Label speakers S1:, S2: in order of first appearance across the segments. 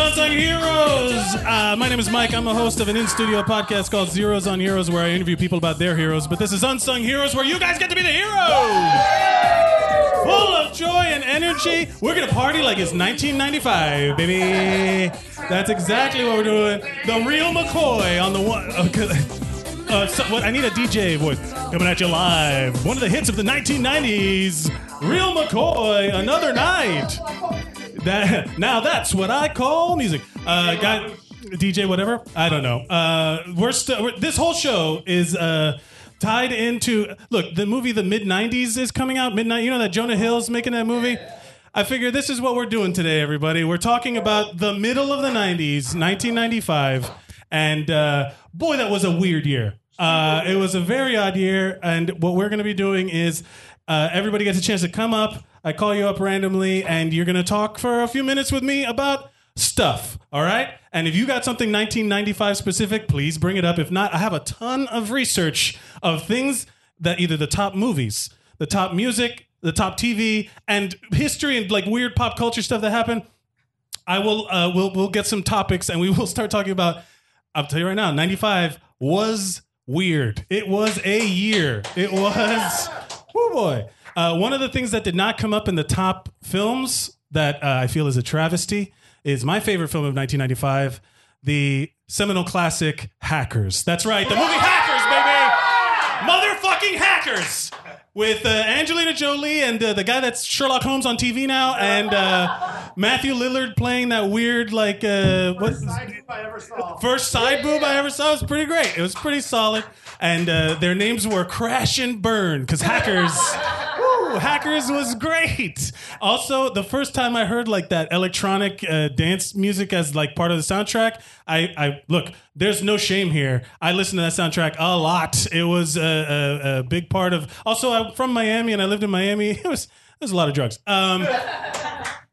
S1: Unsung Heroes. Uh, my name is Mike. I'm the host of an in-studio podcast called Zeros on Heroes, where I interview people about their heroes. But this is Unsung Heroes, where you guys get to be the heroes. Full of joy and energy. We're gonna party like it's 1995, baby. That's exactly what we're doing. The real McCoy on the one. Uh, so, what, I need a DJ voice coming at you live. One of the hits of the 1990s, Real McCoy, another night. That now that's what I call music. Uh, guy, DJ, whatever. I don't know. Uh, we're still. We're, this whole show is. Uh, Tied into look, the movie the mid '90s is coming out. Midnight, you know that Jonah Hill's making that movie. I figure this is what we're doing today, everybody. We're talking about the middle of the '90s, 1995, and uh, boy, that was a weird year. Uh, it was a very odd year, and what we're going to be doing is uh, everybody gets a chance to come up. I call you up randomly, and you're going to talk for a few minutes with me about stuff. All right. And if you got something 1995 specific, please bring it up. If not, I have a ton of research of things that either the top movies, the top music, the top TV, and history and like weird pop culture stuff that happened. I will. Uh, we'll we'll get some topics, and we will start talking about. I'll tell you right now, 95 was weird. It was a year. It was. Oh boy. Uh, one of the things that did not come up in the top films that uh, I feel is a travesty is my favorite film of 1995, the seminal classic Hackers. That's right, the movie Hackers, baby! Motherfucking Hackers! With uh, Angelina Jolie and uh, the guy that's Sherlock Holmes on TV now, and uh, Matthew Lillard playing that weird, like, uh, what?
S2: Side boob I ever saw.
S1: First side boob I ever saw. It was pretty great. It was pretty solid. And uh, their names were Crash and Burn because Hackers. woo, Hackers was great. Also, the first time I heard like that electronic uh, dance music as like part of the soundtrack, I, I look. There's no shame here. I listened to that soundtrack a lot. It was a, a, a big part of. Also, I'm from Miami and I lived in Miami. It was it was a lot of drugs. Um,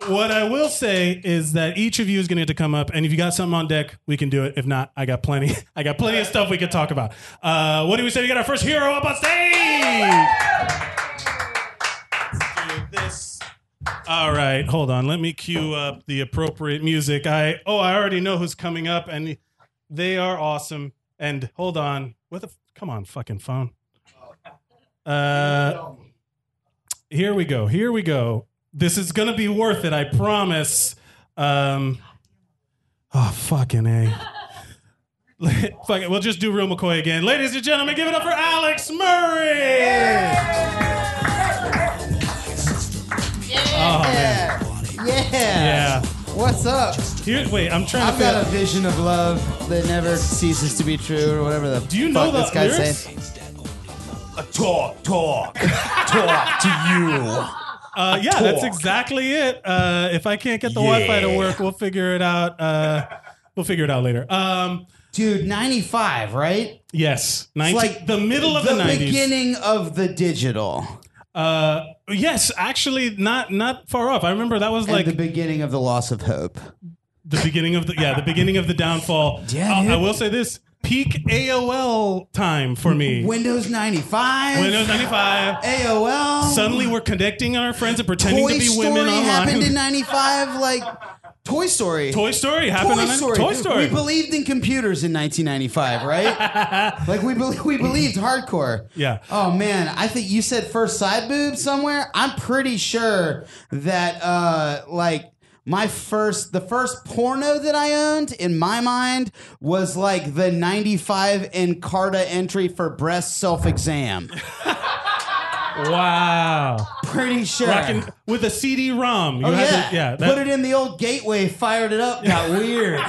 S1: what I will say is that each of you is going to have to come up, and if you got something on deck, we can do it. If not, I got plenty. I got plenty of stuff we could talk about. Uh, what do we say? We got our first hero up on stage. Let's do this. All right, hold on. Let me cue up the appropriate music. I oh, I already know who's coming up, and they are awesome. And hold on, what the? f- Come on, fucking phone. Uh, here we go. Here we go. This is gonna be worth it. I promise. Um, oh fucking a. Fuck it. We'll just do real McCoy again, ladies and gentlemen. Give it up for Alex Murray. Oh, man.
S3: Yeah.
S1: Yeah.
S3: What's up?
S1: Here, wait, I'm trying
S3: I've
S1: to.
S3: got a vision of love that never ceases to be true, or whatever the
S1: Do you know
S3: fuck
S1: the
S3: this guy's
S1: lyrics?
S3: saying.
S4: Talk, talk, talk to you.
S1: Uh, yeah, that's
S4: Talk.
S1: exactly it. Uh, if I can't get the Wi-Fi to work, we'll figure it out. Uh, we'll figure it out later. Um,
S3: Dude, 95, right?
S1: yes, 19,
S3: like
S1: the middle of the,
S3: the
S1: 90s.
S3: beginning of the digital.
S1: Uh, yes, actually, not not far off. I remember that was like
S3: and the beginning of the loss of hope.
S1: the beginning of the yeah, the beginning of the downfall.
S3: Yeah,
S1: I'll-
S3: dude.
S1: I will say this: peak AOL time for me.
S3: Windows 95.
S1: Windows ninety five.
S3: AOL.
S1: Suddenly, we're connecting our friends and pretending
S3: Toy
S1: to be
S3: Story
S1: women
S3: happened in
S1: online.
S3: 95. Like, Toy Story.
S1: Toy Story happened on Toy Story.
S3: We believed in computers in 1995, right? like we be- we believed hardcore.
S1: Yeah.
S3: Oh man, I think you said first side boob somewhere. I'm pretty sure that uh like my first the first porno that I owned in my mind was like the 95 Encarta entry for breast self-exam.
S1: wow.
S3: Pretty sure.
S1: Rocking with a CD-ROM. You
S3: Oh,
S1: had
S3: yeah.
S1: to- yeah.
S3: Put
S1: that-
S3: it in the old gateway, fired it up, got weird.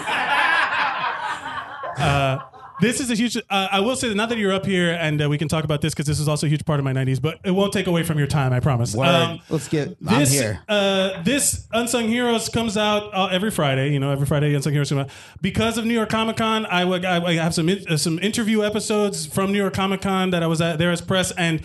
S1: This is a huge. Uh, I will say that now that you're up here and uh, we can talk about this because this is also a huge part of my 90s, but it won't take away from your time, I promise. Um,
S3: Let's get I'm
S1: this,
S3: here.
S1: Uh, this Unsung Heroes comes out uh, every Friday. You know, every Friday Unsung Heroes comes out. Because of New York Comic Con, I would- I- I have some in, uh, some interview episodes from New York Comic Con that I was at there as press and.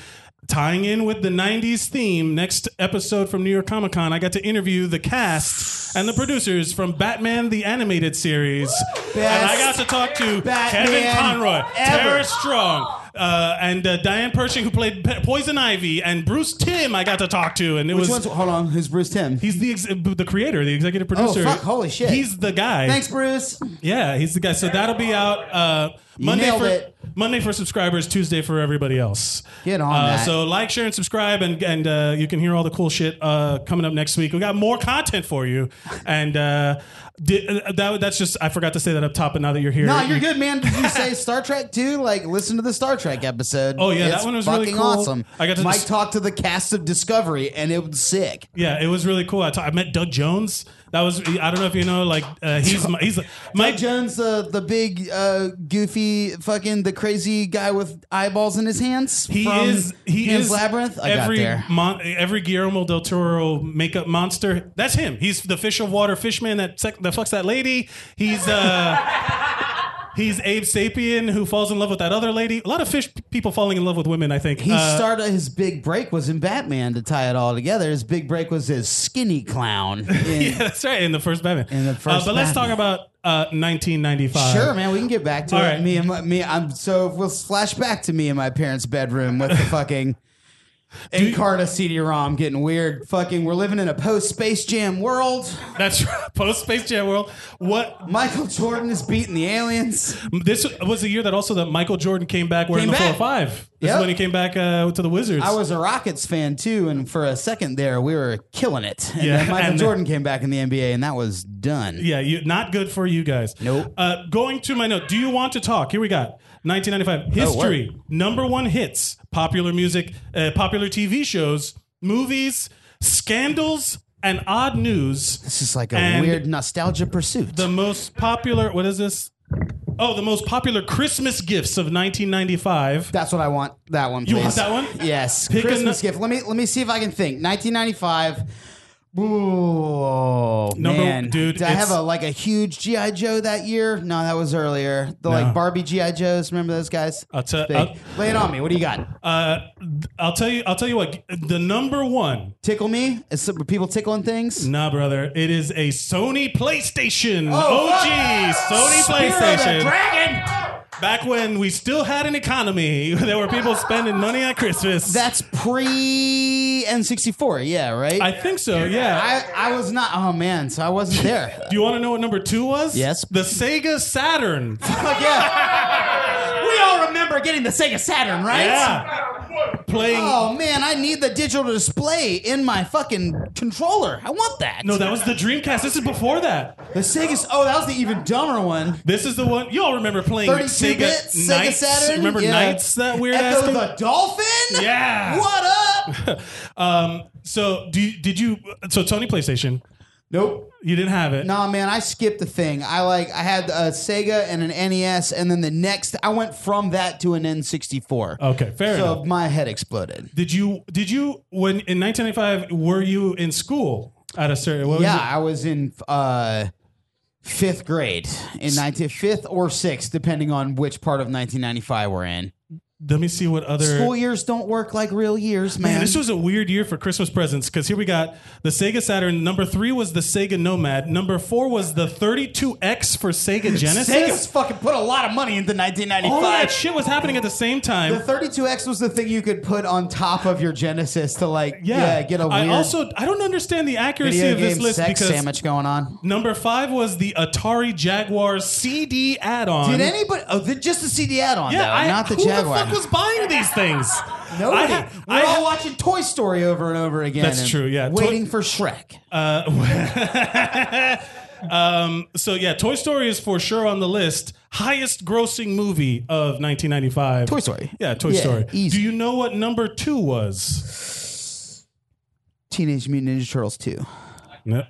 S1: Tying in with the 90s theme, next episode from New York Comic Con, I got to interview the cast and the producers from Batman the Animated Series. And I got to talk to
S3: Batman
S1: Kevin Conroy,
S3: ever.
S1: Tara Strong, uh, and uh, Diane Pershing, who played Pe- Poison Ivy, and Bruce Tim, I got to talk to, and it
S3: Which one's,
S1: was
S3: hold on, who's Bruce Tim?
S1: he's the ex- the creator, the executive
S3: oh,
S1: producer.
S3: fuck, holy shit.
S1: He's the guy.
S3: Thanks, Bruce.
S1: Yeah, he's the guy. So that'll be out uh, Monday
S3: nailed
S1: for
S3: it.
S1: Monday for subscribers, Tuesday for everybody else.
S3: Get on
S1: uh,
S3: that.
S1: So like, share, and subscribe, and and uh, you can hear all the cool shit uh, coming up next week. We got more content for you, and uh, di- uh, that, that's just I forgot to say that up top. But now that you're here,
S3: No, you're good, man. Did you say Star Trek too? Like, listen to the Star Trek episode.
S1: Oh, yeah, that
S3: It's
S1: one was
S3: fucking
S1: really cool.
S3: awesome.
S1: I got to
S3: Mike
S1: dis-
S3: talked to the cast of Discovery, and it was sick.
S1: Yeah, it was really cool. I ta- I met Doug Jones. That was I don't know if you know, like uh, he's my, he's
S3: Mike
S1: Mike.
S3: Jones, uh, the big, uh, goofy, fucking the crazy guy with eyeballs in his hands.
S1: He
S3: from
S1: is he
S3: Pan's
S1: is
S3: Labyrinth. I
S1: every
S3: got there.
S1: uh,
S3: He
S1: Uh,
S3: started his big break was in Batman to tie it all together. His big break was his skinny clown. in-
S1: yeah, that's right. In the first Batman.
S3: In the
S1: Uh,
S3: first
S1: but let's talk
S3: Batman.
S1: about uh, 1995.
S3: Sure, man, we can get back to
S1: All
S3: it.
S1: right.
S3: Me and my, me, I'm so we'll flash back to me in my parents' bedroom with the fucking Encarta CD-ROM getting weird. Fucking, we're living in a post-Space Jam world.
S1: That's post Space Jam world. What
S3: Michael Jordan is beating the aliens.
S1: This was the year that also that Michael Jordan came back wearing
S3: Came
S1: the
S3: back.
S1: 405. This
S3: Yep.
S1: is when he came back uh, to the Wizards.
S3: I was a Rockets fan too, and for a second there, we were killing it. And
S1: Yeah,
S3: then Michael
S1: and-
S3: Jordan came back in the NBA, and that was done.
S1: yeah, you, not good for you guys.
S3: Nope.
S1: Uh, going to my note. Do you want to talk? Here we got
S3: Oh,
S1: 1995 history, number one hits, popular music, uh, popular TV shows, movies, scandals, and odd news.
S3: This is like a
S1: And-
S3: weird nostalgia pursuit.
S1: The most popular. What is this? Oh, the most popular Christmas gifts of 1995.
S3: That's what I want. That one. Please.
S1: You want that one?
S3: Yes.
S1: Pick a
S3: Christmas
S1: nu-
S3: gift. Let me let me see if I can think. 1995. Ooh,
S1: Number-
S3: Oh, man.
S1: dude,
S3: Did I have
S1: it's-
S3: a like a huge GI Joe that year? No, that was earlier. The like Barbie GI Joes. Remember those guys?
S1: I'll tell-
S3: Big.
S1: I'll-
S3: Lay it on me. What do you got?
S1: Uh, I'll tell you. I'll tell you what. The number one
S3: Tickle me? Is some people tickling things?
S1: Nah, brother. It is a Sony PlayStation.
S3: Oh,
S1: OG
S3: fuck.
S1: Sony
S3: Spear of the
S1: PlayStation.
S3: Dragon.
S1: Back when we still had an economy, there were people spending money at Christmas.
S3: That's pre N64. Yeah, right.
S1: I think so. Yeah.
S3: I I was not. Oh man, so I wasn't there.
S1: Do you want to know what number two was?
S3: Yes.
S1: The Sega Saturn.
S3: Fuck yeah. We all remember getting the Sega Saturn, right?
S1: Yeah. Playing.
S3: Oh man, I need the digital display in my fucking controller. I want that.
S1: No, that was the Dreamcast. This is before that.
S3: the Sega. Oh, that was the even dumber one.
S1: This is the one you all remember playing
S3: 32
S1: Sega
S3: bit Sega
S1: Knights.
S3: Saturn.
S1: Remember
S3: Yeah.
S1: Knights? That weird ass.
S3: Echo
S1: com-
S3: the Dolphin.
S1: Yeah.
S3: What up?
S1: um. So do you, did you? So Sony PlayStation.
S3: Nope.
S1: You didn't have it.
S3: Nah, man, I skipped the thing. I like I had a Sega and an NES, and then the next I went from that to an N64.
S1: Okay. Fair
S3: so
S1: enough.
S3: my head exploded.
S1: Did you did you when in 1995 were you in school at a certain? What
S3: yeah,
S1: Was it?
S3: I was in uh, fifth grade in 19, fifth or sixth, depending on which part of 1995 we're in.
S1: Let me see what other.
S3: School years don't work like real years, man.
S1: Man, this was a weird year for Christmas presents because here we got the Sega Saturn. Number three was the Sega Nomad. Number four was the 32X for Sega
S3: Sega's
S1: Genesis.
S3: fucking put a lot of money into
S1: All that
S3: 1995.
S1: shit was happening at the same
S3: the
S1: time.
S3: 32X was the thing you could put on top of your Genesis to like, yeah,
S1: Yeah.
S3: get a
S1: I
S3: weird
S1: also I don't understand the accuracy
S3: video
S1: of this
S3: game
S1: list
S3: sex
S1: because
S3: sandwich going on.
S1: number five was the Atari Jaguar CD add-on.
S3: Did anybody? Oh, the, just the CD add-on
S1: yeah,
S3: though,
S1: I,
S3: not the
S1: who
S3: Jaguar.
S1: the fuck was buying these things? I
S3: Nobody.
S1: ha-
S3: We're
S1: I
S3: all
S1: ha-
S3: watching Toy Story over and over again.
S1: That's
S3: and
S1: true, yeah. Toy-
S3: Waiting for Shrek.
S1: Um, So yeah, Toy Story is for sure on the list. Highest grossing movie of 1995.
S3: Toy Story.
S1: Yeah, Toy
S3: Yeah,
S1: Story.
S3: easy.
S1: Do you know what number two was?
S3: Teenage Mutant Ninja Turtles 2.
S1: No.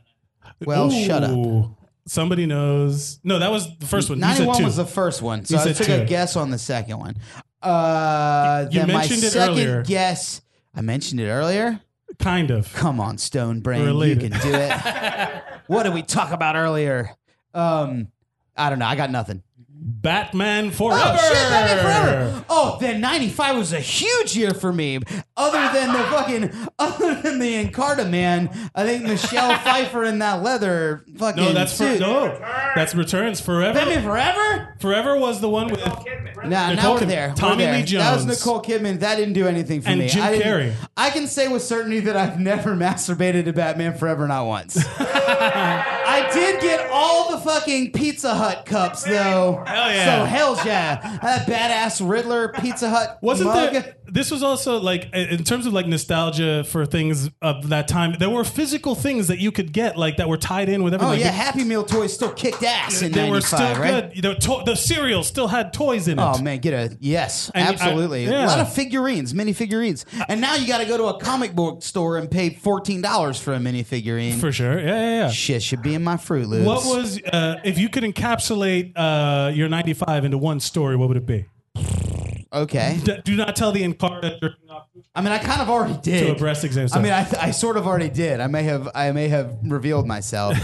S3: Well, shut up.
S1: Ooh. Somebody knows. No, that was the first one. You said
S3: 91
S1: two.
S3: was the first one, so
S1: You
S3: I
S1: said
S3: took
S1: two.
S3: a guess on the second one. Uh,
S1: You
S3: then my
S1: mentioned it
S3: second
S1: earlier.
S3: guess, I mentioned it earlier.
S1: kind of.
S3: Come on, Stone Brain, you
S1: Related.
S3: can do it. what did we talk about earlier? Um, I don't know. I got nothing.
S1: Batman Forever.
S3: Oh shit, Batman Forever. Oh, then '95 was a huge year for me. Other than the fucking, other than the Encarta man, I think Michelle Pfeiffer in that leather fucking
S1: No, that's for,
S3: suit.
S1: no, that's Returns Forever.
S3: Batman Forever.
S1: Forever was the one with
S3: Nah, now
S1: Nicole
S3: we're
S1: Kid-
S3: there. We're
S1: Tommy
S3: there.
S1: Lee
S3: That was
S1: Jones.
S3: Nicole Kidman. That didn't do anything for
S1: And
S3: me.
S1: Jim
S3: I didn't-
S1: Carrey.
S3: I can say with certainty that I've never masturbated to Batman Forever, not once. I did get all the fucking Pizza Hut cups though.
S1: Hell yeah.
S3: So hell's yeah. That badass Riddler Pizza Hut
S1: Wasn't
S3: mug.
S1: there? This was also like i- in terms of like nostalgia for things of that time. There were physical things that you could get like that were tied in with
S3: Oh
S1: everything.
S3: yeah, Happy Meal toys still kicked ass
S1: They-
S3: in
S1: they were
S3: '95,
S1: still
S3: right?
S1: good. The, to- the cereal still had toys in it.
S3: Oh man, get a yes,
S1: And I-
S3: absolutely.
S1: yeah.
S3: A lot of figurines, mini figurines, and now you got to go to a comic book store and pay fourteen dollars for a mini figurine.
S1: for sure. Yeah, yeah, yeah.
S3: Shit should be in my Fruit Loops.
S1: What was uh, if you could encapsulate uh, your '95 into one story? What would it be?
S3: okay?
S1: D- do not tell the Encarta jerking off
S3: I mean, I kind of already did.
S1: to a breast exam.
S3: I mean, I, I sort of already did. I may have I may have revealed myself.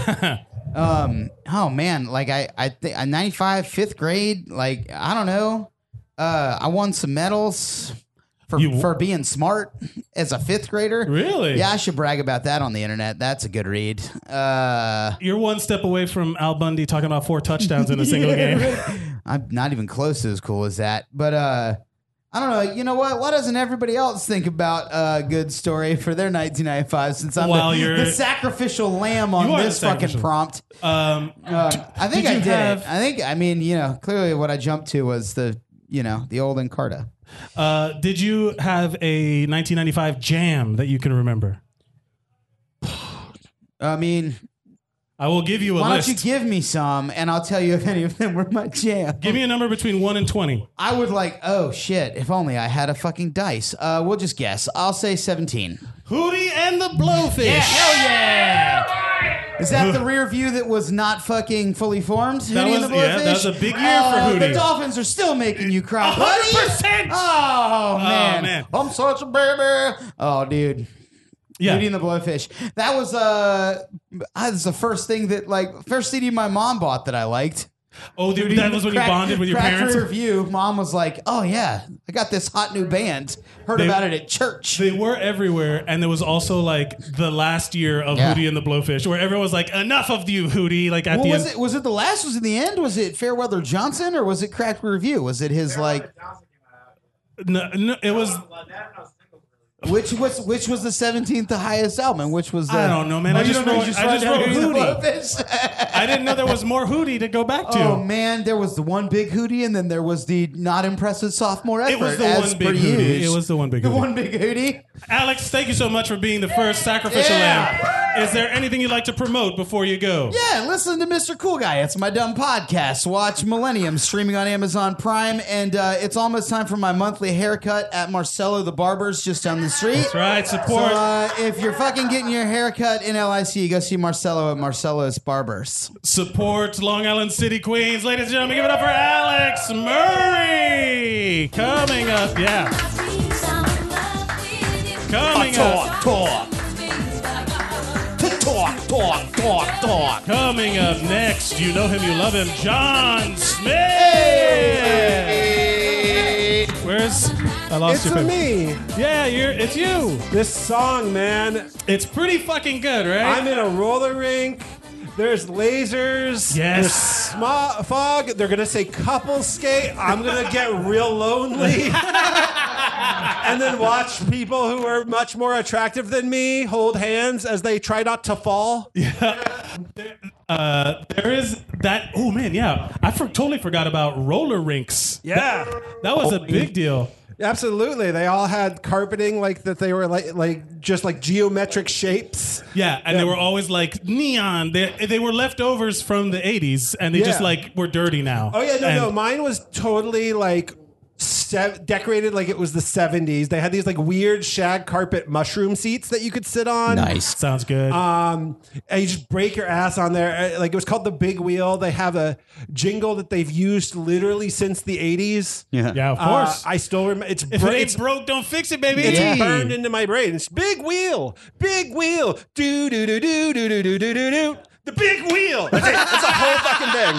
S3: um. Oh man, like I I think 95, fifth grade. Like I don't know. Uh, I won some medals for
S1: You-
S3: for being smart as a fifth grader.
S1: Really?
S3: Yeah, I should brag about that on the internet. That's a good read. Uh,
S1: you're one step away from Al Bundy talking about four touchdowns in a single game.
S3: I'm not even close to as cool as that. But uh, I don't know. You know what? Why doesn't everybody else think about a good story for their 1995 since I'm
S1: While
S3: the,
S1: you're-
S3: the sacrificial lamb on
S1: You are
S3: this
S1: the
S3: fucking
S1: sacrificial-
S3: prompt?
S1: Um,
S3: Um, I think
S1: Did
S3: I
S1: you
S3: did.
S1: have-
S3: it. I think, I mean, you know, clearly what I jumped to was the, you know, the old Encarta.
S1: Uh, did you have a 1995 jam that you can remember?
S3: I mean,
S1: I will give you a
S3: why
S1: list.
S3: don't you give me some and I'll tell you if any of them were my jam.
S1: give me a number between one and twenty.
S3: I would like, oh shit, if only I had a fucking dice. Uh, we'll just guess. I'll say 17.
S1: Hootie and the Blowfish.
S3: Hell yeah! Is that the rear view that was not fucking fully formed? Hootie and
S1: was-
S3: the
S1: yeah,
S3: Blowfish?
S1: that was a big year for
S3: Oh, The
S1: Hootie.
S3: Dolphins are still making you cry, buddy.
S1: 100%!
S3: Oh man.
S1: man.
S3: I'm such a baby. Oh dude.
S1: Yeah.
S3: Hootie and the Blowfish. That was uh, that was the first thing that like first CD my mom bought that I liked.
S1: oh, dude, that was when you
S3: Crack-
S1: bonded with your
S3: Crack
S1: parents.
S3: Review. Mom was like, "Oh yeah, I got this hot new band. Heard
S1: They-
S3: about it at church."
S1: They were everywhere, and there was also like the last year of
S3: Yeah.
S1: Hootie and the Blowfish, where everyone was like, "Enough of you, Hootie!" Like at
S3: What
S1: the
S3: was
S1: end,
S3: it? Was it the last? Was it the end? Was it Fairweather Johnson or was it Crack Review? Was it his like
S1: No, no, it was.
S3: which was which was the seventeenth the highest album? and Which was the,
S1: I don't know, man.
S3: Oh,
S1: I
S3: you
S1: just
S3: don't know,
S1: wrote-
S3: you
S1: I
S3: write
S1: just
S3: down
S1: wrote
S3: who the
S1: Hootie.
S3: Blowfish-
S1: I didn't know there was more Hootie to go back to.
S3: Oh man, there was the one big hootie, and then there was the not impressive sophomore effort.
S1: It was the
S3: as
S1: one big
S3: per
S1: hootie.
S3: use.
S1: It was the one big
S3: the
S1: hootie.
S3: one big hootie.
S1: Alex, thank you so much for being the first sacrificial
S3: Yeah.
S1: lamb. Is there anything you'd like to promote before you go?
S3: Yeah, listen to Mr. Cool Guy. It's my dumb podcast. Watch Millennium streaming on Amazon Prime, and uh, it's almost time for my monthly haircut at Marcello the Barber's just down the street.
S1: That's right.
S3: So
S1: Support.
S3: uh, if you're fucking getting your haircut in LIC, go see Marcelo at Marcelo's Barbers.
S1: Support Long Island City, Queens. Ladies and gentlemen, give it up for Alex Murray. Coming up, yeah. Coming up.
S4: Talk, talk, talk, talk, talk, talk.
S1: Coming up next, you know him, you love him, John Smith. Where's I lost
S2: It's
S1: you,
S2: a
S1: babe.
S2: me.
S1: Yeah, you're it's you.
S2: This song, man.
S1: It's pretty fucking good, right?
S2: I'm in a roller rink. There's lasers. There's
S1: yes.
S2: smog, fog. They're gonna say couple skate. I'm gonna get real lonely. and then watch people who are much more attractive than me hold hands as they try not to fall.
S1: Uh, there is that. Oh man, yeah. I for, totally forgot about roller rinks.
S2: Yeah.
S1: That was a big deal.
S2: Absolutely. They all had carpeting like that they were like like just like geometric shapes.
S1: Yeah, and they were always like neon. They they were leftovers from the '80s, and they just
S2: Yeah.
S1: like were dirty now.
S2: Oh yeah, no,
S1: And-
S2: no. Mine was totally like se- decorated like it was the '70s. They had these like weird shag carpet mushroom seats that you could sit on.
S1: sounds good.
S2: Um, and you just break your ass on there. Uh, Like it was called the Big Wheel. They have a jingle that they've used literally since the '80s.
S1: yeah, of
S2: Uh,
S1: course.
S2: I still remember. It's,
S1: if
S2: bra-
S1: it ain't
S2: it's
S1: broke, don't fix it, baby.
S2: it's
S3: Yeah.
S2: burned into my brain. It's big wheel, big wheel, do do do do do do do do do do. The big wheel. That's it. That's a whole fucking thing.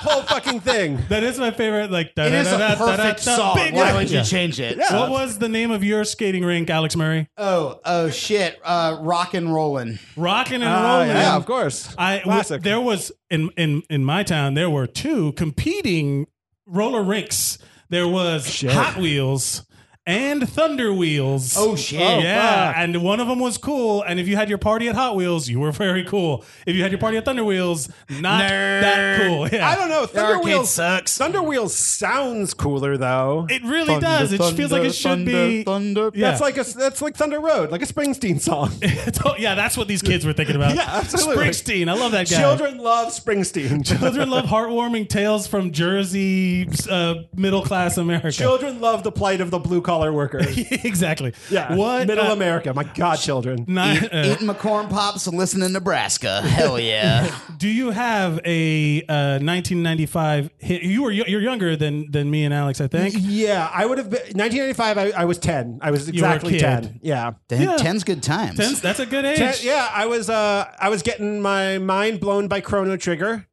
S2: whole fucking thing.
S1: That is my favorite. Like
S3: It is a perfect song.
S1: Big
S3: Why
S1: Mac.
S3: would you change it?
S1: What was the name of your skating rink, Alex Murray?
S3: Oh, oh shit! Uh, rock and rollin'.
S1: Rockin' and
S2: Ah,
S1: rollin'.
S2: yeah, of course.
S1: I w-
S2: Classic.
S1: there was in in in my town there were two competing roller rinks. There was Hot Wheels and Thunder Wheels.
S3: Oh, shit. Oh,
S1: yeah,
S2: fuck.
S1: and one of them was cool. And if you had your party at Hot Wheels, you were very cool. If you had your party at Thunder Wheels, not that cool. Yeah,
S2: I don't know. Thunder
S4: arcade
S2: Wheels
S4: sucks.
S2: Thunder Wheels sounds cooler though.
S1: It really does. It feels like it should be.
S3: Thunder.
S1: Yeah.
S2: That's like a that's like Thunder Road, like a Springsteen song.
S1: yeah, that's what these kids were thinking about.
S2: Yeah, absolutely.
S1: Springsteen. I love that guy.
S2: Children love Springsteen.
S1: Children love heartwarming tales from Jersey uh, middle class America.
S2: Children love the plight of the blue collar worker.
S1: exactly.
S2: Yeah,
S1: What
S2: middle
S1: uh,
S2: America? My God, children.
S1: Not, uh,
S3: Eating my corn pops and listening to Nebraska. Hell yeah.
S1: do you have a uh, 1995 hit? You were you're younger than than me and Alex, I think.
S2: Yeah, I would have been 1985. I, I was 10. I was
S1: were a
S2: exactly
S1: kid.
S2: 10. Yeah.
S3: Ten,
S1: Yeah.
S3: Ten's good times.
S1: Ten's- that's a good age.
S2: Ten- yeah, I was uh I was getting my mind blown by Chrono Trigger.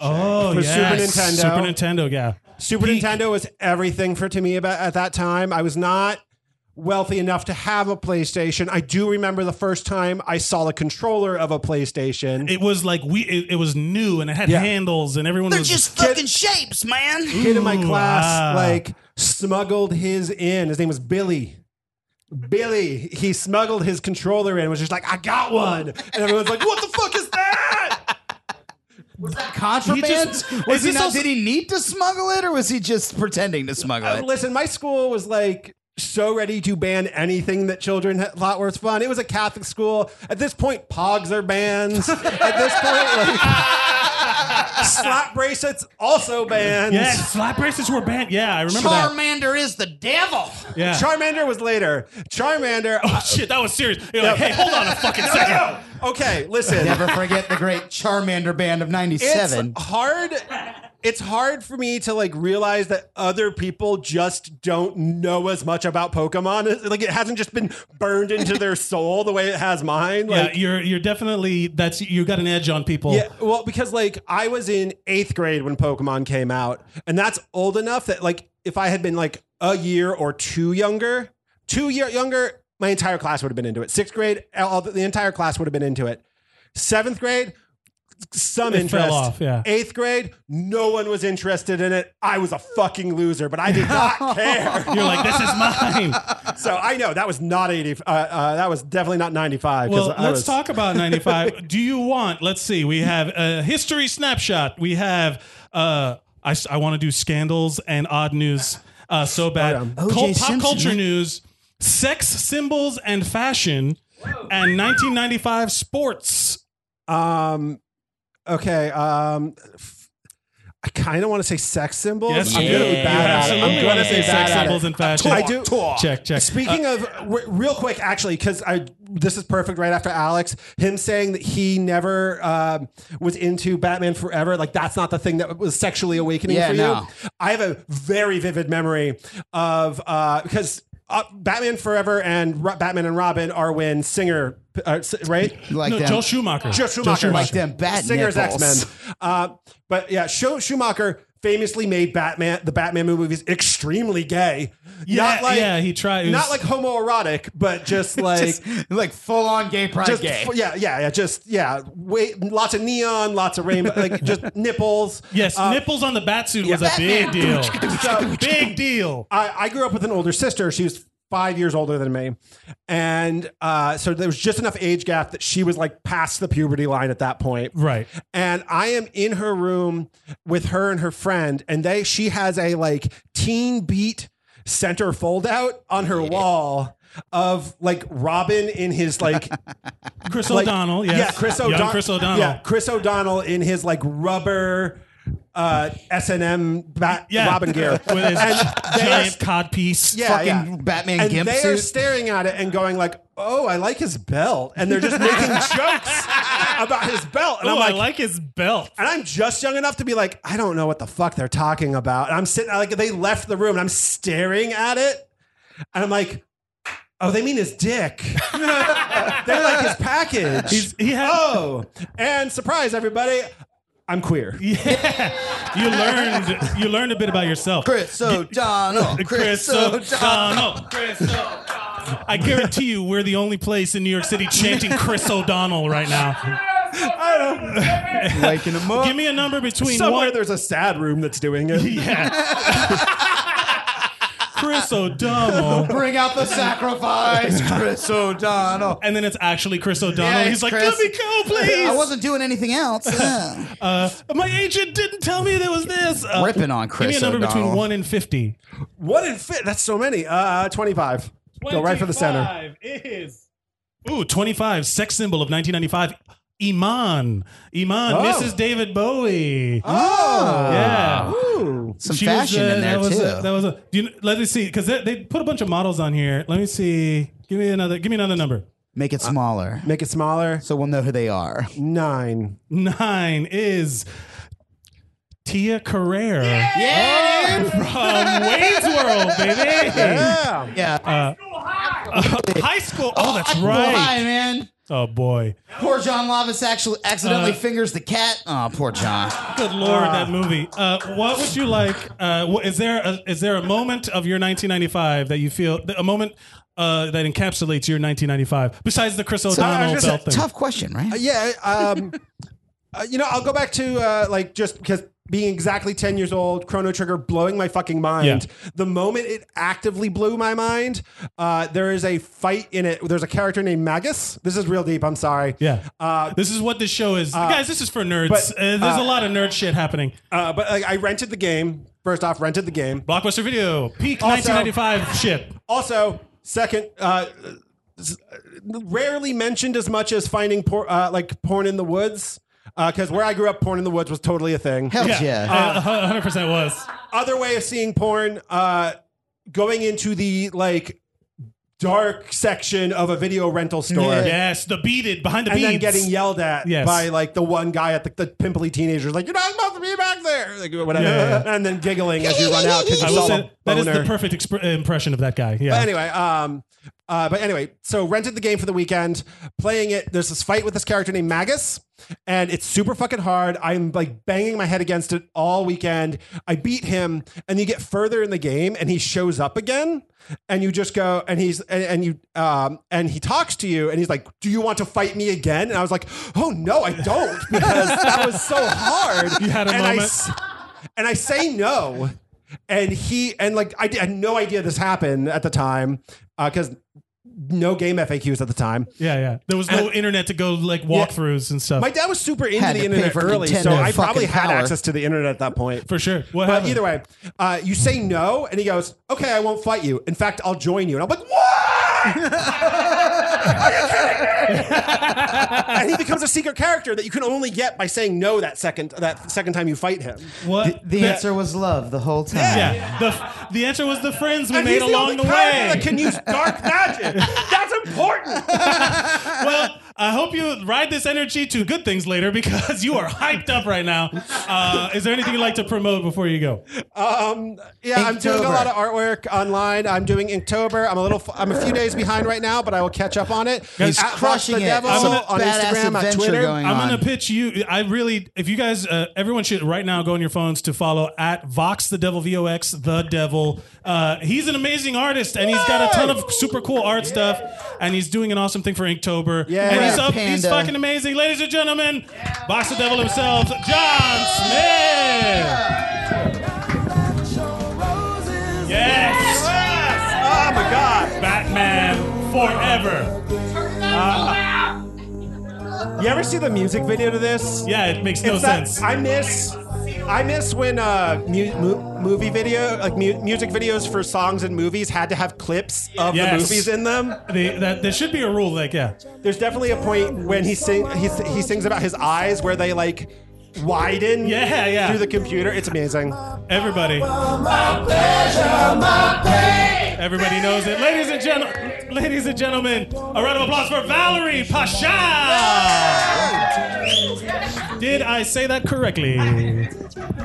S1: Oh,
S2: For
S1: yes.
S2: Super Nintendo.
S1: Super Nintendo, yeah.
S2: Super Nintendo was everything for to me about at that time. I was not wealthy enough to have a PlayStation. I do remember the first time I saw the controller of a PlayStation.
S1: It was like we. It, it was new and it had
S2: Yeah.
S1: handles and everyone
S3: They're
S1: was
S3: just fucking shapes, man.
S2: kid in my
S1: Ooh,
S2: class
S1: ah.
S2: like smuggled his in. His name was Billy. Billy, he smuggled his controller in, was just like, I got one. And everyone's like, What the fuck is that?
S3: Was that contraband?
S1: just-
S3: was
S1: is
S3: he
S1: this
S3: not,
S1: also-
S3: did he need to smuggle it, or was he just pretending to smuggle
S2: Uh,
S3: it?
S2: listen, my school was like so ready to ban anything that children had- thought was fun. It was a Catholic school. At this point, pogs are bans. At this point, like slap bracelets also bans.
S1: Yeah, slap bracelets were banned. Yeah, I remember that.
S3: Charmander is the devil.
S1: Yeah. Oh,
S2: Charmander was later. Charmander.
S1: Shit, that was serious. You're like, hey, hold on a fucking second.
S2: okay, listen.
S3: Never forget the great Charmander band of '97.
S2: It's hard. It's hard for me to like realize that other people just don't know as much about Pokemon. It's- Like it hasn't just been burned into their soul the way it has mine.
S1: Yeah,
S2: Like,
S1: you're you're definitely that's you got an edge on people.
S2: yeah, well, because like I was in eighth grade when Pokemon came out, and that's old enough that like if I had been like a year or two younger, two year younger, my entire class would have been into it. Sixth grade, all the, the entire class would have been into it. Seventh grade, some
S1: It
S2: interest.
S1: fell off, yeah.
S2: Eighth grade, no one was interested in it. I was a fucking loser, but I did not care.
S1: You're like, this is mine.
S2: So I know that was not eighty. Uh, uh, that was definitely not ninety five.
S1: Well, let's talk about 95. Do you want, let's see, we have a history snapshot. We have, uh, I, s- I want to do scandals and odd news uh, so bad.
S2: Oh, yeah.
S1: Cult-
S3: O.J.
S1: pop
S3: Simpson,
S1: culture
S3: huh?
S1: news, sex symbols and fashion, and 1995 sports.
S2: Um, okay. Um, f- I kind of want to say sex symbols.
S1: Yes,
S2: I'm
S1: you
S2: gonna
S1: do.
S2: be
S1: You
S2: bad at it.
S1: absolutely
S2: I'm gonna
S1: wanna
S2: say
S1: say
S2: bad
S1: sex
S2: at
S1: symbols
S2: it.
S1: and fashion.
S2: I do.
S1: Check, check.
S2: Speaking of w- real quick, actually, because I this is perfect right after Alex, him saying that he never um, was into Batman Forever. Like that's not the thing that was sexually awakening
S3: Yeah,
S2: for
S3: no.
S2: you. I have a very vivid memory of uh, because. Uh, Batman Forever and Ro- Batman and Robin are when Singer, uh, s- right?
S3: like
S1: no,
S3: them.
S1: Joel Schumacher.
S2: Joe Schumacher.
S3: Like them bat
S2: Singer's
S3: nipples.
S2: X-Men. Uh, but yeah, Scho- Schumacher famously made Batman, the Batman movies, extremely gay.
S1: Yeah,
S2: not like,
S1: yeah, he tried- it
S2: Not
S1: was-
S2: like homoerotic, but just like...
S3: Just, like full on gay pride
S2: just
S3: gay.
S2: f- yeah, yeah, yeah. Just yeah. Wait, lots of neon, lots of rainbow, like just nipples.
S1: Yes,
S2: Uh,
S1: nipples on the batsuit was a big
S3: Batman.
S1: deal.
S2: So-
S1: big deal.
S2: I, I grew up with an older sister. She was five years older than me. And uh, so there was just enough age gap that she was like past the puberty line at that point.
S1: Right.
S2: And I am in her room with her and her friend, and they she has a like teen beat center fold out on her wall of like Robin in his like
S1: Chris
S2: like-
S1: O'Donnell. Yes.
S2: Yeah, Chris
S1: Young
S2: O'Donnell.
S1: Chris O'Donnell.
S2: Yeah, Chris O'Donnell in his like rubber uh S&M bat,
S1: Yeah.
S2: Robin gear.
S1: With
S2: And
S1: his
S2: they are
S1: giant codpiece.
S2: Yeah,
S3: Fucking
S2: yeah.
S3: Batman
S2: and
S3: gimp
S2: they are
S3: suit.
S2: staring at it and going like, "Oh, I like his belt," and they're just making jokes about his belt. And
S1: Oh,
S2: I'm like,
S1: I like his belt.
S2: and I'm just young enough to be like, I don't know what the fuck they're talking about. And I'm sitting like they left the room, and I'm staring at it, and I'm like, "Oh, they mean his dick." they like his package.
S1: He's, he had,
S2: oh, and surprise, everybody. I'm queer.
S1: You learned you learned a bit about yourself.
S3: Chris O'Donnell. Chris O'Donnell.
S1: O'Donnell. I guarantee you, we're the only place in New York City chanting Chris O'Donnell right now.
S5: Waking him up.
S1: Give me a number between
S2: Somewhere
S1: one.
S2: there's a sad room that's doing it.
S1: Chris O'Donnell.
S3: Bring out the sacrifice, Chris O'Donnell.
S1: And then it's actually Chris O'Donnell.
S3: Yeah, it's
S1: He's like,
S3: Chris.
S1: let me go, please.
S3: I wasn't doing anything else. Yeah.
S1: Uh, my agent didn't tell me there was this. Uh,
S3: Ripping on
S1: give me
S3: Chris
S1: a number between
S3: O'Donnell.
S1: one and fifty.
S2: What in fit? That's so many. Uh, 25. Go right for the center.
S1: 25 Is ooh twenty five sex symbol of nineteen ninety five. Iman, Iman,
S2: Oh.
S1: Mrs. David Bowie.
S2: Oh.
S1: Yeah.
S2: Ooh.
S3: Ah. Some
S1: She was,
S3: fashion
S1: uh,
S3: in there
S1: that was
S3: too.
S1: A, that was a. Do you, let me see, because they, they put a bunch of models on here. Let me see. Give me another. Give me another number.
S3: Make it smaller,
S2: Uh, Make it smaller.
S3: so we'll know who they are.
S2: Nine.
S1: Nine is Tia Carrere
S3: Yeah,
S1: Oh, from Wayne's World, baby. Uh,
S2: Yeah.
S3: yeah.
S1: High school. Oh, that's
S3: Why,
S1: right.
S3: man?
S1: Oh boy.
S3: Poor John Lavis actually accidentally
S1: Uh,
S3: fingers the cat. Ah, Oh, poor John.
S1: Good lord,
S2: Ah.
S1: that movie. Uh, what would you like? Uh, wh- is there a, is there a moment of your 1995 that you feel a moment uh, that encapsulates your 1995 besides the Chris O'Donnell
S2: gonna say, Uh,
S1: belt thing?
S3: Tough question, right?
S2: Yeah. Um, uh, you know, I'll go back to uh, like just because being exactly 10 years old, Chrono Trigger blowing my fucking mind. The moment it actively blew my mind, uh, there is a fight in it. There's a character named Magus. This is real deep. I'm sorry.
S1: Yeah.
S2: Uh,
S1: this is what this show is. Guys, this is for nerds.
S2: but,
S1: uh, there's a lot of nerd shit happening.
S2: Uh, but like, I rented the game. First off, rented the game.
S1: Blockbuster Video, peak
S2: Also-
S1: 1995 shit.
S2: Also, second, uh, s- rarely mentioned as much as finding por- uh, like porn in the woods. Because where I grew up, porn in the woods was totally a thing.
S3: Hell yeah.
S1: Uh, 100% was.
S2: Other way of seeing porn, uh, going into the like dark section of a video rental store.
S1: Yes, the beaded, behind the
S2: And
S1: beads.
S2: then getting yelled at
S1: Yes.
S2: by like the one guy at the, the pimply teenagers, like you're not supposed to be back there, like whatever,
S1: Yeah, yeah.
S2: and then giggling as you run out because
S1: I
S2: you
S1: will
S2: saw a
S1: say, that is the
S2: boner.
S1: perfect exp- impression of that guy. Yeah.
S2: But anyway, um, uh, but anyway, so rented the game for the weekend, playing it. There's this fight with this character named Magus, and it's super fucking hard. I'm like banging my head against it all weekend. I beat him, and you get further in the game, and he shows up again, and you just go, and he's and, and you um, and he talks to you, and he's like, "Do you want to fight me again?" And I was like, "Oh no, I don't," because that was so hard.
S1: You had a
S2: and I
S1: moment.
S2: s- and I say no. And he and like I d- had no idea this happened at the time because no game FAQs at the time.
S1: yeah, yeah. There was no internet to go like walkthroughs and stuff.
S2: My dad was super into
S3: Had to
S2: the
S3: pay
S2: internet
S3: for
S2: early, so
S3: Nintendo
S2: I probably
S3: fucking
S2: had
S3: power.
S2: access to the internet at that point.
S1: for sure. What
S2: But
S1: happened?
S2: either way, uh, you say no, and he goes, "Okay, I won't fight you. In fact, I'll join you." And I'm like, "What? Are you kidding me?" and he becomes a secret character that you can only get by saying no that second that second time you fight him.
S3: The,
S1: What?
S3: the answer was love the whole time.
S1: Yeah. The, the answer was the friends we
S2: And
S1: made
S2: he's the
S1: along
S2: only
S1: the,
S2: character
S1: way.
S2: that can use dark magic. That's important.
S1: well, I hope you ride this energy to good things later because you are hyped up right now. Uh, is there anything you'd like to promote before you go?
S2: Um, yeah, I'm doing a
S3: Inktober.
S2: lot of artwork online. I'm doing Inktober. I'm a little, I'm a few days behind right now, but I will catch up on it.
S3: He's
S2: At Watch
S3: crushing
S2: the
S3: it.
S2: Devil
S3: Some
S2: on
S3: badass
S2: Instagram, on
S3: adventure
S2: Twitter.
S3: going
S1: I'm
S3: on.
S1: gonna pitch you. I really, if you guys, uh, everyone should right now go on your phones to follow at Vox the Devil V O X the Devil. Uh, he's an amazing artist, and he's got a ton of super cool art stuff, and he's doing an awesome thing for Inktober.
S2: Yeah.
S1: and he's
S3: Right,
S1: up, he's
S3: Panda.
S1: fucking amazing, ladies and gentlemen. Vox the Devil himself, John Smith. Yes.
S2: Oh my god!
S1: Batman forever.
S2: Ah. You ever see the music video to this?
S1: Yeah, it makes no
S2: It's that-
S1: sense.
S2: I miss. I miss when uh, mu- mu- movie video, like mu- music videos for songs and movies, had to have clips of the
S1: Yes.
S2: movies in them.
S1: They- that, there should be a rule, like yeah.
S2: There's definitely a point when he sing he, he sings about his eyes where they like widen
S1: Yeah, yeah.
S2: through the computer. It's amazing.
S1: Everybody. Everybody knows it. Ladies and gentlemen, ladies and gentlemen, a round of applause for Valerie Pasha. Did I say that correctly?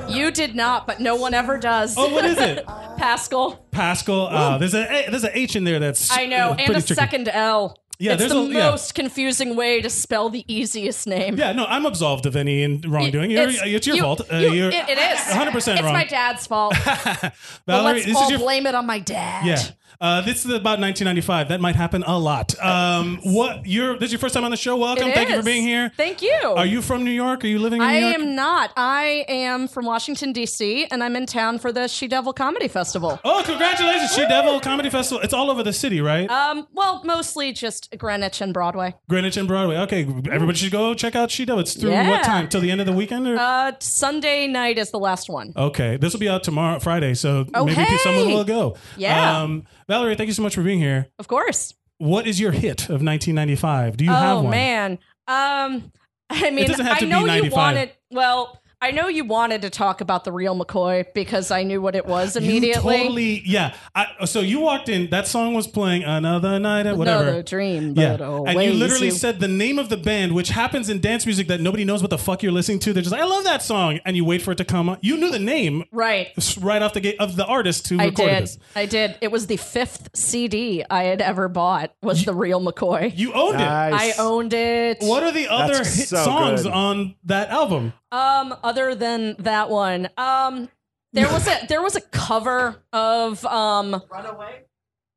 S6: You did not, but no one ever does.
S1: Oh, what is it?
S6: Pascal.
S1: Pascal. Uh, there's a there's an H in there that's
S6: I know,
S1: pretty
S6: and a
S1: tricky.
S6: second L.
S1: Yeah,
S6: it's
S1: there's
S6: the
S1: a yeah.
S6: most confusing way to spell the easiest name.
S1: Yeah, no, I'm absolved of any in- wrongdoing. You're- It's, your
S6: you-
S1: fault. Uh,
S6: you-
S1: you're
S6: it- it is.
S1: 100%
S6: It's
S1: wrong.
S6: my dad's fault. but
S1: Valerie,
S6: let's
S1: this
S6: all
S1: is your
S6: blame it on my dad.
S1: Yeah. Uh, this is about 1995. That might happen a lot. Um, what? You're this is your first time on the show. Welcome.
S6: It
S1: Thank you for
S6: is.
S1: being here.
S6: Thank you.
S1: Are you from New York? Are you living in
S6: I
S1: New York?
S6: am not. I am from Washington D.C. and I'm in town for the She Devil Comedy Festival.
S1: Oh, congratulations! She Devil Comedy Festival. It's all over the city, right?
S6: Um, well, mostly just Greenwich and Broadway.
S1: Greenwich and Broadway. Okay, everybody should go check out She Devil. It's through
S6: Yeah.
S1: what time? Till the end of the weekend? Or?
S6: Uh, Sunday night is the last one.
S1: okay, this will be out tomorrow, Friday. So
S6: Oh,
S1: maybe pe- someone
S6: hey!
S1: will go.
S6: Yeah.
S1: Um, Valerie, thank you so much for being here.
S6: Of course.
S1: What is your hit of 1995? Do you
S6: oh
S1: have one?
S6: man. Um, I mean,
S1: doesn't have
S6: I
S1: to be
S6: know you
S1: 95.
S6: wanted. Well, I know you wanted to talk about the real McCoy because I knew what it was immediately.
S1: You totally, yeah. I, so you walked in. That song was playing another night at whatever.
S6: Another dream,
S1: yeah,
S6: but
S1: and you
S6: always
S1: literally
S6: you-
S1: said the name of the band, which happens in dance music that nobody knows what the fuck you're listening to. They're just like, I love that song, and you wait for it to come. on. You knew the name
S6: right.
S1: right off the gate of the artist who
S6: I
S1: recorded
S6: did.
S1: this.
S6: I did. It was the fifth CD I had ever bought. Was the real McCoy.
S1: You owned it.
S6: I
S2: Nice.
S6: owned it.
S1: What are the other
S2: That's
S1: hit
S2: so
S1: songs
S2: good.
S1: on that album?
S6: Um, other than that one, um, there was a there was a cover of um, Runaway.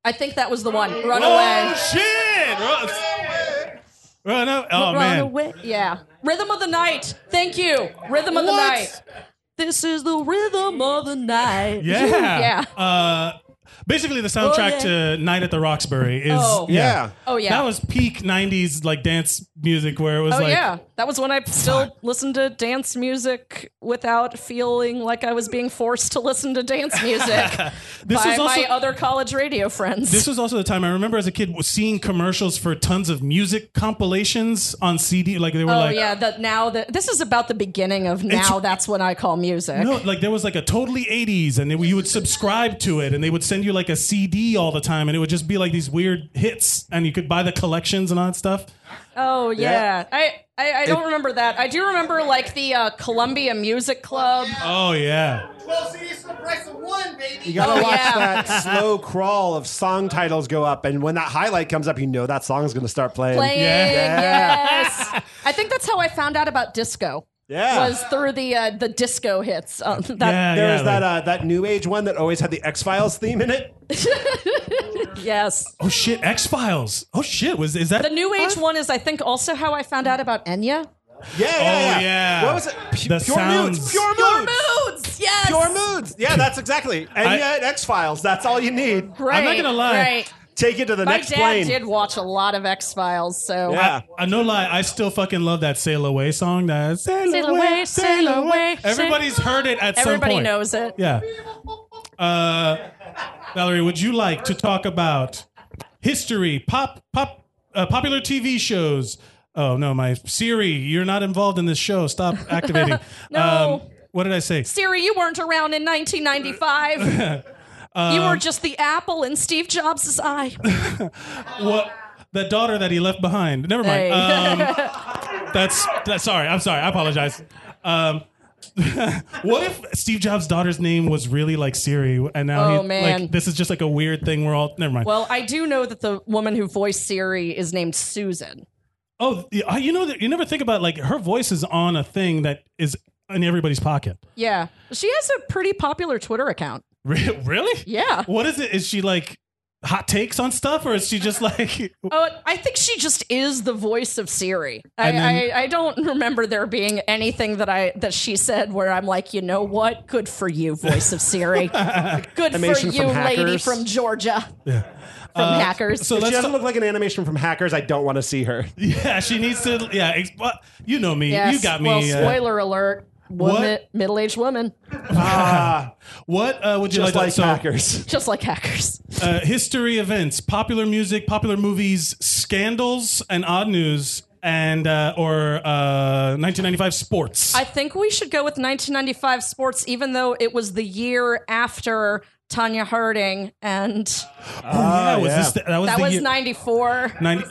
S6: I think that was the one. Runaway.
S1: Oh shit! Run- Run, oh, oh man.
S6: Runaway. Yeah. Rhythm of the night. Thank you. Rhythm of the
S1: What?
S6: night. This is the rhythm of the night.
S1: Yeah.
S6: yeah.
S1: Uh, basically, the soundtrack
S6: Oh,
S1: to Night at the Roxbury is
S6: Oh.
S2: Yeah.
S6: oh yeah.
S1: That was peak '90s like dance music where it was
S6: Oh
S1: like
S6: yeah, that was when I still listened to dance music without feeling like I was being forced to listen to dance music
S1: this
S6: by
S1: was also
S6: my other college radio friends.
S1: this was also the time I remember as a kid was seeing commercials for tons of music compilations on CD like they were
S6: Oh
S1: like
S6: yeah, that now that this is about the beginning of now. That's when I call music.
S1: No, like there was like a totally 80s, and it, you would subscribe to it, and they would send you like a CD all the time, and it would just be like these weird hits, and you could buy the collections and all that stuff.
S6: Oh yeah, I, I I don't remember that. I do remember like the uh, Columbia Music Club.
S1: Oh, yeah.
S4: 12 CDs for the price of one, baby.
S2: You gotta
S6: Oh,
S2: watch
S6: yeah.
S2: that slow crawl of song titles go up, and when that highlight comes up, you know that song's gonna start playing.
S6: Playing,
S1: Yeah.
S6: yes. I think that's how I found out about disco.
S2: Yeah.
S6: was through the uh, the disco hits. Um, that,
S1: yeah,
S2: There
S1: yeah,
S2: was that
S1: like-
S2: uh, that new age one that always had the X Files theme in it.
S6: Yes,
S1: oh shit, X Files. Oh shit, was is that
S6: the new age one is I think also how I found out about Enya.
S2: Yeah, yeah,
S1: Oh, yeah.
S2: What was it? P-
S1: The
S2: pure
S1: sounds.
S2: moods. Pure moods.
S6: Your moods, yes.
S2: Pure moods. Yeah, that's exactly. And
S1: I-
S2: yeah, X Files. That's all you need.
S6: Right,
S1: I'm not gonna lie.
S6: Right.
S2: Take it to the
S6: My
S2: next
S6: dad
S2: plane.
S6: did watch a lot of X Files, so
S2: Yeah.
S1: I, no lie, I still fucking love that Sail Away song. That Sail,
S6: Sail
S1: Away,
S6: away,
S1: Sail
S6: sail
S1: Away.
S6: away,
S1: Everybody's heard it at
S6: everybody
S1: some point.
S6: knows it.
S1: Yeah. Uh, Valerie, would you like to talk about history, pop, pop, uh, popular TV shows? Oh no, my Siri, you're not involved in this show. Stop activating. Um,
S6: No.
S1: what did I say?
S6: Siri, you weren't around in 1995.
S1: Uh, Um,
S6: you were just the apple in Steve Jobs' eye.
S1: What? The daughter that he left behind. Never mind.
S6: Hey.
S1: Um, that's, that's sorry. I'm sorry. I apologize. Um, what if Steve Jobs' daughter's name was really like Siri, and now
S6: Oh,
S1: he,
S6: man.
S1: like this is just like a weird thing we're all. Never mind.
S6: Well, I do know that the woman who voiced Siri is named Susan.
S1: Oh, the- I- you know that you never think about like her voice is on a thing that is in everybody's pocket.
S6: Yeah. She has a pretty popular Twitter account.
S1: Re- Really?
S6: Yeah.
S1: What is it? Is she like hot takes on stuff, or is she just like?
S6: Oh, I think she just is the voice of Siri. I,
S1: And then-
S6: I, I don't remember there being anything that I that she said where I'm like, you know what? Good for you, voice of Siri. Good for
S2: Animation
S6: you,
S2: from
S6: lady
S2: Hackers.
S6: from Georgia. Yeah. From Hackers.
S1: Uh, So
S2: If she
S1: let's.
S2: doesn't look like an animation from Hackers. I don't want to see her.
S1: yeah, she needs to. Yeah, ex- well, you know me.
S6: Yes.
S1: You got me.
S6: Well,
S1: uh,
S6: spoiler alert. Woman, middle-aged woman,
S1: what uh, would you
S2: Just
S1: like?
S2: like
S1: to, so,
S2: Hackers.
S6: just like hackers.
S1: uh, history events, popular music, popular movies, scandals, and odd news, and uh, or uh, 1995 sports.
S6: I think we should go with 1995 sports, even though it was the year after Tanya Harding, and
S1: oh, yeah, was
S2: yeah.
S1: this the- that was
S6: that
S1: the
S6: was
S1: year-
S6: 94.
S1: 90,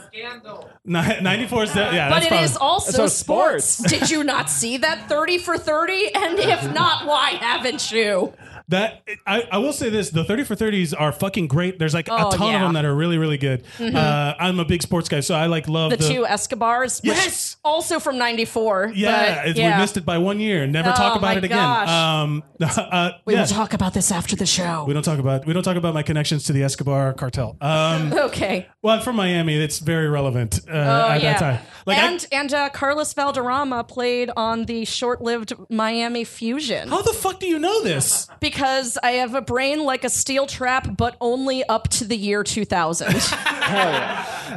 S1: Ni- 94 is that, yeah.
S6: But
S1: that's
S6: it
S1: probably,
S6: is also
S2: So sports.
S6: sports. Did you not see that 30 for 30? And if not, why haven't you?
S1: That I, I will say this: the thirty for thirties are fucking great. There's like
S6: Oh,
S1: a ton
S6: yeah. Mm-hmm.
S1: of them that are really really good. Uh, I'm a big sports guy, so I like love
S6: the,
S1: the,
S6: two Escobars, which
S1: Yes!
S6: also from '94.
S1: Yeah,
S6: but,
S1: it-
S6: yeah.
S1: we missed it by one year. Never talk
S6: Oh,
S1: about
S6: my
S1: it again.
S6: gosh.
S1: Um, uh,
S6: We
S1: yeah.
S6: will talk about this after the show.
S1: Oh. we don't talk about we don't talk about my connections to the Escobar cartel. Um,
S6: okay.
S1: well, I'm from Miami. It's very relevant uh,
S6: Oh
S1: at
S6: yeah.
S1: that time. Like I-
S6: and and uh, Carlos Valderrama played on the short-lived Miami Fusion
S1: how the fuck do you know this?
S6: because I have a brain like a steel trap, but only up to the year 2000.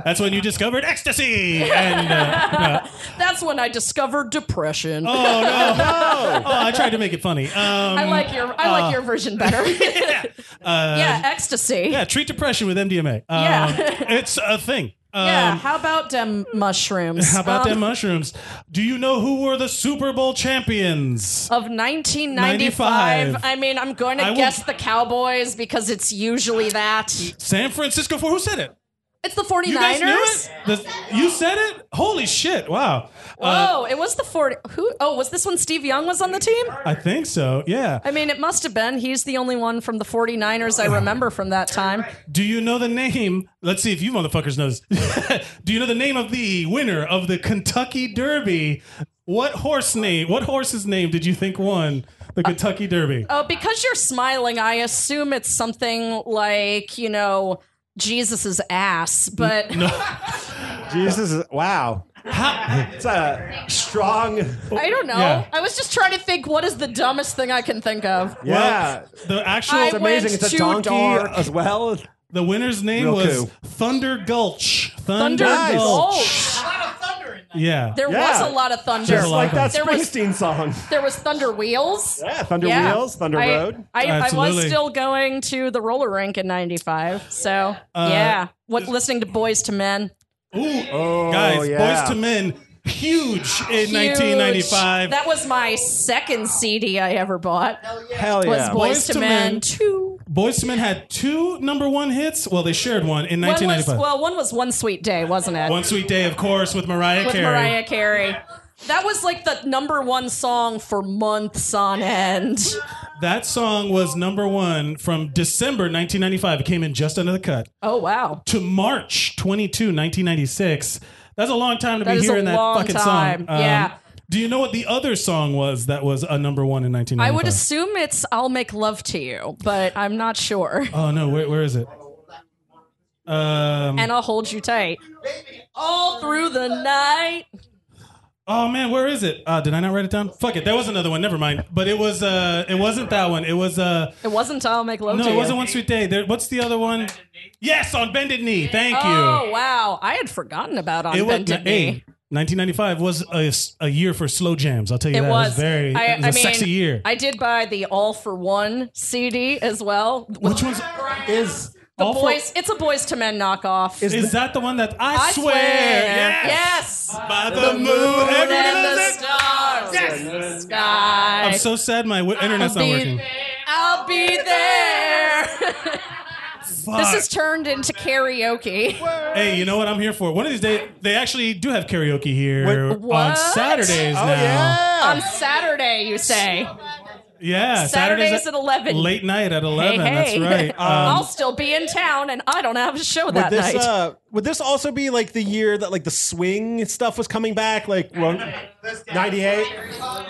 S1: That's when you discovered ecstasy. And uh,
S6: That's when I discovered depression.
S1: oh no, oh, I tried to make it funny. Um,
S6: I like your I like your version better. yeah, ecstasy.
S1: uh, Um, yeah, treat depression with MDMA. Um,
S6: Yeah.
S1: it's a thing. Um,
S6: Yeah, how about them mushrooms?
S1: How about
S6: Um,
S1: them mushrooms? Do you know who were the Super Bowl champions?
S6: Of 1995,
S1: 95.
S6: I mean, I'm going
S1: I
S6: to
S1: will-
S6: guess the Cowboys because it's usually that.
S1: San Francisco. For who said it?
S6: It's the
S1: You guys knew
S6: 49ers?
S1: it. The- you said it. Holy shit! Wow. Uh,
S6: Oh, it was the 40. Who? Oh, was this when Steve Young was on the team?
S1: I think so. Yeah.
S6: I mean, it must have been. He's the only one from the 49ers I remember from that time.
S1: Do you know the name? Let's see if you motherfuckers know this. Do you know the name of the winner of the Kentucky Derby? What horse name? What horse's name did you think won the Kentucky Derby?
S2: Uh,
S6: Oh, because you're smiling, I assume it's something like, you know, Jesus's ass, but
S2: Jesus, is- wow. It's a strong.
S6: I don't know.
S1: Yeah.
S6: I was just trying to think what is the dumbest thing I can think of.
S2: Yeah.
S1: The actual
S6: I
S2: It's amazing.
S6: went
S2: It's a
S6: too
S2: donkey
S6: dark.
S2: as well.
S1: the winner's name
S2: Real
S1: was
S2: cool.
S1: Thunder Gulch.
S6: Thunder
S1: Thunder,
S2: Nice.
S1: Gulch.
S6: Gulch.
S4: A lot of thunder in that.
S1: Yeah.
S6: There
S2: Yeah.
S6: was a lot of thunder.
S1: There's a
S2: Just
S1: lot
S2: like
S1: of them.
S2: that
S6: There was-
S2: Springsteen song.
S6: There was Thunder Wheels.
S2: Yeah, Thunder
S6: Yeah.
S2: Wheels, Thunder
S6: I,
S2: Road.
S6: I, I was
S1: Absolutely.
S6: still going to the roller rink in 95. So,
S2: Uh,
S6: yeah. What listening to Boys to Men.
S1: Ooh,
S2: Oh,
S1: guys,
S2: yeah.
S1: Boys to Men, huge in
S6: Huge.
S1: 1995.
S6: That was my second CD I ever bought.
S2: Hell
S6: Was
S2: yeah.
S6: Boys,
S1: Boyz
S6: to,
S1: II
S6: Men
S1: Men.
S6: 2.
S1: Boys to Men had two number one hits. Well, they shared one in
S6: One was,
S1: 1995.
S6: well, one was One Sweet Day, wasn't it?
S1: one Sweet Day, of course, with Mariah
S6: with
S1: Carey.
S6: Mariah Carey. That was like the number one song for months on end.
S1: That song was number one from December 1995. It came in just under the cut
S6: Oh wow,
S1: to March 22, 1996. That's a long time to
S6: That
S1: be
S6: is a
S1: hearing that
S6: long
S1: fucking
S6: time.
S1: song. Um,
S6: Yeah.
S1: Do you know what the other song was that was a number one in 1995?
S6: I would assume it's "I'll Make Love to You," but I'm not sure.
S1: Oh no, where, where is it? Um,
S6: And I'll hold you tight all through the night.
S1: oh man, where is it? Uh, did I not write it down? Fuck it, that was another one. Never mind. But it was uh, it wasn't that one. It was uh,
S6: It wasn't "I'll Make Love
S1: no,
S6: to
S1: it
S6: You."
S1: wasn't One Sweet Day. There, what's the other one? Yes, on Bended Knee. Thank you.
S6: Oh wow, I had forgotten about on
S1: it was
S6: Bended
S1: hey,
S6: Knee.
S1: 1995 was a, s- a year for slow jams. I'll tell you
S6: It
S1: that.
S6: was,
S1: it was very
S6: I,
S1: it was a
S6: I mean,
S1: sexy year.
S6: I did buy the All for One CD as well. With
S1: Which one's
S2: Is
S6: the
S1: All for-
S6: boys? it's a Boys to Men knockoff.
S1: is that the one that I,
S6: I
S1: swear? Yes.
S6: yes.
S1: By the, moon, everybody
S6: and the
S1: loves it.
S6: stars in the sky.
S1: I'm so sad my w- internet's not
S6: I'll be
S1: working.
S6: I'll be there.
S1: Fuck.
S6: this is turned into karaoke.
S1: hey, you know what? I'm here for. One of these days, they actually do have karaoke here
S2: What-
S1: on
S6: What?
S1: Saturdays
S2: oh
S1: now.
S6: On
S2: yeah.
S6: Saturday, you say.
S1: Yeah,
S6: Saturdays at 11.
S1: Late night at 11.
S6: Hey, hey.
S1: That's right.
S6: I'll
S1: Um,
S6: still be in town, and I don't have a show
S2: Would
S6: that
S2: this,
S6: night.
S2: uh, would this also be like the year that like the swing stuff was coming back? Like well, 98?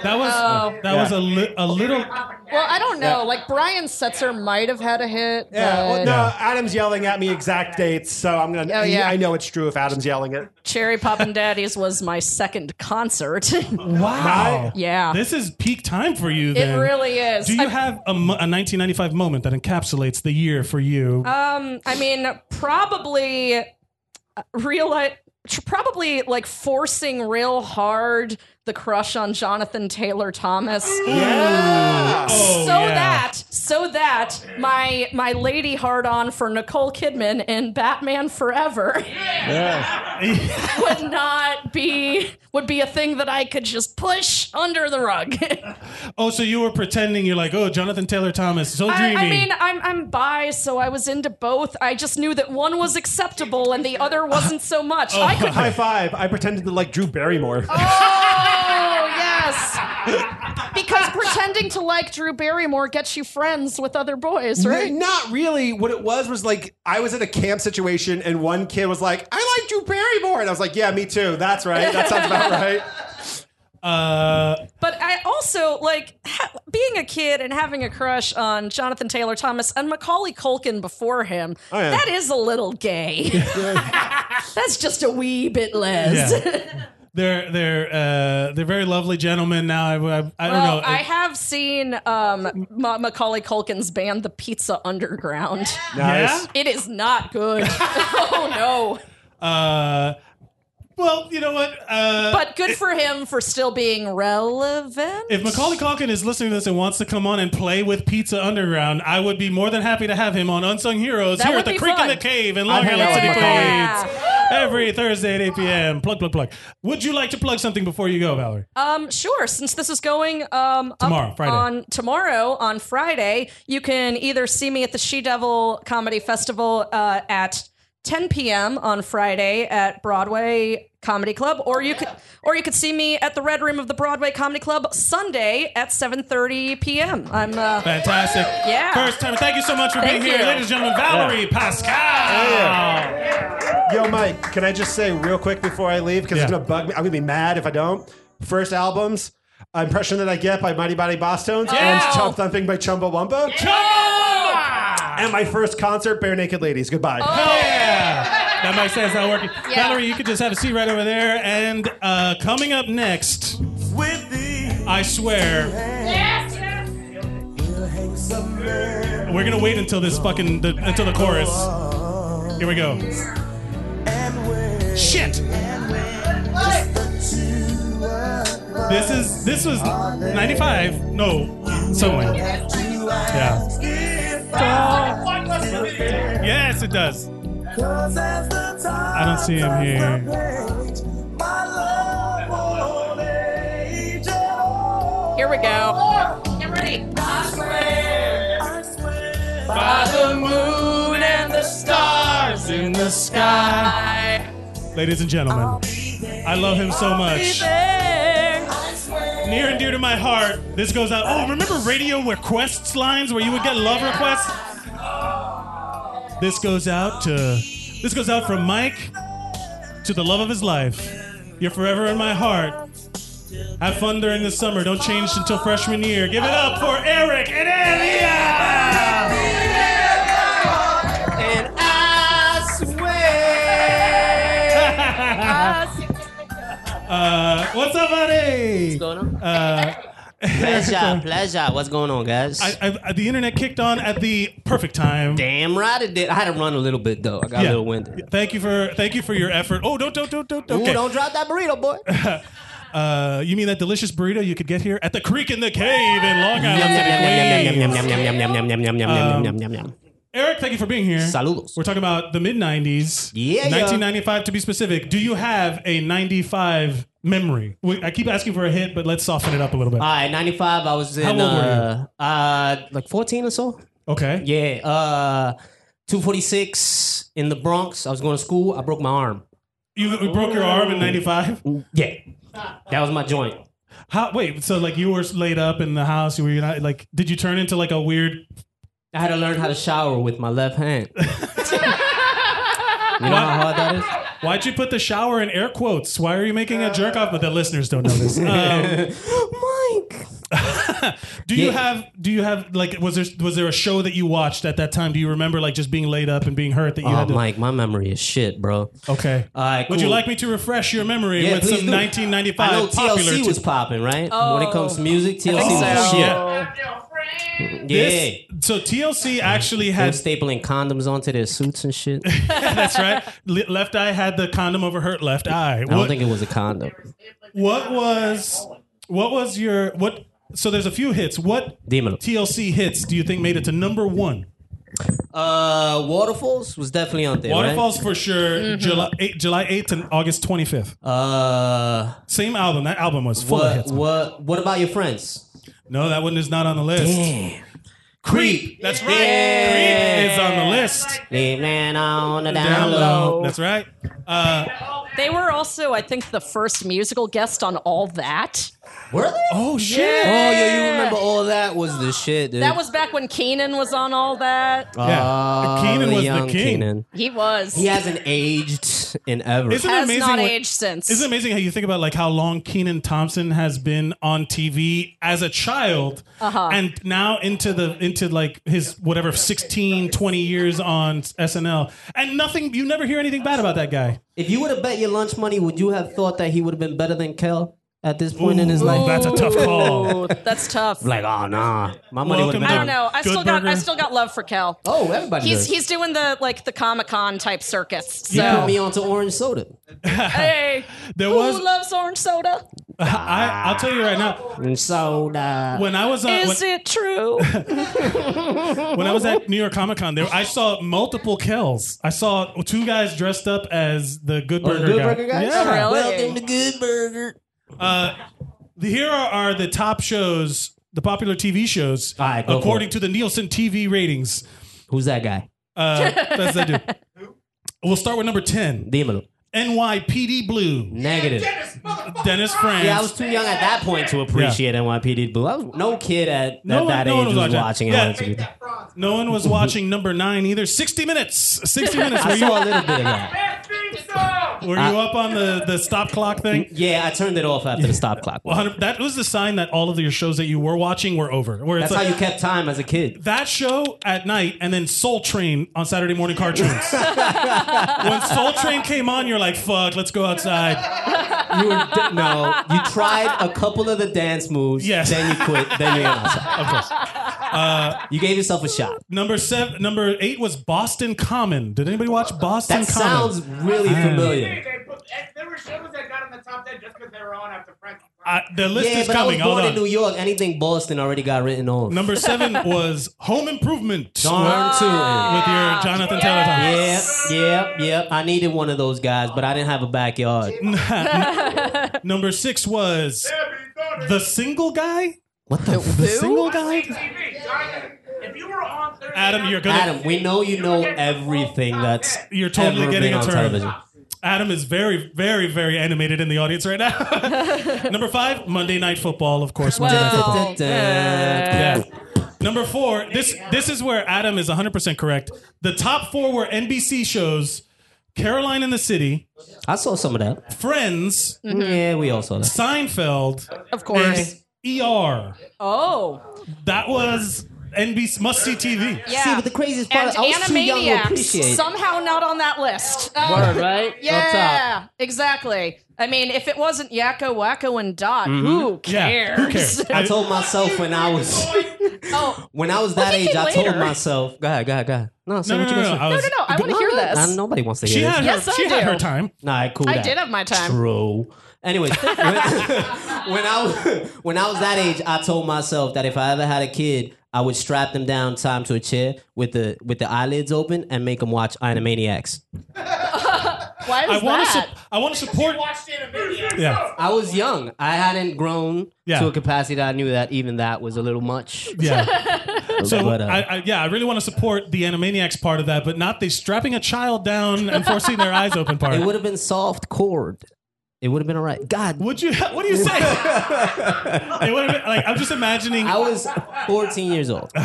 S1: that was
S6: Oh.
S1: that was a, li- a little.
S6: well, I don't know.
S2: yeah.
S6: Like Brian Setzer might have had a hit.
S2: Yeah. Well,
S6: but
S2: no, Adam's yelling at me exact dates, so I'm gonna.
S6: Oh, yeah.
S2: I know it's true if Adam's yelling it.
S6: Cherry Poppin' Daddies was my second concert.
S1: Wow.
S6: Yeah.
S1: This is peak time for you.
S6: it
S1: Then
S6: really is.
S1: Do you
S6: I-
S1: have a, mo- a 1995 moment that encapsulates the year for you?
S6: Um, I mean, probably uh, reali tr- probably like forcing real hard the crush on Jonathan Taylor Thomas.
S2: Yeah.
S1: Oh,
S6: so
S1: yeah.
S6: that, so that my my lady hard on for Nicole Kidman in Batman Forever would not be would be a thing that I could just push under the rug.
S1: oh, so you were pretending you're like, oh, Jonathan Taylor Thomas, so
S6: I,
S1: dreamy.
S6: I mean, I'm I'm bi, so I was into both. I just knew that one was acceptable and the other wasn't so
S2: Oh.
S6: much. I could
S2: High five! I pretended to like Drew Barrymore.
S6: Oh yes, because pretending to like Drew Barrymore gets you friends with other boys, right?
S2: Not really. What it was was like I was in a camp situation and one kid was like, I like Drew Barrymore. And I was like, yeah, me too. That's right. That sounds about right.
S1: Uh,
S5: But I also like ha- being a kid and having a crush on Jonathan Taylor Thomas and Macaulay Culkin before him.
S2: Oh, yeah.
S5: That is a little gay.
S6: That's just a wee bit less.
S1: yeah. They're they're uh, they're very lovely gentlemen now. I, I, I don't
S6: Well,
S1: know.
S6: I have seen um, Ma- Macaulay Culkin's band, The Pizza Underground.
S1: yeah.
S6: It is not good. oh no!
S1: Uh, well, you know what? Uh,
S6: But good for him for still being relevant.
S1: if Macaulay Culkin is listening to this and wants to come on and play with Pizza Underground, I would be more than happy to have him on Unsung Heroes
S6: That
S1: here
S6: would
S1: at the
S6: be
S1: Creek in
S6: fun.
S1: the Cave in Long
S2: hang
S1: Island
S2: out
S1: City,
S2: with
S6: Macaulay.
S1: Queens. Every Thursday at 8 p.m. Plug, plug, plug. Would you like to plug something before you go, Valerie?
S5: um, sure. Since this is going um up
S1: Tomorrow, Friday.
S5: on tomorrow on Friday, you can either see me at the She Devil Comedy Festival uh, at 10 p.m. on Friday at Broadway Comedy Club, or you could or you could see me at the Red Room of the Broadway Comedy Club Sunday at 7:30 p.m. I'm uh,
S1: Fantastic.
S5: Yeah.
S1: First time. Thank you so much for
S5: Thank
S1: being here,
S5: you.
S1: ladies and gentlemen. Valerie Pascal.
S2: Yo, Mike, can I just say real quick before I leave? Because
S1: Yeah.
S2: it's going to bug me. I'm going to be mad if I don't. First albums Impression That I Get by Mighty Body Bosstones
S1: Yeah.
S2: and Chump Thumping by Chumbawamba.
S1: Come on!
S2: And my first concert, Bare Naked Ladies. Goodbye.
S1: Hell yeah! That mic stand's not working. Valerie, you can just have a seat right over there. And uh, coming up next,
S7: with thee.
S1: I swear,
S7: We'll hang some mirrors
S1: we're gonna wait until this fucking the, until the chorus. Here we go.
S7: and where
S1: Shit!
S7: to us
S1: This is this was '95. No,
S7: do
S1: somewhere.
S7: I
S1: Yeah.
S7: if
S1: Yes, it does.
S7: Cause as the time
S1: I don't see him
S7: turns
S1: here.
S7: the page, my love won't age at all.
S6: Here we go.
S7: I swear
S1: Ladies and gentlemen, I love him so much. Near and dear to my heart, this goes out. Oh, remember radio requests lines where you would get love requests? This goes out to. This goes out from Mike to the love of his life. You're forever in my heart. Have fun during the summer. Don't change until freshman year. Give it up for Eric and Elia! Uh, what's up, buddy?
S8: going on?
S1: Uh,
S8: Pleasure, pleasure. What's going on, guys?
S1: I, I, the internet kicked on at the perfect time.
S8: Damn right it did. I had to run a little bit though. I got a little winded.
S1: Thank you for thank you for your effort. Oh, don't don't don't don't.
S8: Ooh,
S1: Okay.
S8: don't drop that burrito, boy.
S1: Uh, you mean that delicious burrito you could get here at the Creek in the Cave in Long
S8: Yum,
S1: Island
S8: yum, yum,
S1: City,
S8: yum, yum,
S1: Queens?
S8: yum, yum, yum, yum, yum, yum, yum, yum, yum, yum, yum, yum, yum.
S1: Eric, thank you for being here.
S8: Saludos.
S1: We're talking about the mid '90s,
S8: Yeah, yeah.
S1: 1995 to be specific. Do you have a '95 memory? We- I keep asking for a hit, but let's soften it up a little bit.
S8: All right, 95. I was in
S1: How old were you?
S8: uh, uh like 14 or so.
S1: Okay.
S8: Yeah, uh 246 in the Bronx. I was going to school. I broke my arm.
S1: You, you broke your arm in '95.
S8: Yeah. That was my joint.
S1: How? Wait. So like you were laid up in the house. You were not like. Did you turn into like a weird
S8: I had to learn how to shower with my left hand. you know how hard that is?
S1: Why'd you put the shower in air quotes? Why are you making a jerk off? But the listeners don't know this. Um,
S8: Mike.
S1: do you
S8: Yeah.
S1: have? Do you have like? Was there was there a show that you watched at that time? Do you remember like just being laid up and being hurt that you
S8: Oh,
S1: had to?
S8: Mike, my memory is shit, bro.
S1: Okay.
S8: All right,
S1: Would you
S8: cool.
S1: like me to refresh your memory
S8: Yeah,
S1: with
S8: please
S1: some
S8: do.
S1: 1995
S8: I know
S1: popular?
S8: TLC was popping, right? When it
S6: Oh.
S8: comes to music, TLC
S1: think
S8: was
S1: so.
S8: shit.
S1: Yeah.
S8: Yeah.
S1: This- so TLC actually
S8: They were
S1: had
S8: stapling condoms onto their suits and shit.
S1: that's right. Le- Left eye had the condom over her left eye.
S8: I don't
S1: What-
S8: think it was a condom.
S1: What was what was your what? So there's a few hits. What
S8: Dímelo.
S1: TLC hits do you think made it to number one?
S8: Uh, Waterfalls was definitely on there.
S1: Waterfalls for sure.
S6: Mm-hmm.
S1: July eight, July eighth and August twenty fifth.
S8: Right? Uh,
S1: Same album. That album was full of
S8: what,
S1: hits.
S8: what, what about your friends?
S1: No, that one is not on the list.
S8: Damn.
S1: Creep. That's right.
S8: Yeah.
S1: Creep is on the list.
S8: Leave man on the down
S1: Download.
S8: low.
S1: That's right. Uh,
S6: They were also, I think, the first musical guest on All That.
S8: Were they?
S1: Oh
S8: Oh
S1: shit!
S8: yeah, you remember all of that was the shit, dude.
S6: That was back when Keenan was on all that.
S1: Yeah, Keenan was the
S8: Oh, young
S1: king.
S8: Kenan.
S6: He was.
S8: He hasn't aged in ever.
S1: Isn't it
S6: has
S1: amazing?
S6: not
S1: what-
S6: aged since.
S1: Isn't it amazing how you think about like how long Keenan Thompson has been on TV as a child
S6: Ah.
S1: and now into the into like his whatever 16 20 years on SNL and nothing you never hear anything bad about that guy.
S8: if you would have bet your lunch money, would you have thought that he would have been better than Kel at this point in his
S1: Ooh,
S8: life?
S1: That's a tough call.
S6: Ooh, that's tough.
S8: Like, oh nah, my money would
S1: Welcome
S8: have been.
S1: to-
S6: I don't know. I
S1: Good
S6: still got I
S1: burger.
S6: still got love for Kel.
S8: Oh, everybody.
S6: He's
S8: He's,
S6: he's doing the like the Comic Con type circus. So
S8: put me onto orange soda.
S6: hey,
S1: There
S6: who
S1: was
S6: loves orange soda?
S1: I, I'll tell you right now
S8: Orange soda.
S1: when I was on when,
S6: Is it true?
S1: when I was at New York Comic Con, there I saw multiple Kells. I saw two guys dressed up as the Good
S8: Oh,
S1: Burger
S8: the good
S1: guy.
S8: burger guys.
S1: Yeah.
S6: Really?
S8: Welcome to Good Burger.
S1: The- Uh, Here are, are the top shows, the popular TV shows,
S8: All right, go for
S1: according
S8: it.
S1: to the Nielsen TV ratings.
S8: Who's that guy?
S1: Uh, that's what I do. We'll start with number 10,
S8: Dímelo.
S1: NYPD Blue,
S8: Negative.
S4: Dennis, motherfucker.
S1: Dennis Franz.
S8: Yeah, I was too young at that point to appreciate NYPD Blue. I was no kid at, at
S1: No one-
S8: that
S1: no one
S8: age was
S1: was
S8: watching
S1: watching. Yeah.
S4: Make
S8: NYPD.
S4: that bronze.
S1: no one was watching number nine either. 60 Minutes. 60 Minutes. Were
S8: I
S1: you,
S8: saw a little bit of that.
S4: That theme song.
S1: were you up on the, the stop clock thing?
S8: Yeah, I turned it off after the stop clock.
S1: 100 That was the sign that all of your shows that you were watching were over. Where it's
S8: That's
S1: like,
S8: how you kept time as a kid.
S1: that show at night and then Soul Train on Saturday morning cartoons. when Soul Train came on, you're like, fuck, let's go outside.
S8: You were d- no, you tried a couple of the dance moves.
S1: Yes.
S8: Then you quit. Then you went outside.
S1: Of course. Uh,
S8: You gave yourself a shot.
S1: Number seven, number eight was Boston Common. Did anybody watch Boston
S8: That
S1: Common?
S8: sounds really
S9: Ah.
S8: familiar.
S4: They put- eh, There were shows that got in the top 10 just because they were on after Frank.
S1: I, the list
S8: yeah,
S1: is
S8: but
S1: coming.
S8: I was
S1: Hold
S8: born
S1: on.
S8: in New York. Anything Boston already got written off.
S1: number seven was Home Improvement
S8: Darn to it.
S1: with
S6: Ah,
S1: your Jonathan
S8: Yep, yep, yep. I needed one of those guys, but I didn't have a backyard.
S1: Taylor Tom. number six was The Single Guy.
S8: What the?
S1: The Single Guy.
S4: TV, Jonathan, If you were on Thursday
S1: Adam,
S4: night-
S1: you're gonna.
S8: Adam, we know you know everything that's
S1: You're totally
S8: ever
S1: getting
S8: been
S1: a
S8: on
S1: turn.
S8: television.
S1: Adam is very, very, very animated in the audience right now. number five, Monday Night Football, of course. Monday Night
S8: Dun,
S1: Football.
S8: dun, dun.
S1: Yeah. Number four. This this is where Adam is 100 percent correct. The top four were NBC shows: Caroline in the City,
S8: I saw some of that. Mm-hmm.
S1: Friends,
S8: Yeah, we all saw that.
S1: Seinfeld,
S6: of
S1: and
S6: course.
S1: ER.
S6: Oh,
S1: That was NBC must see TV.
S6: yeah.
S8: See, but the craziest part,
S6: and
S8: I was too young to
S6: Animaniacs,
S8: appreciate.
S6: somehow not on that list. Uh,
S8: Word, right? Up
S6: yeah, exactly. I mean, if it wasn't Yakko, Wacko, and Dot, who
S1: Yeah,
S6: cares?
S1: who cares?
S8: top. Mm-hmm. I told myself when I was
S6: oh,
S8: when I was that
S6: Well, he
S8: age,
S6: came
S8: I told
S6: later.
S8: myself, "Go ahead, go ahead, go ahead." No, say
S1: no, no,
S8: what
S1: no,
S8: you
S1: no,
S8: gonna
S1: I
S8: say.
S1: was,
S6: no, no, I want to hear this.
S8: Nah, nobody wants to
S1: she
S8: hear
S1: had her,
S8: this.
S6: Yes, I
S1: she had
S6: do.
S1: her time.
S8: Nah, cool.
S6: I
S8: that.
S6: did have my time.
S8: True. Anyways, Um, when, when I when I was that age, I told myself that if I ever had a kid, I would strap them down, tie them to a chair with the with the eyelids open, and make them watch Animaniacs.
S6: why
S1: I
S6: is
S1: want to.
S6: that?
S1: Su- I want to support.
S4: watched Animaniacs.
S1: Yeah.
S8: I was young. I hadn't grown
S1: Yeah.
S8: to a capacity that I knew that even that was a little much.
S1: Yeah. So
S8: But, uh,
S1: I, I, yeah, I really want to support the Animaniacs part of that, but not the strapping a child down and forcing their eyes open part.
S8: it would have been soft cord. It would have been all right. God,
S1: Would you? What do you say? it would have been, like I'm just imagining.
S8: I was 14 years old.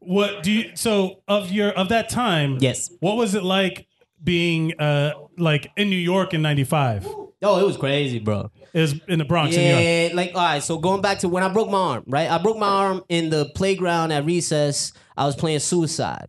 S1: What do you? So of your of that time,
S8: Yes.
S1: What was it like being uh like in New York in '95?
S8: Oh, it was crazy, bro.
S1: Is in the Bronx in New York.
S8: Yeah, like all right. So going back to when I broke my arm, right? I broke my arm in the playground at recess. I was playing suicide,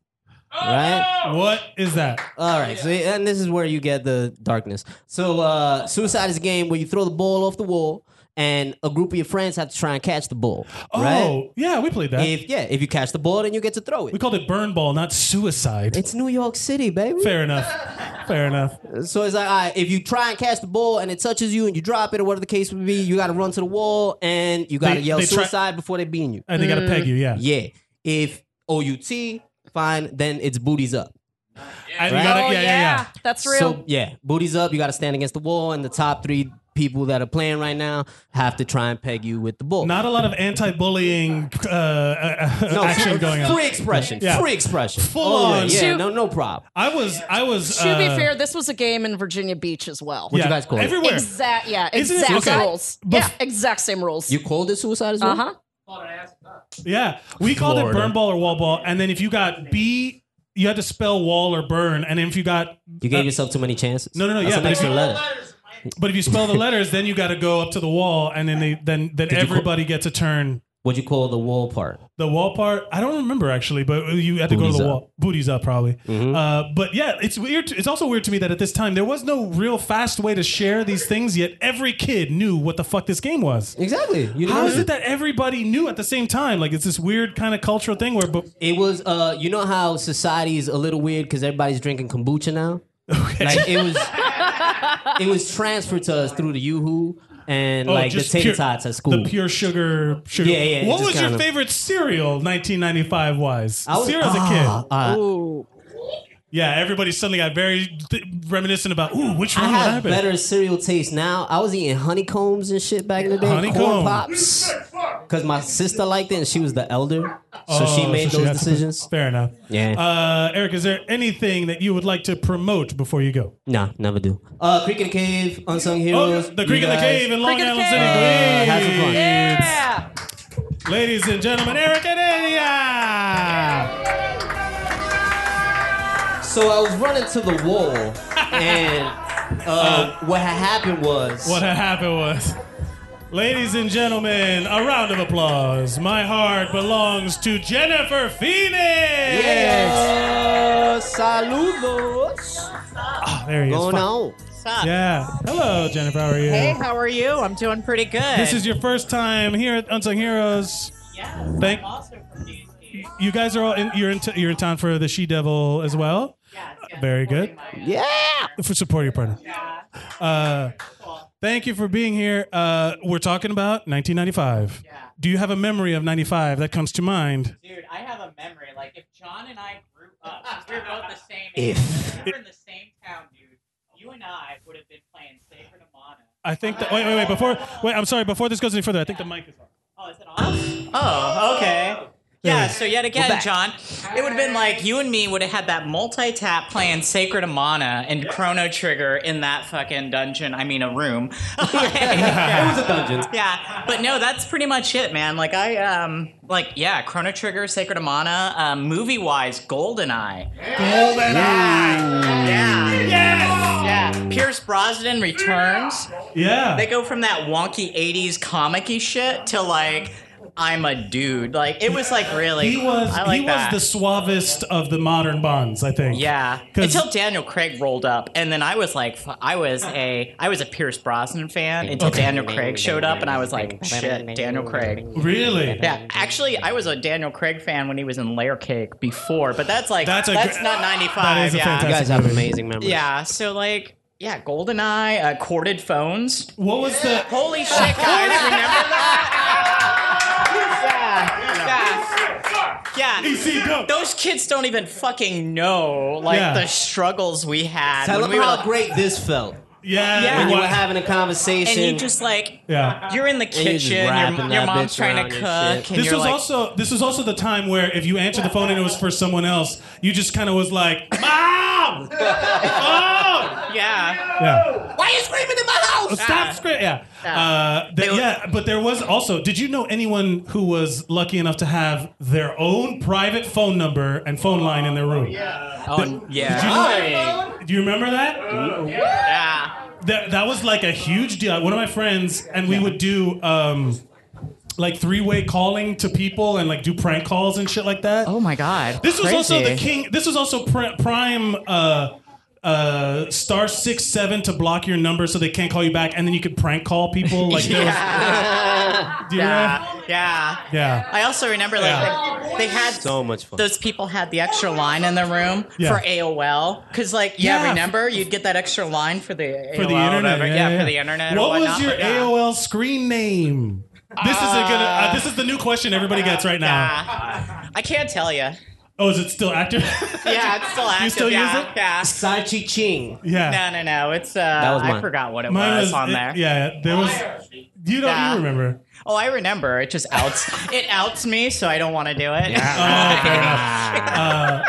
S8: right?
S1: What is that?
S8: All right. So and this is where you get the darkness. So uh, suicide is a game where you throw the ball off the wall, and a group of your friends have to try and catch the ball,
S1: Oh,
S8: right?
S1: yeah, we played that.
S8: If yeah, if you catch the ball, then you get to throw
S1: we
S8: it.
S1: called it burn ball, not suicide.
S8: It's New York City, baby.
S1: Fair enough. Fair enough.
S8: So it's like, all right, if you try and catch the ball and it touches you and you drop it or whatever the case would be, you got to run to the wall and you got to
S1: They-
S8: yell
S1: they try-
S8: suicide before they beat you.
S1: And they gotta peg you, yeah.
S8: Yeah. If OUT, fine, then it's booties up.
S1: And you
S8: Right.
S1: gotta-
S6: oh,
S1: yeah, yeah, yeah.
S6: That's real.
S8: So yeah, booties up, you gotta stand against the wall, and the top three people that are playing right now have to try and peg you with the bull.
S1: Not a lot of anti-bullying uh, uh,
S8: No,
S1: action
S8: free,
S1: going on.
S8: Free expression.
S1: Yeah.
S8: Free expression.
S1: Full
S8: All the way.
S1: on.
S8: Yeah,
S5: To-
S8: no, no problem.
S1: I was, I was.
S6: To be
S1: uh,
S6: fair, this was a game in Virginia Beach as well.
S8: you guys call it?
S1: Everywhere.
S6: Exact, yeah,
S1: Isn't it
S6: exact
S1: okay?
S6: rules.
S1: Bef-
S6: yeah, exact same rules.
S8: You called it suicide as well?
S6: uh huh.
S1: Yeah, we called
S8: Florida.
S1: it burn ball or wall ball, and then if you got B, you had to spell wall or burn, and if you got uh,
S8: You gave yourself too many chances.
S1: No, no, no,
S8: That's
S1: yeah,
S8: an
S1: but if
S8: extra
S1: you-
S8: letter.
S1: But if you spell the letters, then you got to go up to the wall, and then they then then
S8: you call-
S1: everybody gets a turn.
S8: What'd you call the wall part?
S1: The wall part, I don't remember actually, but you had to go
S8: Booties
S1: to the
S8: up.
S1: wall. Booties up, probably.
S8: Mm-hmm.
S1: Uh, but yeah, it's weird. To, it's also weird to me that at this time there was no real fast way to share these things. Yet every kid knew what the fuck this game was.
S8: Exactly. You
S1: How
S8: know-
S1: is it that everybody knew at the same time? Like it's this weird kind of cultural thing where, but
S8: It was, uh, you know how society is a little weird because everybody's drinking kombucha now. Like it was, it was transferred to us through the YooHoo and
S1: oh,
S8: like the
S1: just
S8: tater
S1: pure-
S8: tots at school.
S1: the pure sugar, sugar.
S8: Yeah, yeah,
S1: What
S8: just
S1: was your
S8: kinda-
S1: favorite cereal, 1995 wise?
S8: I was-
S1: cereal as a kid.
S8: ah, ah.
S1: Yeah, everybody suddenly got very th- reminiscent about, ooh, which
S8: I
S1: one would I
S8: have
S1: have
S8: better cereal taste now. I was eating honeycombs and shit back in the day.
S1: Honeycomb.
S8: Corn pops. Because my sister liked it and she was the elder. So she
S1: Oh,
S8: made
S1: so
S8: those
S1: had to-
S8: decisions.
S1: Fair enough.
S8: Yeah.
S1: Uh, Eric, is there anything that you would like to promote before you go?
S8: Nah, never do. Uh, Creek in the Cave, Unsung Heroes.
S1: Oh, the
S8: you
S1: Creek in the
S8: guys-
S1: Cave in Long
S5: Creek in the
S1: Island City,
S8: Cave. Uh, have some fun.
S1: Queens.
S5: Yeah.
S1: Ladies and gentlemen, Eric and Elia.
S8: Ah. So I was running to the wall, and uh, what had happened was
S1: What had happened was, ladies and gentlemen, a round of applause. My heart belongs to Jennifer Phoenix.
S8: Yes. Saludos.
S1: Ah, there he is.
S8: Going
S1: Fuck.
S8: on.
S1: Yeah. Hello, Jennifer. How are you?
S10: Hey, how are you? I'm doing pretty good.
S1: This is your first time here at Unsung Heroes.
S10: yeah.
S1: Thank
S10: also from DC.
S1: you guys are all in, you're in t- you're in town for the She Devil as well.
S10: Yes, yes,
S1: Very good.
S8: Yeah.
S1: For support your partner. Uh, thank you for being here. Uh, we're talking about 1995.
S10: Yeah.
S1: Do you have a memory of 95 that comes to mind?
S10: Dude, I have a memory. Like if John and I grew up, 'cause we were both the same age, if we were in the same town, dude, you and I would have been playing Sacred Amana.
S1: I think that wait wait wait before wait I'm sorry before this goes any further I think the mic is on.
S10: Oh, is it on? Oh, okay. Yeah, so yet again, John, it would have been like you and me would have had that multi tap playing Sacred Amana and Chrono Trigger in that fucking dungeon. I mean, a room.
S8: It was a dungeon.
S10: Yeah, but no, that's pretty much it, man. Like I um like yeah, Chrono Trigger, Sacred Amana, um, movie wise, Goldeneye. Goldeneye. Yeah. Yes. Yeah. Pierce Brosnan returns.
S1: Mm. Yeah.
S10: They go from that wonky '80s comic-y shit to like I'm a dude. Like it was like really.
S1: he was
S10: I like
S1: he
S10: that.
S1: was the suavest of the modern bonds I think.
S10: Yeah,
S1: 'Cause-
S10: until Daniel Craig rolled up, and then I was like, f- I was a, I was a Pierce Brosnan fan until Daniel Craig showed up, and I was like, shit, Daniel Craig.
S1: Really?
S10: Yeah, actually, I was a Daniel Craig fan when he was in Layer Cake before, but that's like
S1: That's
S10: that's,
S1: a gr-
S10: not ninety five.
S1: That is a
S10: yeah.
S8: You
S1: fantastic-
S8: guys have amazing memories.
S10: yeah, so like, yeah, GoldenEye, uh, corded phones.
S1: What was the
S10: Holy shit, guys, remember that? Yeah, yeah, yeah.
S1: EC go?
S10: Those kids don't even fucking know like
S1: Yeah.
S10: the struggles we had.
S8: Tell
S10: when
S8: them
S10: we were
S8: how
S10: like-
S8: great this felt.
S1: Yeah.
S10: Yeah.
S8: When you
S1: what-
S8: were having a
S10: and
S8: conversation.
S10: you just like
S1: yeah.
S10: Uh-uh. you're in the
S8: you're just
S10: kitchen, your,
S8: wrapping
S10: your
S8: that
S10: mom's
S8: bitch
S10: trying
S8: around
S10: to
S8: your
S10: cook,
S8: shit.
S10: and
S1: This
S10: you're
S1: was
S10: like,
S1: also this was also the time where if you answered the phone and it was for someone else, you just kind of was like, "Mom, mom,
S10: yeah,
S1: yeah,
S10: why are you screaming in my house?
S1: stop screaming." Yeah, uh, th-
S10: They were-
S1: yeah. But there was also. Did you know anyone who was lucky enough to have their own private phone number and phone line in their room?
S10: Oh,
S1: Did you-
S10: yeah,
S1: Do you remember that?
S10: yeah.
S1: That that was like a huge deal. One of my friends and we would do. Um, like three-way calling to people and like do prank calls and shit like that.
S10: Oh my god,
S1: This was
S10: Crazy.
S1: also the king. This was also pr- prime uh, uh, star six seven to block your number so they can't call you back, and then you could prank call people. Like there was, do you remember?
S10: Uh, Yeah, yeah.
S1: yeah.
S10: I also remember like they, they had
S8: so much fun.
S10: those people had the extra line in the room
S1: Yeah.
S10: for AOL because like yeah,
S1: Yeah.
S10: remember you'd get that extra line for the AOL
S1: For the
S10: or
S1: internet,
S10: whatever.
S1: yeah, yeah.
S10: for the internet. or
S1: What was
S10: whatnot,
S1: your
S10: but yeah.
S1: AOL screen name? This is a good. Uh, this is the new question everybody gets right now.
S10: Yeah. I can't tell you.
S1: Oh, is it still active?
S10: Yeah, it's still active.
S1: you still
S10: yeah,
S1: use it?
S10: Yeah.
S8: Sai Chi Ching.
S1: yeah.
S10: No, no, no. It's uh,
S8: was
S10: I
S8: mine.
S10: forgot what it
S1: Mine
S10: was,
S1: was
S10: on
S1: it-
S10: there.
S1: Yeah, there was. You don't.
S10: Yeah.
S1: You remember?
S10: Oh, I remember. It just outs. it outs me, so I don't want to do it.
S1: Oh, fair enough. Uh,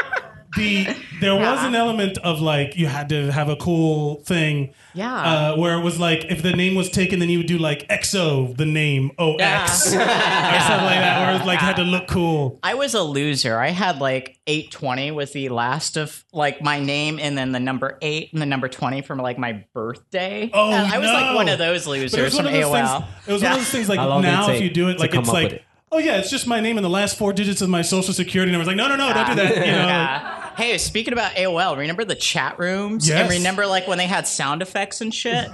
S1: the there was an element of like you had to have a cool thing.
S10: Yeah.
S1: Uh, where it was like if the name was taken, then you would do like EXO, the name OX
S10: Yeah.
S1: or something like that. Where it was like had to look cool.
S10: I was a loser. I had like 820 was the last of like my name and then the number 8 and the number 20 from like my birthday.
S1: Oh,
S10: And Uh, I was like
S1: no.
S10: one of those
S1: But it
S10: losers
S1: was one
S10: from
S1: of those
S10: AOL.
S1: things. It was
S10: Yeah.
S1: one of those things like
S8: How long did it
S1: now if
S8: take
S1: you do it,
S8: to
S1: like
S8: come
S1: it's
S8: up with
S1: like.
S8: it?
S1: Oh yeah, it's just my name and the last four digits of my social security number. It's like, no, no, no, don't do that. You know,
S10: Yeah. Hey, speaking about AOL, remember the chat rooms?
S1: Yes.
S10: And remember like when they had sound effects and shit?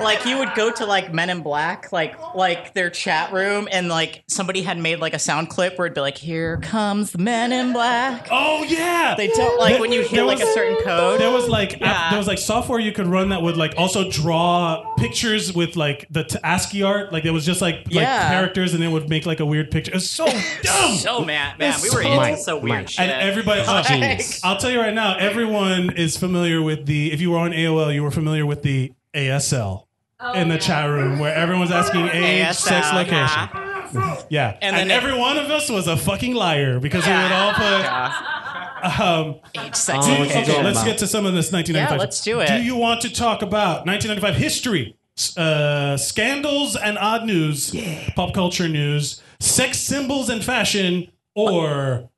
S10: like you would go to like Men in Black, like like their chat room, and like somebody had made like a sound clip where it'd be like, Here comes the Men in Black.
S1: Oh yeah.
S10: They don't like
S1: There-
S10: when you hear
S1: there
S10: like
S1: was-
S10: a certain code.
S1: There was like app-
S10: Yeah.
S1: there was like software you could run that would like also draw pictures with like the t- ASCII art. Like it was just like like
S10: Yeah.
S1: characters, and it would make like a weird picture. It's so dumb.
S10: so mad, man.
S1: It's
S10: We were
S1: so-
S10: into so weird
S8: Mike.
S10: shit.
S1: and everybody, uh,
S8: Genius.
S1: I'll tell you right now, everyone is familiar with the. If you were on AOL, you were familiar with the ASL in the chat room where everyone's asking age, sex,
S10: ASL,
S1: location.
S10: yeah.
S1: Yeah, and,
S10: And then it-
S1: every one of us was a fucking liar because we would all put. Um,
S10: Age, sex,
S8: Oh,
S1: Do
S8: what you're
S1: you-
S10: location.
S1: okay,
S8: talking
S1: let's
S8: about.
S1: get to some of this 1995.
S10: Yeah, let's do it.
S1: Do you want to talk about 1995 history, s- uh, scandals and odd news, pop culture news, sex symbols and fashion, or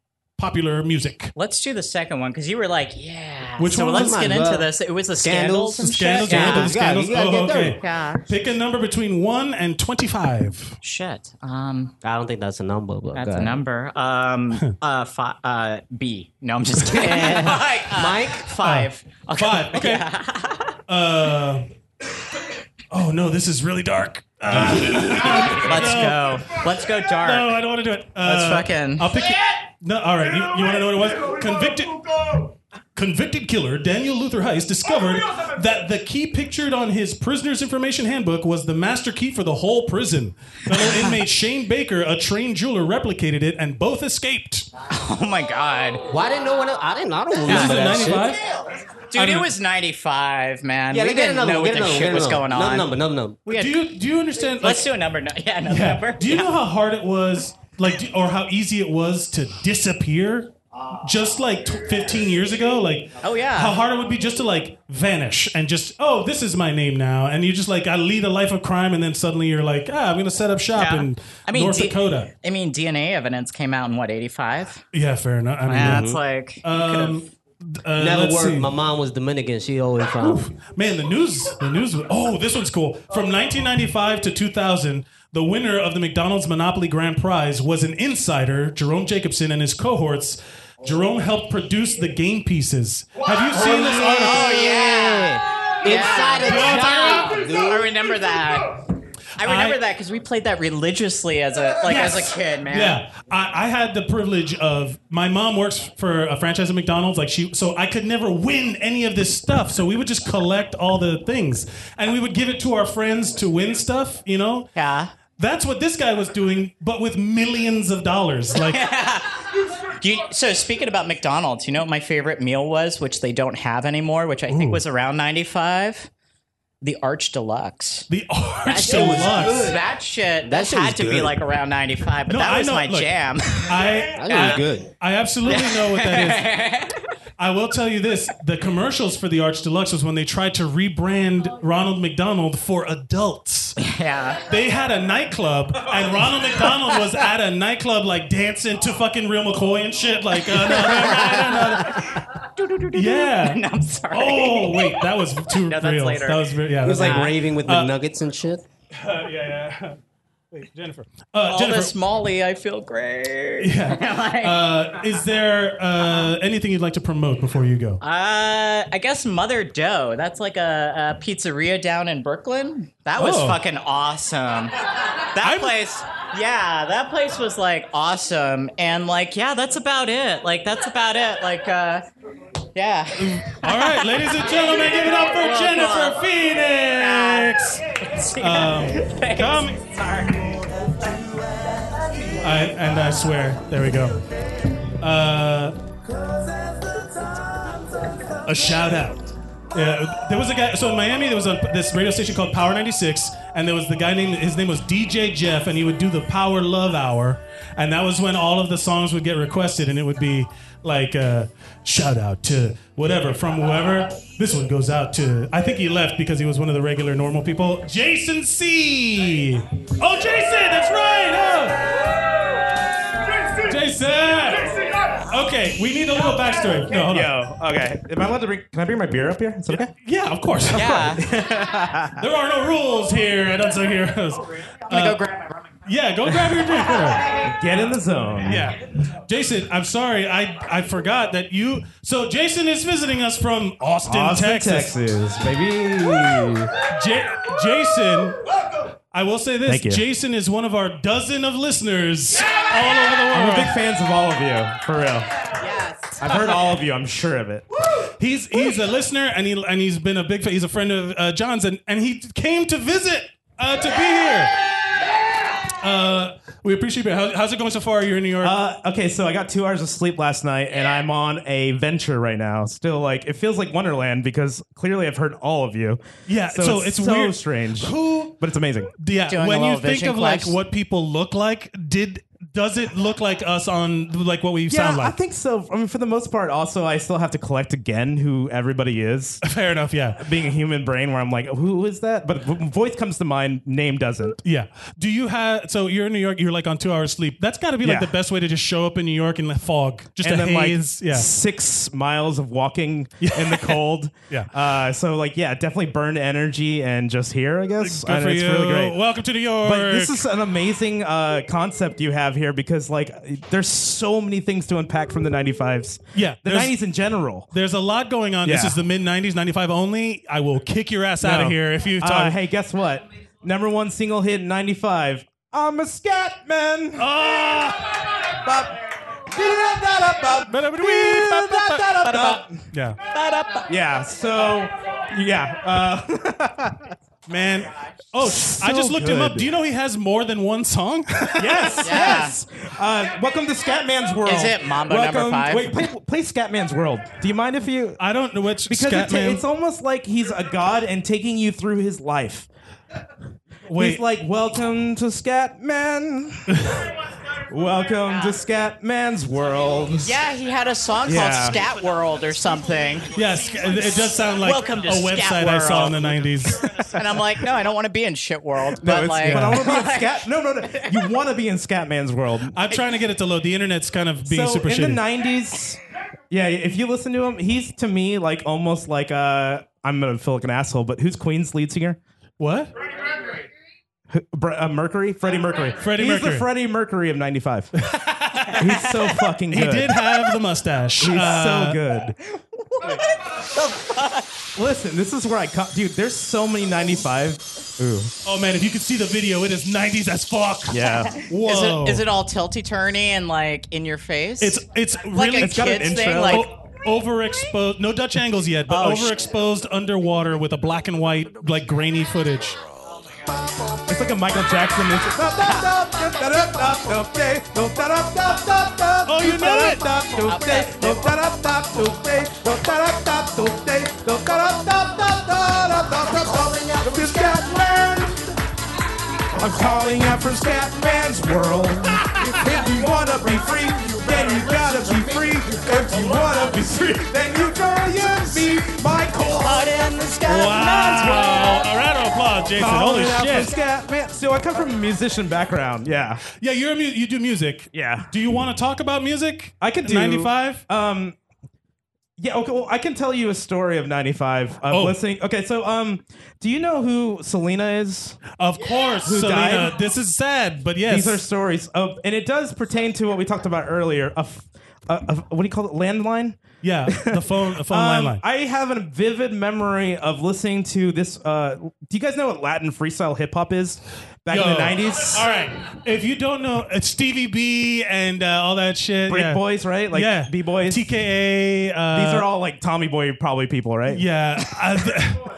S1: popular music?
S10: Let's do the second one because you were like, yeah.
S1: Which
S10: so
S1: one
S10: Let's
S1: was
S10: get
S8: mine?
S10: into
S8: Well,
S10: this. It was the
S8: Uh, Scandals.
S10: scandals. and
S1: Scandals,
S10: shit.
S1: yeah.
S10: Yeah.
S1: scandals.
S8: You gotta
S1: oh,
S8: get
S1: okay.
S8: dirty.
S10: Yeah.
S1: Pick a number between 1 and 25.
S10: Shit. Um,
S8: I don't think that's a number, but
S10: that's
S8: go
S10: a
S8: ahead.
S10: number. Um, uh, fi- uh, B. No, I'm just kidding. Mike. Mike.
S8: uh,
S10: Five. Okay.
S1: 5. Okay. Uh, oh, no, this is really dark. Uh,
S10: Let's go. Let's go dark.
S1: No, I don't want to do it. Uh,
S10: Let's fucking-
S1: I'll pick it. No, all right. You, you want to know what it was? Convicted. Convicted killer Daniel Luther Heist discovered that the key pictured on his prisoner's information handbook was the master key for the whole prison. Fellow inmate Shane Baker, a trained jeweler, replicated it, and both escaped.
S10: Oh my god,
S8: Why didn't no one? Else? I didn't. I don't
S1: This is
S8: remember
S1: in
S8: that shit.
S1: '95.
S10: dude! It was 95, man.
S8: Yeah,
S10: we
S8: let's get
S10: didn't
S8: another
S10: know
S8: one,
S10: what
S8: get
S10: the
S8: another one,
S10: shit
S8: get
S10: was
S8: another
S10: going
S8: one.
S10: on.
S8: Another number, another number.
S10: We had,
S1: Do you do you understand?
S10: let's
S1: like,
S10: do a number. No, yeah, another
S1: yeah.
S10: number.
S1: Do you
S10: Yeah.
S1: know how hard it was, like, do- or how easy it was to disappear? Just like t- 15 years ago, like
S10: Oh, yeah.
S1: how hard it would be just to like vanish and just oh this is my name now, and you just like I lead a life of crime, and then suddenly you're like ah I'm gonna set up shop
S10: Yeah.
S1: in
S10: I mean,
S1: North
S10: D-
S1: Dakota.
S10: I mean, DNA evidence came out in what 85.
S1: Yeah, fair enough. I mean, mm-hmm.
S10: Yeah, it's like you could've-
S1: um, uh,
S8: Never
S1: let's
S8: worked.
S1: see.
S8: My mom was Dominican. She always found.
S1: Man, the news, the news. was- Oh, this one's cool. From 1995 to 2000, the winner of the McDonald's Monopoly Grand Prize was an insider, Jerome Jacobson, and his cohorts. Jerome helped produce the game pieces. Have you seen this article?
S8: Oh, yeah. Inside a
S1: Yeah.
S8: job.
S10: I remember that. I remember that because we played that religiously as a like as a
S1: Yes.
S10: kid, man.
S1: Yeah, I, I had the privilege of my mom works for a franchise at McDonald's. Like she, so I could never win any of this stuff. So we would just collect all the things, and we would give it to our friends to win stuff. You know.
S10: Yeah.
S1: That's what this guy was doing, but with millions of dollars. Like,
S10: Do you, so speaking about McDonald's, you know what my favorite meal was, which they don't have anymore, which I think was around ninety five. The Arch Deluxe.
S1: The arch
S10: Shit was
S1: deluxe.
S10: good. That shit
S8: That
S10: that
S8: shit was
S10: had to be
S8: good.
S10: like around ninety five, but
S1: No, I
S10: that was
S1: know-
S10: my
S1: look.
S10: jam.
S1: I
S8: That was good.
S1: I absolutely know what that is. I will tell you this: the commercials for the Arch Deluxe was when they tried to
S10: Oh,
S1: rebrand Ronald McDonald for adults.
S10: yeah.
S1: They had a nightclub, and Ronald McDonald was at a nightclub, like dancing to fucking Real McCoy and shit. Like, uh, no, no, no, no, no. yeah.
S10: No, I'm sorry.
S1: Oh wait, that was too
S10: No, that's
S1: real.
S10: later.
S1: That was re- yeah.
S8: It was like
S10: Uh,
S8: raving with McNuggets and shit.
S1: yeah, yeah. Wait, Jennifer. Uh,
S10: All
S1: Jennifer.
S10: this Molly, I feel great. Like-
S1: Uh, is there uh, anything you'd like to promote before you go?
S10: Uh, I guess Mother Dough. That's like a, a pizzeria down in Brooklyn. That was
S1: Oh.
S10: fucking awesome. That
S1: I'm-
S10: place, yeah, that place was like awesome. And like, yeah, that's about it. Like, that's about it. Like, uh, yeah.
S1: All right, ladies and gentlemen, give it up for Jennifer Phoenix. Um, come. I, and I swear, there we go. uh, a shout out. Yeah, there was a guy. So in Miami, there was a, this radio station called Power 96, and there was the guy named his name was DJ Jeff, and he would do the Power Love Hour, and that was when all of the songs would get requested, and it would be like uh, shout out to whatever from whoever. This one goes out to. I think he left because he was one of the regular normal people. Jason C. Oh, Jason, that's right. Oh. Jason. Okay, we need a little backstory. No, hold on.
S11: Yo, okay. Am I allowed to bring? Can I bring my beer up here? Is that okay?
S1: Yeah, of course.
S10: Yeah.
S1: There are no rules here at Unsung Heroes. Uh, yeah, go grab your drink.
S11: Get in the zone.
S1: yeah, Jason, I'm sorry, I I forgot that you. So Jason is visiting us from Austin,
S11: Austin,
S1: Texas.
S11: Texas, baby.
S1: Ja- Jason, I will say this:
S11: Thank you.
S1: Jason is one of our dozen of listeners all over the world.
S11: I'm a big fans of all of you, for real. Yes. I've heard all of you. I'm sure of it.
S1: He's he's a listener and he and he's been a big fan. He's a friend of uh, John's and, and he came to visit uh, to be here. Uh, we appreciate it. How, how's it going so far? You're in New York.
S11: Uh, okay, so I got two hours of sleep last night, and I'm on a venture right now. Still, like it feels like Wonderland because clearly I've heard all of you.
S1: Yeah,
S11: so,
S1: so
S11: it's,
S1: it's
S11: so
S1: weird.
S11: strange,
S1: Who?
S11: but it's amazing.
S1: Yeah.
S10: Doing a
S1: When you
S10: little
S1: think
S10: vision
S1: of like
S10: quest.
S1: what people look like, did does it look like us on like what we
S11: Yeah,
S1: sound
S11: I
S1: like?
S11: think so. I mean, for the most part, also I still have to collect again who everybody is.
S1: Fair enough. Yeah.
S11: Being a human brain, where I'm like, who is that? But v- voice comes to mind, name doesn't.
S1: Yeah. Do you have? So you're in New York. You're like on two hours sleep. That's got to be like
S11: Yeah.
S1: the best way to just show up in New York and let fog, just
S11: and
S1: a
S11: then
S1: haze.
S11: like
S1: yeah.
S11: six miles of walking in the cold.
S1: Yeah.
S11: Uh, so like yeah, definitely burn energy and just here, I guess.
S1: Good
S11: And
S1: for
S11: it's
S1: you.
S11: really great.
S1: Welcome to New York.
S11: but this is an amazing uh, concept you have here because like there's so many things to unpack from the 95s.
S1: Yeah,
S11: the
S1: there's-
S11: 90s in general.
S1: There's a lot going on. This
S11: Yeah.
S1: is the mid 90s, 95 only. I will kick your ass out of
S11: No.
S1: here if you
S11: Uh,
S1: talk.
S11: hey, guess what? Number one single hit in '95. I'm a scat man.
S1: yeah.
S11: Yeah. So, yeah. Uh,
S1: Man. Oh, I just looked him up.
S11: good.
S1: Do you know he has more than one song?
S11: yes.
S10: Yeah.
S11: Yes. Uh, welcome to Scatman's world.
S10: Is it Mambo number
S11: Welcome-
S10: five?
S11: Wait, play, play Scatman's world. Do you mind if you?
S1: I don't know which
S11: Because it ta-
S1: Scatman-
S11: it's almost like he's a god and taking you through his life.
S1: Wait.
S11: He's like, "Welcome to Scatman. Welcome to Scatman's world."
S10: Yeah, he had a song
S11: Yeah.
S10: called Scat World or something.
S1: yes, it it does sound like
S10: Welcome to
S1: a
S10: Scat
S1: website I saw in
S10: World.
S1: the 90s.
S10: And I'm like, no, I don't want to be in shit world.
S11: No,
S10: but
S11: it's-
S10: like,
S11: but I want to be in Scat. No, no, no. You want to be in Scatman's world.
S1: I'm trying to get it to load. The internet's kind of being
S11: so
S1: super
S11: in
S1: shitty.
S11: the '90s, yeah. If you listen to him, he's to me like almost like uh, I'm gonna feel like an asshole, but who's Queen's lead singer?
S1: what?
S11: Br- uh, Mercury, Freddie Mercury.
S1: Freddie
S11: he's
S1: Mercury.
S11: the Freddie Mercury of '95. he's so fucking
S1: He
S11: good.
S1: did have the mustache.
S11: He's
S1: Uh,
S11: so good. Listen, this is where I come, dude. There's so many '95. Ooh,
S1: Oh, man, if you could see the video, it is 90s as fuck.
S11: yeah.
S10: is
S1: Whoa.
S10: it is it all tilty turny and like in your face?
S1: It's, it's
S10: like
S1: really
S10: a
S11: It's got an
S10: kid's
S11: intro.
S10: thing. Like,
S1: O- overexposed, no Dutch angles yet, but
S10: Oh, sh-
S1: overexposed underwater with a black and white, like grainy footage.
S11: It's like a Michael Jackson. Oh,
S1: you know it.
S11: I'm calling out from Scatman's world. If you wanna be free, then you gotta be free. If you wanna be free, then you gotta be Michael.
S1: Wow! A round of applause, Jason. Holy
S11: Calling out from
S1: shit!
S11: Scatman. So I come from a musician background. Yeah.
S1: Yeah, you're a mu- you do music.
S11: Yeah.
S1: Do you want to talk about music?
S11: I could do-
S1: 95.
S11: Um, yeah, okay. Well, I can tell you a story of '95 of
S1: Oh.
S11: listening. Okay, so um, do you know who Selena is?
S1: Of course,
S11: Who
S1: Selena.
S11: died?
S1: This is sad, but yes.
S11: These are stories of, and it does pertain to what we talked about earlier. A, f- a- a- what do you call it? Landline.
S1: yeah, the phone, the phone
S11: Um,
S1: line line.
S11: I have a vivid memory of listening to this. Uh, do you guys know what Latin freestyle hip hop is? Back in the '90s.
S1: All right. If you don't know, it's Stevie B and uh, all that shit.
S11: Break
S1: yeah.
S11: boys, right? Like
S1: yeah.
S11: b boys. These
S1: TKA. Uh,
S11: are all like Tommy Boy probably people, right?
S1: Yeah. I-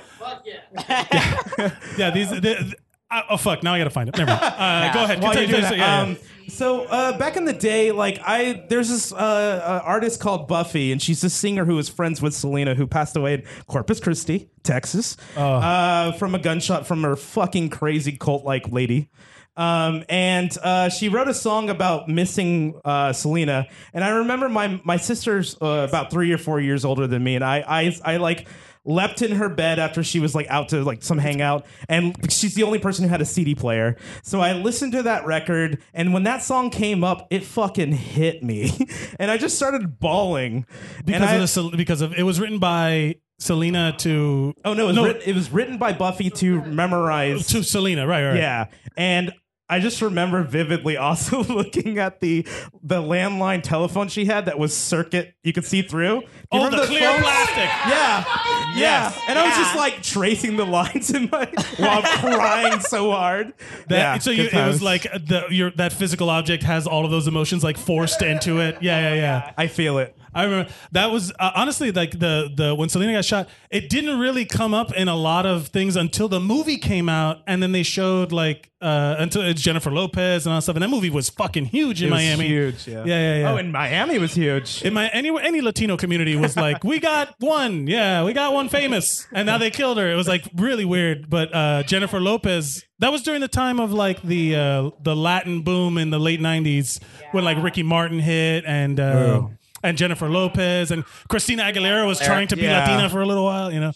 S1: yeah. yeah. These. The, I, oh fuck! Now I gotta find it. Never mind. Uh, Go ahead.
S11: While
S1: Continue,
S11: you're doing
S1: continue,
S11: that,
S1: yeah, yeah.
S11: um, so uh, back in the day, like I, there's this uh, uh, artist called Buffy, and she's a singer who was friends with Selena, who passed away in Corpus Christi, Texas,
S1: Oh.
S11: uh, from a gunshot from her fucking crazy cult-like lady. Um, and uh, she wrote a song about missing uh, Selena, and I remember my my sister's uh, about three or four years older than me, and I I, I like leapt in her bed after she was like out to like some hangout and she's the only person who had a CD player. So I listened to that record and when that song came up, it fucking hit me. and I just started bawling
S1: Because
S11: and I-
S1: of the Sel- because of it was written by Selena to
S11: Oh no, it was, Written, it was written by Buffy to memorize
S1: to Selena, right, right.
S11: Yeah, and I just remember vividly also looking at the the landline telephone she had that was circuit you could see through. Do you
S1: Oh,
S11: remember
S1: the
S11: those
S1: clear
S11: phones?
S1: plastic.
S11: Yeah, yeah.
S1: Yes.
S11: And I was just
S1: Yeah.
S11: like tracing the lines in my while crying so hard.
S1: That,
S11: yeah,
S1: so you,
S11: good
S1: it was
S11: times.
S1: like the, your, that physical object has all of those emotions like forced into it. Yeah, yeah, yeah.
S11: I feel it.
S1: I remember that was uh, honestly like the the when Selena got shot, it didn't really come up in a lot of things until the movie came out, and then they showed like uh, until it's Jennifer Lopez and all that stuff, and that movie was fucking huge in
S11: It was
S1: Miami.
S11: huge, yeah.
S1: yeah, yeah, yeah.
S11: Oh, in Miami was huge.
S1: In my any any Latino community was like, we got one, yeah, we got one famous, and now they killed her. It was like really weird. But uh, Jennifer Lopez, that was during the time of like the uh, the Latin boom in the late '90s when like Ricky Martin hit and. Uh,
S11: Oh.
S1: and Jennifer Lopez and Christina Aguilera was
S11: Aguilera,
S1: trying to be
S11: yeah.
S1: Latina for a little while, you know.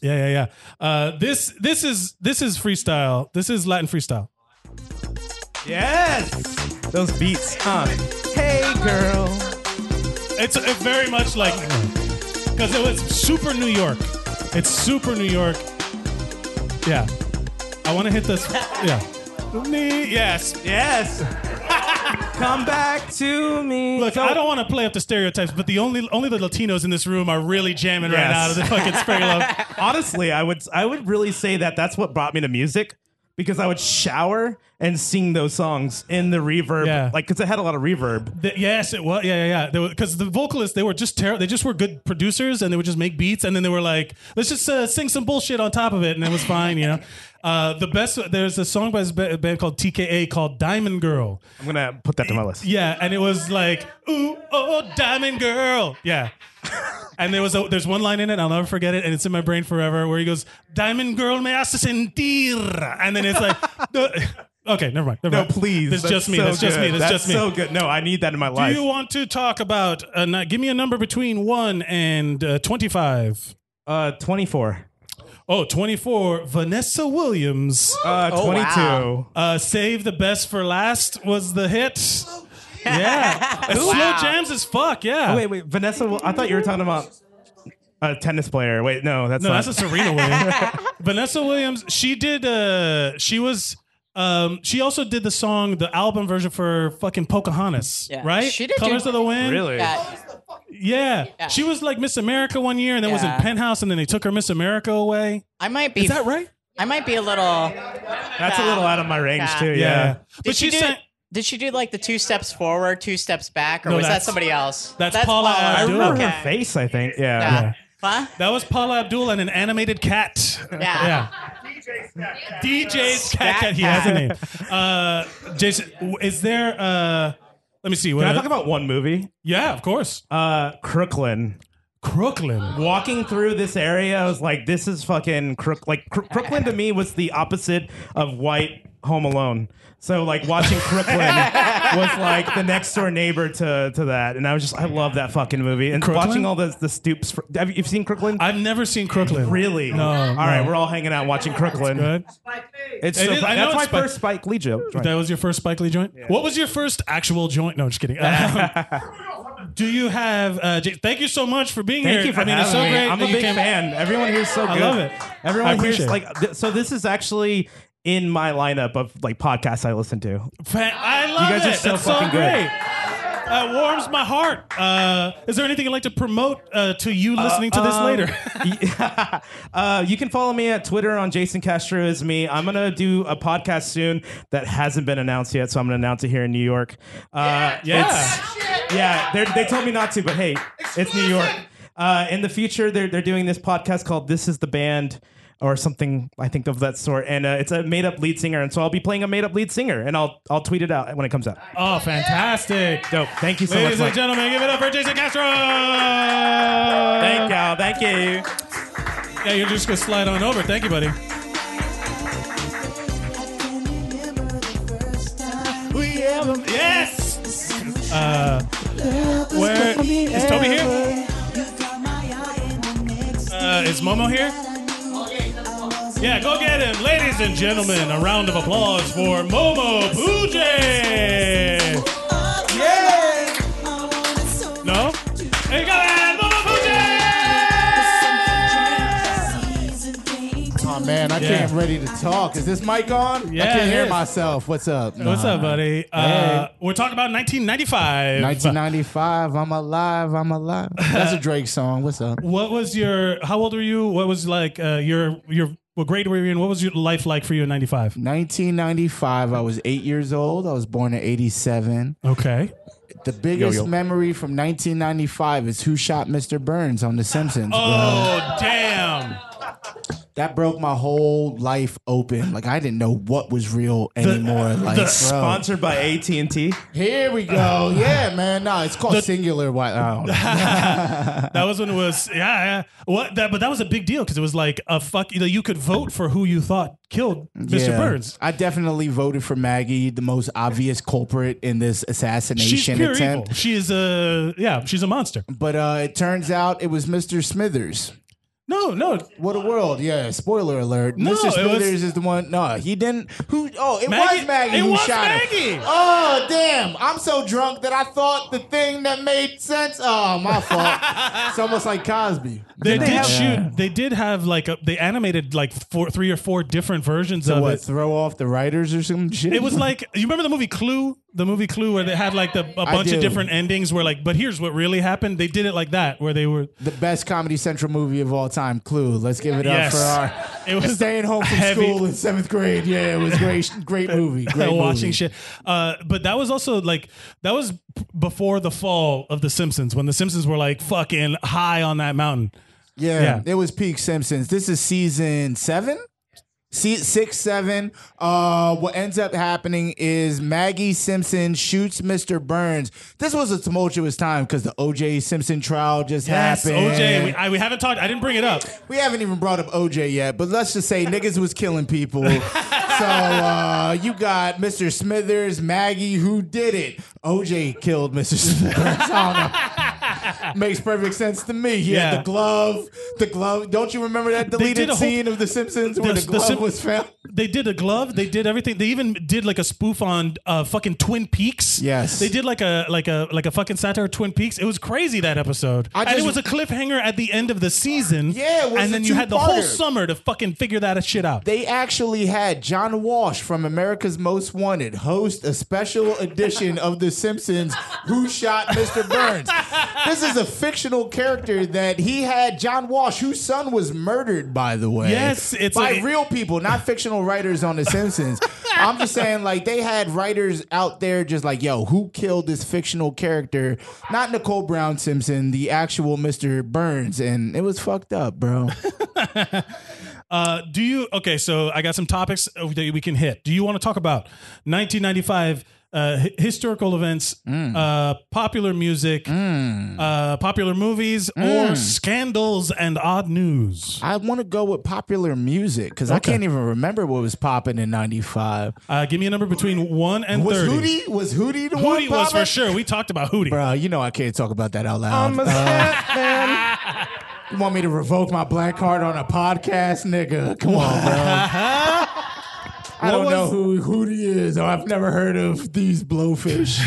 S1: Yeah, yeah, yeah. Uh, this this is this is freestyle. This is Latin freestyle.
S11: Yes, those beats, huh? Hey, girl.
S1: It's it's very much like because it was super New York. It's super New York. Yeah, I want to hit this. Yeah, Me- yes,
S11: yes. Come back to me.
S1: Look, I don't want to play up the stereotypes, but the only only the Latinos in this room are really jamming right now to the fucking spring love.
S11: Honestly, I would I would really say that that's what brought me to music because I would shower and sing those songs in the reverb,
S1: Yeah.
S11: like because it had a lot of reverb.
S1: The- yes, it was. Yeah, yeah, yeah. Because the vocalists, they were just terrible. They just were good producers, and they would just make beats, and then they were like, "Let's just uh, sing some bullshit on top of it," and it was fine, you know. Uh, the best. There's a song by this ba- band called TKA called Diamond Girl.
S11: I'm gonna put that to my list.
S1: Yeah, and it was like, "Ooh, oh, Diamond Girl." Yeah. And there was a, there's one line in it I'll never forget it, and it's in my brain forever, where he goes, "Diamond Girl me hace sentir," and then it's like, the- okay, never mind. Never
S11: No,
S1: mind.
S11: please.
S1: That's just me.
S11: so
S1: that's just me.
S11: good.
S1: That's, just me.
S11: so good. No, I need that in my life.
S1: Do you want to talk about? Uh, not, give me a number between one and uh, twenty-five.
S11: Uh, twenty-four.
S1: Oh, 24. Vanessa Williams.
S11: Uh,
S1: Oh,
S11: 22. wow.
S1: Uh, Save the Best for Last was the hit. Yeah. It's
S11: Who?
S1: Slow
S11: Wow.
S1: jams as fuck, yeah.
S11: Oh, wait, wait, Vanessa. I thought you were talking about a tennis player. Wait, no, that's
S1: no,
S11: not.
S1: that's a Serena Williams. Vanessa Williams, she did uh she was um she also did the song, the album version for fucking Pocahontas.
S10: Yeah.
S1: Right?
S10: She did
S1: Colors
S10: do-
S1: of the Wind.
S10: Really? Yeah.
S1: Yeah. She was like Miss America one year and then was in
S10: Yeah.
S1: Penthouse and then they took her Miss America away.
S10: I might be. Is that
S1: right?
S10: I might be a little.
S11: That's a little out of my range
S10: Yeah.
S11: too. Yeah.
S10: Did she do? did she do like the two steps forward, two steps back, or
S11: No,
S10: was that
S11: that's-
S10: somebody else?
S1: that's Paula
S11: I
S1: Abdul.
S11: remember
S1: Okay.
S11: her face. I think. Yeah.
S1: Yeah.
S11: yeah.
S10: Huh?
S1: That was Paula Abdul and an animated cat.
S10: Yeah.
S1: DJ's cat
S10: Scat
S1: cat. He
S10: Cat.
S1: has a name. Uh, Jason, w- is there? Uh, let me see.
S11: Can I talk about one movie?
S1: Yeah, of course.
S11: Uh, Crooklyn.
S1: Crooklyn.
S11: Walking through this area, I was like, "This is fucking crook." Like Cro- Crooklyn to me was the opposite of white Home Alone. So like watching Crooklyn was like the next door neighbor to to that, and I was just, I love that fucking movie. And
S1: Crooklyn?
S11: watching all the the stoops. For, have you you've seen Crooklyn?
S1: I've never seen Crooklyn.
S11: Really?
S1: No,
S11: All
S1: no.
S11: right, we're all hanging out watching Crooklyn. It's
S1: It
S11: so
S1: is-
S11: fun.
S1: I know
S11: that's
S1: it's
S11: my
S1: Spike-
S11: first Spike Lee joke.
S1: That was your first Spike Lee joint. What was your first actual joint? No, just kidding. Um, do you have? Uh, J- thank you so much for being
S11: Thank
S1: here.
S11: you for
S1: I mean, it's so
S11: having me.
S1: great.
S11: I'm
S1: that
S11: a
S1: you
S11: big
S1: came-
S11: fan. Everyone here's so good.
S1: I love it. I
S11: Everyone here's
S1: appreciate it.
S11: like th- so. This is actually in my lineup of like podcasts I listen to.
S1: Fan- I love
S11: guys
S1: it.
S11: are so
S1: That's
S11: fucking
S1: so
S11: good.
S1: great. That warms my heart. Uh, is there anything you'd like to promote uh, to you listening to this
S11: um,
S1: later?
S11: Uh, you can follow me at Twitter on Jason Castro is me. I'm gonna do a podcast soon that hasn't been announced yet, so I'm gonna announce it here in New York. Uh,
S1: Yeah.
S11: it's- yeah. they're- They told me not to, but hey, it's New York. Uh, in the future, they're they're doing this podcast called "This Is the Band." or something I think of that sort. And uh, it's a made up lead singer, and so I'll be playing a made up lead singer, and I'll I'll tweet it out when it comes out.
S1: Oh, fantastic.
S11: Dope. Thank you so
S1: Ladies
S11: much.
S1: and gentlemen, give it up for Jason Castro. Thank
S11: Thank y'all. Thank you.
S1: Yeah, you're just gonna slide on over. Thank you, buddy.
S12: We ever yes.
S1: Uh, where is Toby here? Uh, is Momo here? Yeah, go get him, ladies and gentlemen. A round of applause for Momo Puja.
S12: Yeah.
S1: No? Hey, go ahead, Momo
S13: Oh man, I
S1: Yeah.
S13: came ready to talk. Is this mic on?
S1: Yeah,
S13: I can't
S1: it
S13: hear
S1: is.
S13: myself. What's up?
S1: What's up, buddy? Uh, We're talking about 1995.
S13: 1995. I'm alive. I'm alive. That's a Drake song. What's up?
S1: What was your? How old were you? What was like uh, your your what grade were you in? What was your life like for you in '95?
S13: 1995. I was eight years old. I was born in 87.
S1: Okay.
S13: The biggest
S1: yo.
S13: memory from 1995 is who shot Mr. Burns on The Simpsons. bro.
S1: Oh damn!
S13: That broke my whole life open. Like I didn't know what was real anymore. like
S11: the
S13: bro.
S11: sponsored by AT and T. Uh,
S13: Here we go. Yeah, man. No, it's called Singular White. I don't know.
S1: That was when it was yeah. yeah. What that? But that was a big deal because it was like a fuck. You know, you could vote for who you thought killed Mr.
S13: Yeah.
S1: Burns.
S13: I definitely voted for Maggie, the most obvious culprit in this
S1: She's
S13: assassination
S1: pure
S13: attempt.
S1: evil. She is a yeah. She's a monster.
S13: But uh, it turns out it was Mr. Smithers.
S1: No, no.
S13: What a world. Yeah, spoiler alert.
S12: No,
S13: Mr.
S12: it was-
S13: Smithers is the one. No, he didn't. Who? Oh, it
S12: Maggie-
S13: was Maggie
S12: it
S13: who
S12: was
S13: shot
S12: Maggie.
S13: him. Oh, damn. I'm so drunk that I thought the thing that made sense. Oh, my fault. it's almost like Cosby.
S1: They did
S13: have-
S1: shoot. They did have like a, they animated like four, three or four different versions
S13: So
S1: of
S13: what?
S1: it.
S13: Throw off the writers or some shit?
S1: It was like you remember the movie Clue, the movie Clue, where they had like the, a
S13: I
S1: bunch
S13: do.
S1: of different endings. Where like, but here's what really happened. They did it like that, where they were.
S13: the best Comedy Central movie of all time, Clue. Let's give it
S1: Yes.
S13: up for our
S1: It was
S13: staying home from
S1: heavy-
S13: school in seventh grade. Yeah, it was great, great movie. Great
S1: watching
S13: movie.
S1: shit. Uh, but that was also like that was p- before the fall of the Simpsons, when the Simpsons were like fucking high on that mountain.
S13: Yeah, it was peak Simpsons. This is season seven. Se- six, seven. Uh, what ends up happening is Maggie Simpson shoots Mr. Burns. This was a tumultuous time because the O.J. Simpson trial just
S1: Yes,
S13: happened.
S1: OJ. We, I, we haven't talked. I didn't bring it up.
S13: We haven't even brought up OJ yet, but let's just say niggas was killing people. so uh, you got Mr. Smithers, Maggie, who did it? OJ killed Mr. Smithers. I don't know. Makes perfect sense to me. He
S1: Yeah.
S13: had the glove. The glove. Don't you remember that
S1: They
S13: deleted
S1: did a whole-
S13: scene of The Simpsons where the, glove
S1: Sim-
S13: was found?
S1: They did a glove. They did everything. They even did like a spoof on uh, fucking Twin Peaks.
S13: Yes.
S1: they did like a like a like a fucking satire of Twin Peaks. It was crazy that episode,
S13: I
S1: and it
S13: just-
S1: was a cliffhanger at the end of the season.
S13: Yeah, it was
S1: and
S13: a
S1: then you had the whole
S13: two-parter.
S1: summer to fucking figure that shit out.
S13: They actually had John Walsh from America's Most Wanted host a special edition of The Simpsons Who Shot Mr. Burns. this is a fictional character that he had John Walsh, whose son was murdered, by the way.
S1: Yes, it's
S13: by
S1: a-
S13: real people, not fictional writers on The Simpsons. I'm just saying, like, they had writers out there just like, yo, who killed this fictional character? Not Nicole Brown Simpson, the actual Mr. Burns. And it was fucked up, bro.
S1: Uh, do you okay? So I got some topics uh, that we can hit. Do you want to talk about 1995 uh, hi- historical events,
S13: Mm.
S1: uh, popular music, uh, popular movies, or
S13: Mm.
S1: scandals and odd news?
S13: I want to go with popular music because I
S1: Okay.
S13: can't even remember what was popping in '95.
S1: Uh, give me a number between one and
S13: was
S1: 30.
S13: Hootie was Hootie the one?
S1: Hootie was
S13: popping?
S1: for sure. We talked about Hootie.
S13: Bro, you know I can't talk about that out loud.
S1: I'm a
S13: Uh, You want me to revoke my black card on a podcast, nigga? Come on, bro. I don't know who Hootie is, or I've never heard of these blowfish.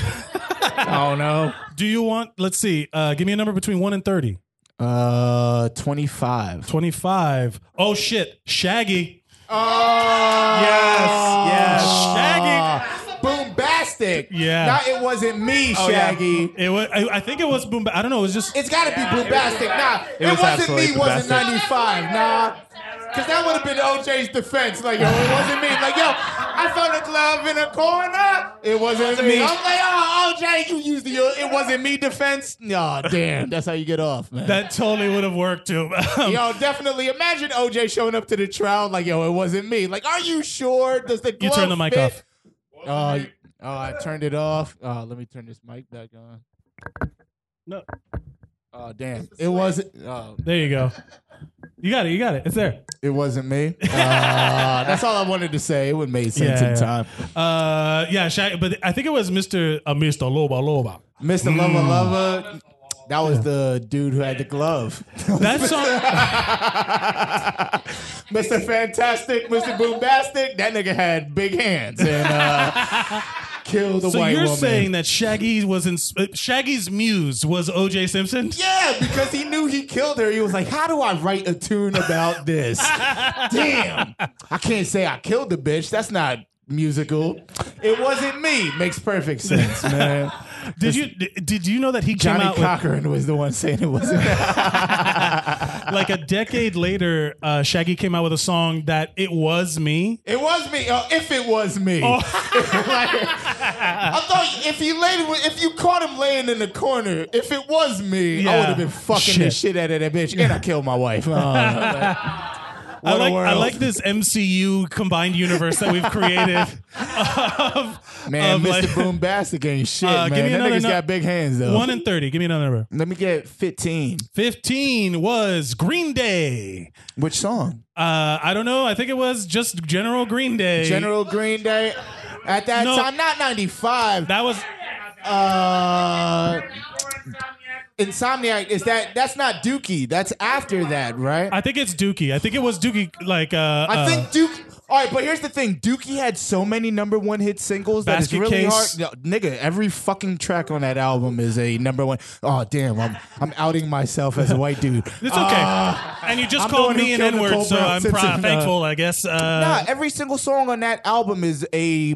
S13: I don't know.
S1: Oh, Do you want? Let's see. Uh, give me a number between one and thirty.
S13: Uh, twenty-five.
S1: Twenty-five. Oh shit, Shaggy.
S13: Oh
S1: yes.
S13: Shaggy. Boombastic.
S1: Yeah.
S13: No, it wasn't me,
S1: Oh, yeah.
S13: Shaggy.
S1: It was. I, I think it was Boom. I don't know. It was just.
S13: It's got to be bombastic. Nah,
S1: It
S13: it,
S1: was
S13: was not
S1: absolutely
S13: me. Wasn't
S1: bombastic.
S13: ninety five. Nah, because that would have been OJ's defense. Like, yo, it wasn't me. Like, yo, I felt neglected. love in a corner. It wasn't,
S12: Wasn't
S13: me.
S12: me.
S13: I'm like, oh, oh, Jay, you used the. It wasn't me defense. Nah, damn. That's how you get off, man.
S1: That totally would have worked too.
S13: yo, definitely. Imagine OJ showing up to the trial like, yo, it wasn't me. Like, are you sure? Does the
S1: You
S13: glove
S1: turn the mic
S13: fit?
S1: off.
S13: Oh, y- oh, I turned it off. Oh, let me turn this mic back on.
S1: No.
S13: Oh, damn. It wasn't. Oh.
S1: There you go. You got it. You got it. It's there.
S13: It wasn't me. Uh, that's all I wanted to say. It would make sense in time.
S1: Uh, yeah, Shaq, but I think it was Mr. Uh, Mr. Loba Loba. Mm.
S13: Mr. Lover Lover. That was the dude who had the glove.
S1: That song.
S13: Mr. Fantastic, Mr. Boombastic. That nigga had big hands and uh, killed a
S1: so
S13: white
S1: you're
S13: woman.
S1: saying that Shaggy was in, uh, Shaggy's muse was O.J. Simpson?
S13: Yeah, because he knew he killed her. He was like, "How do I write a tune about this? Damn, I can't say I killed the bitch. That's not musical. It wasn't me. Makes perfect sense, man."
S1: Did you d- did you know that he
S13: Johnny
S1: came out with-
S13: Cochran was the one saying it wasn't.
S1: like a decade later, uh, Shaggy came out with a song that it was me. Oh,
S13: It was me. Uh, if it was me. I thought if he laid, if you caught him laying in the corner, if it was me, I
S1: Yeah.
S13: would have been fucking the
S1: Shit.
S13: shit out of that bitch, and I killed my wife. Oh, like,
S1: I
S13: what a
S1: like I
S13: world.
S1: like this MCU combined universe that we've created. of,
S13: Man,
S1: of
S13: Mr.
S1: like-
S13: Boombastic ain't shit,
S1: Oh, Uh,
S13: man.
S1: give me
S13: that
S1: another
S13: nigga's
S1: nu-
S13: got big hands though.
S1: One and thirty. Give me another number.
S13: Let me get fifteen.
S1: Fifteen was Green Day.
S13: Which song?
S1: Uh, I don't know. I think it was just General Green Day.
S13: General Green Day at that
S1: No.
S13: time, not ninety five.
S1: That was
S13: uh, Insomniac. Is that that's not Dookie? That's after that, right?
S1: I think it's Dookie. I think it was Dookie. Like uh,
S13: I
S1: uh,
S13: think Duke. All right, but here's the thing: Dookie had so many number one hit singles that it's
S1: Basket
S13: really
S1: Case.
S13: hard. No, nigga, every fucking track on that album is a number one. Oh damn, I'm I'm outing myself as a white dude. Uh,
S1: It's okay. and you just called me an N-word, so I'm pro- thankful, I guess. Uh,
S13: nah, every single song on that album is a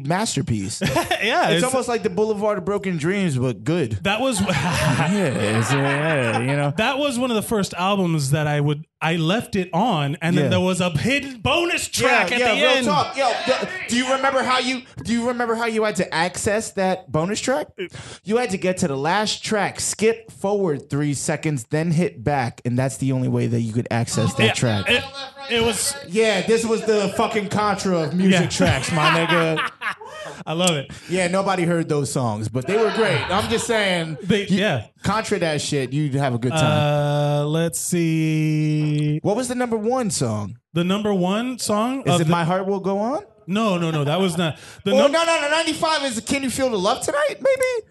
S13: masterpiece.
S1: uh, yeah,
S13: it's,
S1: it's-
S13: almost like the Boulevard of Broken Dreams, but good.
S1: That was yeah,
S13: it's- yeah, you know.
S1: That was one of the first albums that I would I left it on, and then
S13: Yeah.
S1: there was a hidden bonus track
S13: yeah,
S1: at
S13: yeah,
S1: the
S13: real
S1: end.
S13: Talk. Yo, th- do you remember how you do you remember how you had to access that bonus track? You had to get to the last track, skip forward three seconds, then hit back, and that's the only way that you could access that
S1: Yeah,
S13: track.
S1: It, it was.
S13: yeah, this was the fucking contra of music
S1: Yeah.
S13: tracks, my nigga.
S1: I love it.
S13: Yeah, nobody heard those songs, but they were great. I'm just saying,
S1: They, yeah.
S13: contra that shit, you'd have a good time.
S1: Uh, let's see.
S13: what was the number one song?
S1: The number one song
S13: Is
S1: of
S13: it
S1: the-
S13: My Heart Will Go On?
S1: No, no, no. That was not the
S13: Or
S1: num-
S13: no, no, no. 95 is Can You Feel the Love Tonight? Maybe.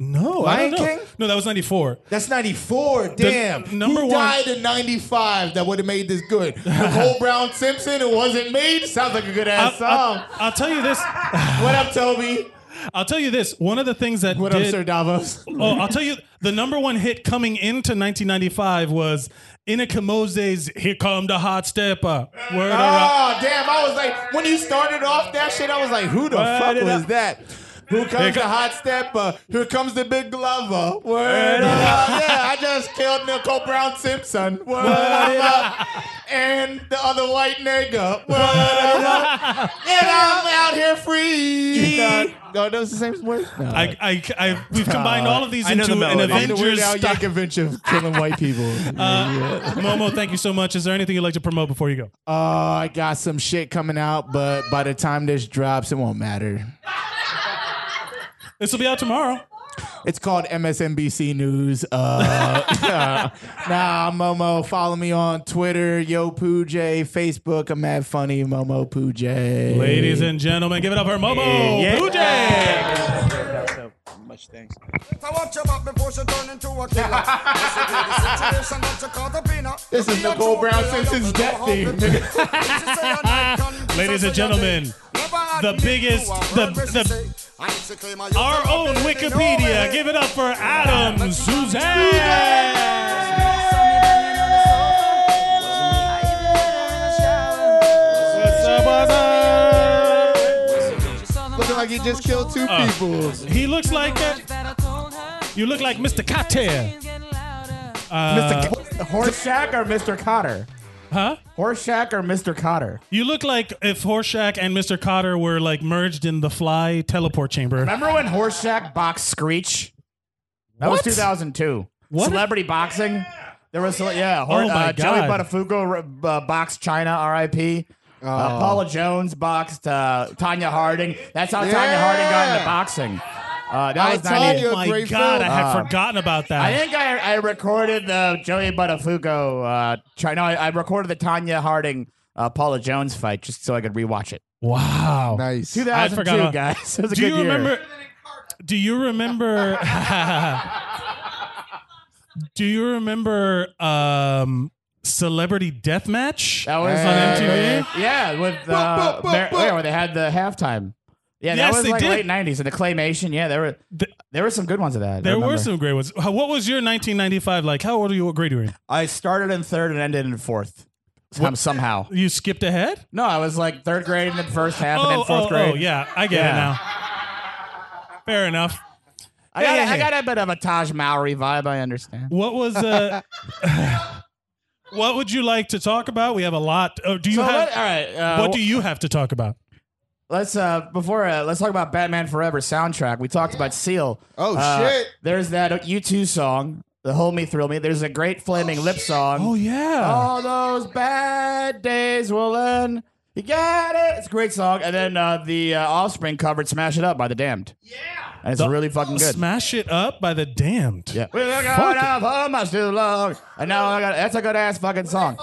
S1: No,
S13: Lion
S1: Oh, I don't know.
S13: King?
S1: No, that was ninety four.
S13: That's 94. Damn.
S1: number
S13: Who
S1: one-
S13: died in 95 that would have made this good? Nicole Brown Simpson, it wasn't made? Sounds like a good ass song.
S1: I'll tell you this.
S13: what up, Toby?
S1: I'll tell you this. One of the things that
S13: What
S1: did,
S13: up, Sir Davos?
S1: Oh, I'll tell you, the number one hit coming into 1995 was Inakomose's "Here Come the Hot Stepper." Word or up.
S13: Oh, damn. I was like, when you started off that shit, I was like, who the
S1: Word
S13: fuck
S1: it
S13: was
S1: up.
S13: that? Who
S1: Here
S13: comes the
S1: co-
S13: hot stepper? Here comes the big glover. Word, up. Yeah, I just killed Nicole Brown Simpson. Word, up. And the other white nigga. Word up. And I'm out here free. No, that was the same voice. No.
S1: I, I, I, we've combined all of these
S11: I know
S1: into
S11: the
S1: an
S11: melody.
S13: I'm the Weird
S1: Avengers.
S13: Al
S1: style.
S13: Yankovic of killing white people. Yeah.
S1: Momo, thank you so much. Is there anything you'd like to promote before you go?
S13: Uh, I got some shit coming out, but by the time this drops, it won't matter.
S1: This will be out tomorrow.
S13: It's called MSNBC News. Uh, nah, I'm Momo. Follow me on Twitter, Yo Poo J, Facebook. I'm at Funny Momo Poo J.
S1: Ladies and gentlemen, give it up for Momo
S11: Yeah.
S1: Puja.
S12: Much thanks.
S7: So watch your back before she turn into a killer. This is the situation that you call the winner.
S13: This is Nicole Brown Simpson's death theme.
S1: Ladies and gentlemen, the biggest, the, the our own Wikipedia. Give it up for Adam Suzanne. What's up, Adam?
S13: Looking like he just killed two
S1: Uh,
S13: people.
S1: He looks like that. You look like Mr. Cocktail. Uh,
S13: Mr. Hornsack or Mr. Cotter?
S1: Huh?
S13: Horseshack or Mr. Cotter?
S1: You look like if Horseshack and Mr. Cotter were like merged in the fly teleport chamber.
S9: Remember when Horseshack boxed Screech? That
S1: What?
S9: was 2002.
S1: What?
S9: Celebrity boxing. There was yeah, yeah
S1: Oh my
S9: uh, Joey
S1: God.
S9: Buttafuoco uh, boxed China, R.I.P. Uh,
S13: Oh.
S9: Paula Jones boxed uh, Tanya Harding. That's how Tanya
S13: Yeah.
S9: Harding got into boxing. Uh, that was 98.
S1: Oh my God, I had forgotten about that.
S9: I think I, I recorded the Joey Buttafuoco. Uh, China. I, I recorded the Tanya Harding uh, Paula Jones fight just so I could rewatch it.
S1: Wow.
S13: Nice.
S1: I
S9: 2002,
S1: forgot.
S9: guys. It was a
S1: do
S9: good
S1: you
S9: year.
S1: remember? Do you remember? do you remember um, Celebrity Deathmatch? That
S9: was,
S1: on
S9: uh,
S1: MTV.
S9: Yeah, with uh, Bar- yeah, where they had the halftime. Yeah, that
S1: Yes,
S9: was
S1: they
S9: like
S1: did.
S9: late '90s and the claymation. Yeah, there were there were some good ones of that. I
S1: There were
S9: remember.
S1: some great ones. How- What was your 1995 like? How old are you? What grade were you in?
S9: I started in third and ended in fourth. Some-
S1: What-
S9: somehow.
S1: You skipped ahead?
S9: No, I was like third grade in the first half and
S1: Oh,
S9: then fourth
S1: oh,
S9: grade.
S1: oh, yeah, I get
S9: Yeah.
S1: it now. Fair enough.
S9: I got,
S1: Yeah, yeah,
S9: I got a bit of a Taj Mowry vibe. I understand.
S1: What was uh, what would you like to talk about? We have a lot. Oh, do you
S9: So
S1: have?
S9: what- all right, uh,
S1: what do you have to talk about?
S9: Let's uh before uh, let's talk about Batman Forever soundtrack. We talked about Seal.
S13: Oh,
S9: Uh,
S13: shit.
S9: There's that U2 song, the Hold Me Thrill Me. There's a great flaming lip song.
S1: Oh yeah.
S9: All those bad days will end. You got it. It's a great song. And then uh, the uh, Offspring covered "Smash It Up" by the Damned. Yeah. And it's really fucking good.
S1: Smash it up by the damned. Yeah.
S9: We've been going on for much too long, and now Oh, I got that's a good ass fucking song.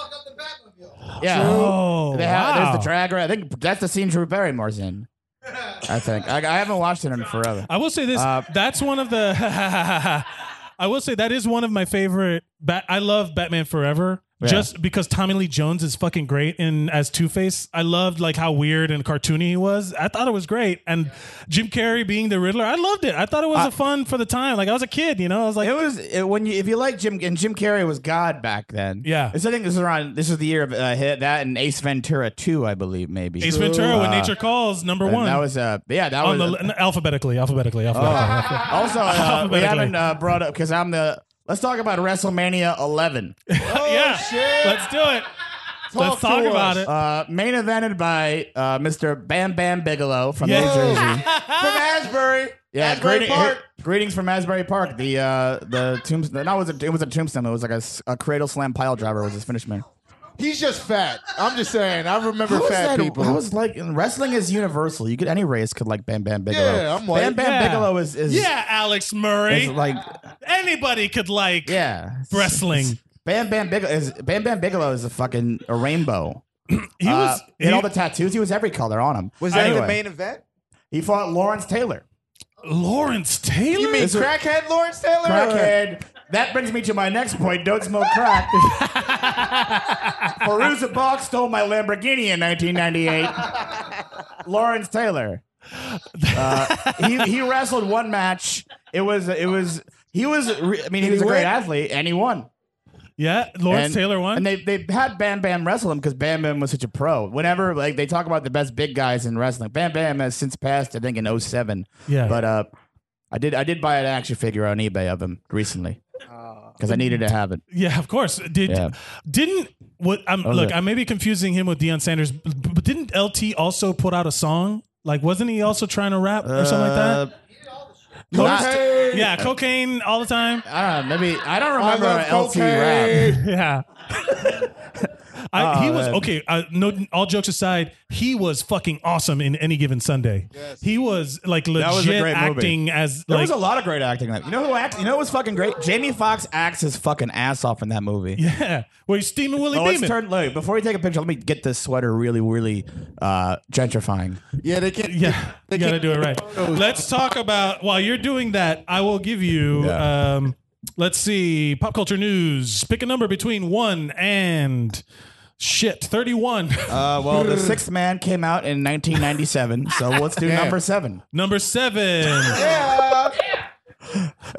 S9: Yeah,
S1: Oh,
S9: They have-
S1: wow.
S9: there's the drag. race. I think that's the scene Drew Barrymore's in. I think I, I haven't watched it in forever.
S1: I will say this.
S9: Uh,
S1: that's one of the. I will say that is one of my favorite. Bat- I love Batman Forever
S9: Yeah.
S1: just because Tommy Lee Jones is fucking great in as Two Face. I loved like how weird and cartoony he was. I thought it was great, and Jim Carrey being the Riddler. I loved it. I thought it was a fun for the time. Like I was a kid, you know. I was like,
S9: It was it, when you if you like Jim and Jim Carrey was God back then.
S1: Yeah,
S9: It's- I think this is around. This is the year of uh, hit that and Ace Ventura two, I believe maybe.
S1: Ace Ventura, When
S9: Uh,
S1: Nature Calls, number
S9: and
S1: one.
S9: That was uh yeah that
S1: On
S9: was
S1: the- n- alphabetically, alphabetically, alphabetically.
S9: also uh, we
S1: Alphabetically.
S9: haven't uh, brought up because I'm the. Let's talk about WrestleMania 11.
S1: yeah, let's do it. Let's talk
S9: to
S1: about
S9: us.
S1: it.
S9: Uh, main evented by uh, Mr. Bam Bam Bigelow from
S1: Yeah.
S9: New Jersey.
S13: From Asbury.
S9: Yeah,
S13: Asbury
S9: greeting-
S13: Park.
S9: greetings from Asbury Park. The uh, the tombstone. No, it was a, it was a tombstone. It was like a, s- a cradle slam pile driver was his finish move.
S13: He's just fat. I'm just saying. I remember
S9: How is
S13: fat
S9: that-
S13: people.
S9: how is, like and wrestling is universal. You could any race could like Bam Bam Bigelow.
S13: Yeah, I'm white.
S9: Bam Bam
S1: Yeah.
S9: Bigelow is, is
S1: yeah, Alex Murray.
S9: is like
S1: Anybody could like
S9: yeah
S1: wrestling.
S9: Bam Bam Bigelow is Bam Bam Bigelow is a fucking a rainbow. he
S1: was-
S9: he had
S1: he-
S9: all the tattoos. He was every color on him.
S13: Was that
S9: Anyway,
S13: the main event?
S9: He fought Lawrence Taylor.
S1: Lawrence Taylor.
S13: You mean
S9: This was-
S13: crackhead Lawrence Taylor?
S9: Crackhead. That brings me to my next point. Don't smoke crack. Faruza Balk stole my Lamborghini in 1998. Lawrence Taylor. Uh, he, he wrestled one match. It was it was he was re- I mean he
S13: Did
S9: was
S13: he
S9: a great
S13: win?
S9: athlete and he won.
S1: Yeah, Lawrence
S9: And-
S1: Taylor won.
S9: And they they had Bam Bam wrestle him because Bam Bam was such a pro. Whenever like they talk about the best big guys in wrestling, Bam Bam has since passed, I think, in 07.
S1: Yeah.
S9: But uh I did I did buy an action figure on eBay of him recently.
S13: Oh.
S9: Because I needed to have it.
S1: yeah, of course. Did
S9: Yeah.
S1: didn't what? I'm
S9: was
S1: look.
S9: it.
S1: I may be confusing him with Deion Sanders, b- but didn't LT also put out a song? Like, wasn't he also trying to rap or something like
S9: Uh,
S1: that?
S9: Last-
S13: Cocaine.
S1: Yeah, cocaine all the time.
S9: I don't know. Maybe I don't remember
S13: love
S9: an LT
S13: cocaine.
S9: rap.
S1: Yeah. I, he
S9: Oh,
S1: was
S9: man.
S1: okay. Uh, no, all jokes aside, he was fucking awesome in any given Sunday. He was like
S9: That was a
S1: legit
S9: great movie.
S1: acting as
S9: There
S1: like
S9: was a lot of great acting. in that. You know who acts? You know who was fucking great? Jamie Foxx acts his fucking ass off in that movie.
S1: yeah. Where he's steaming Willie
S9: Oh, let's
S1: Beeman.
S9: turn. Look, before we take a picture, let me get this sweater really, really uh, gentrifying.
S13: Yeah, they can't.
S1: Yeah, you gotta do it right. Let's talk about while you're doing that. I will give you. Um, let's see, pop culture news. Pick a number between one and shit, thirty-one.
S9: Uh, well, The Sixth Man came out in 1997, so let's do number seven.
S1: number seven.
S13: Yeah.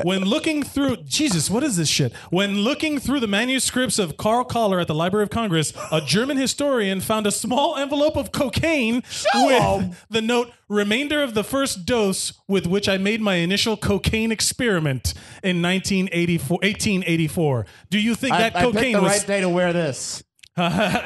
S1: When looking through, Jesus, what is this shit? When looking through the manuscripts of Karl Kahler at the Library of Congress, a German historian found a small envelope of cocaine with the note remainder of the first dose with which I made my initial cocaine experiment in 1984. 1884. Do you think
S9: I,
S1: that
S9: I picked
S1: cocaine
S9: the
S1: was.
S9: right day to wear this.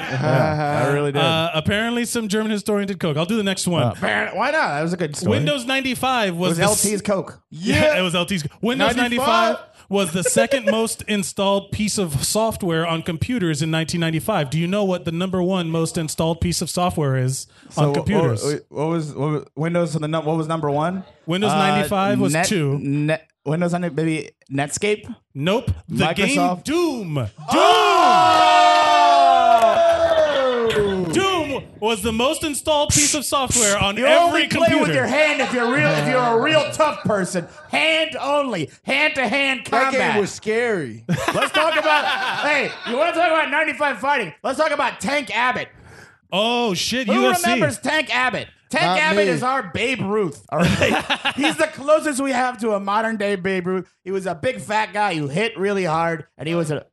S1: I
S9: really did. Uh,
S1: Uh, apparently, some German historian did coke. I'll do the next one.
S9: Apparent- Why not? That was a good story.
S1: Windows 95 was,
S9: It
S1: the
S9: was LT's Coke.
S1: Yeah, it was LT's. Windows 95,
S9: 95?
S1: was the second most installed piece of software on computers in 1995. Do you know what the number one most installed piece of software is on
S9: what-
S1: computers?
S9: What, what was what was- Windows? and The num- what was number one?
S1: Windows 95 was two.
S9: Uh, Net, Windows 95, maybe Netscape.
S1: Nope. the
S9: Microsoft.
S1: game Doom. Doom.
S9: Oh!
S1: Doom was the most installed piece of software on
S9: You
S1: every
S9: only play
S1: computer.
S9: with your hand if you're real. If you're a real tough person, hand only, hand to hand
S13: That
S9: combat.
S13: game was scary.
S9: Let's talk about. hey, you want to talk about 95 fighting? Let's talk about Tank Abbott.
S1: Oh shit!
S9: Who
S1: UFC.
S9: remembers Tank Abbott? Tank
S1: Not
S9: Abbott
S1: me.
S9: is our Babe Ruth. All right, he's the closest we have to a modern day Babe Ruth. He was a big fat guy who hit really hard, and he was a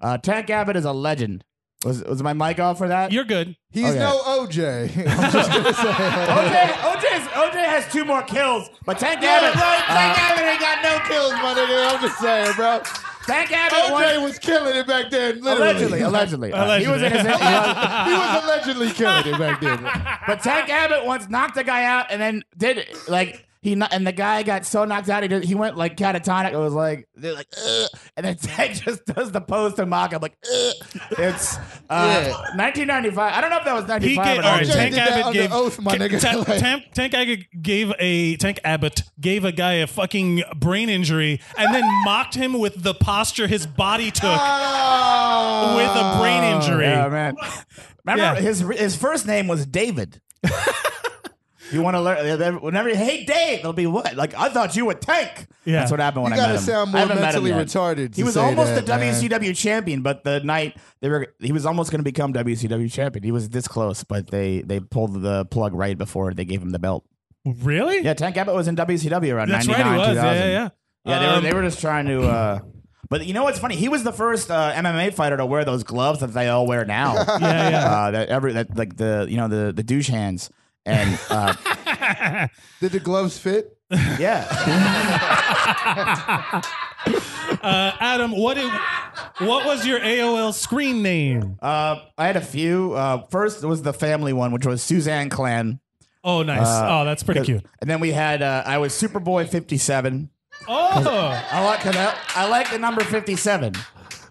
S9: uh, Tank Abbott is a legend. Was was my mic off for that?
S1: You're good.
S13: He's no OJ. I'm just gonna say.
S9: OJ, OJ, is- OJ has two more kills, but Tank
S13: Yeah,
S9: Abbott. Uh-huh.
S13: bro, Tank
S9: Abbott ain't got no kills, my nigga. I'm just saying, bro. Tank Abbott.
S13: OJ
S9: won-
S13: was killing it back then. Literally.
S9: Allegedly, allegedly. Uh, He was in his.
S13: he was allegedly killing it back then.
S9: But Tank Abbott once knocked a guy out and then did like he kno- and the guy got so knocked out he did, he went like catatonic. It was like they're like Ugh. and then Tank just does the pose to mock him like Ugh. it's uh,
S1: Yeah.
S9: 1995. I don't know if that was
S1: He
S9: 95.
S1: gave,
S9: or
S1: all right,
S9: not.
S1: Tank Abbott gave Ca- Ta- Tank, Tank Abbott gave a Tank Abbott gave a guy a fucking brain injury and then mocked him with the posture his body took with a brain injury.
S9: Oh. Yeah, man. Remember
S1: Yeah.
S9: his his first name was David. you want to learn whenever you hey Dave, they'll be what like I thought you were Tank.
S13: Yeah.
S9: that's what happened when
S13: You
S9: I met him.
S13: gotta sound more
S9: I haven't met him
S13: mentally
S9: yet.
S13: retarded
S9: He
S13: to
S9: was
S13: say
S9: almost
S13: that,
S9: the
S13: man.
S9: WCW champion, but the night they were he was almost going to become WCW champion. He was this close, but they they pulled the plug right before they gave him the belt.
S1: Really?
S9: Yeah, Tank Abbott was in WCW around
S1: That's right, he
S9: 99,
S1: was. Yeah,
S9: 2000.
S1: yeah, yeah.
S9: Yeah, they,
S1: Um,
S9: were, they were just trying to. Uh, but you know what's funny? He was the first uh, MMA fighter to wear those gloves that they all wear now.
S1: Oh, Yeah, yeah.
S9: Uh, that every that like the you know the the douche hands and uh,
S13: Did the gloves fit?
S9: yeah.
S1: Uh, Adam, what did, what was your AOL screen name?
S9: Uh, I had a few. Uh, first was the family one, which was Suzanne Clan.
S1: Oh, nice. Oh, that's pretty cute.
S9: Uh, And then we had uh, I was Superboy fifty seven.
S1: Oh,
S9: I like 'cause I, I like the number fifty seven.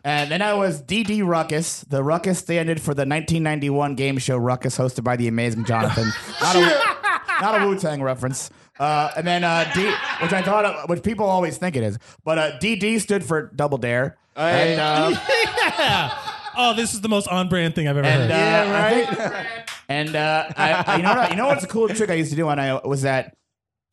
S9: And then I was DD Ruckus. The Ruckus standard for the 1991 game show Ruckus, hosted by the amazing Jonathan. Not a, not a Wu Tang reference. Uh, and then uh, D, which I thought, of, which people always think it is, but uh, DD stood for Double Dare.
S1: Hey.
S9: And, uh,
S1: yeah. Oh, this is the most on brand thing I've ever
S9: And,
S1: heard.
S9: uh, I think- and uh, I, I- you know what? You know what's a cool trick I used to do on I was that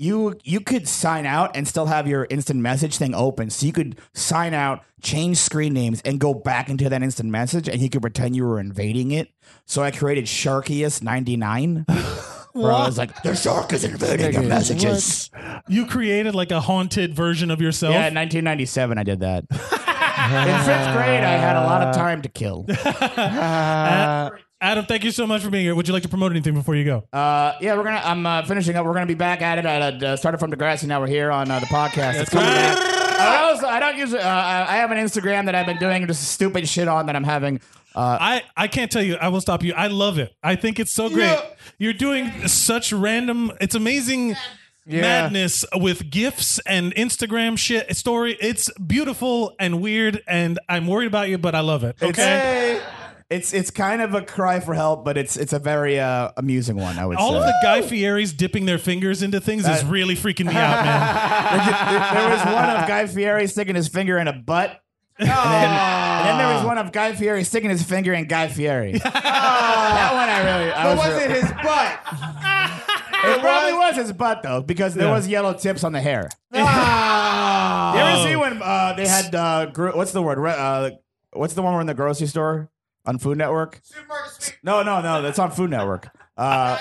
S9: you you could sign out and still have your instant message thing open, so you could sign out, change screen names, and go back into that instant message, and you could pretend you were invading it. So I created Sharkius ninety nine. Where I was like, the shark is invading your messages.
S1: You created like a haunted version of yourself.
S9: Yeah, in 1997, I did that. in fifth grade, I had a lot of time to kill.
S1: Uh, Adam, thank you so much for being here. Would you like to promote anything before you go?
S9: Uh, yeah, we're gonna. I'm uh, finishing up. We're gonna be back at it. I uh, started from Degrassi. Now we're here on uh, the podcast. It's coming back. I, also, I don't usually. Uh, I I have an Instagram that I've been doing just stupid shit on that I'm having. Uh,
S1: I, I can't tell you. I will stop you. I love it. I think it's so great. You're doing such random. It's amazing.
S9: Yeah.
S1: Madness with gifts and Instagram shit story. It's beautiful and weird, and I'm worried about you, but I love it. Okay,
S9: It's, it's it's kind of a cry for help, but it's it's a very uh, amusing one. I would
S1: all
S9: say.
S1: of the Guy Fieri's dipping their fingers into things
S9: Uh,
S1: is really freaking me out, man.
S9: there was one of Guy Fieri sticking his finger in a butt. And then, and then
S1: Oh.
S9: there was one of Guy Fieri sticking his finger in Guy Fieri. that one I really. I
S13: But
S9: was
S13: was
S9: real-
S13: it his butt?
S9: It probably was his butt though, because there
S13: Yeah.
S9: was yellow tips on the hair.
S13: Ah.
S9: You
S1: Oh.
S9: ever see when uh, they had uh, gro- what's the word? Re- Uh, what's the one we're in the grocery store on Food Network? No, no, no. That's on Food Network. Uh,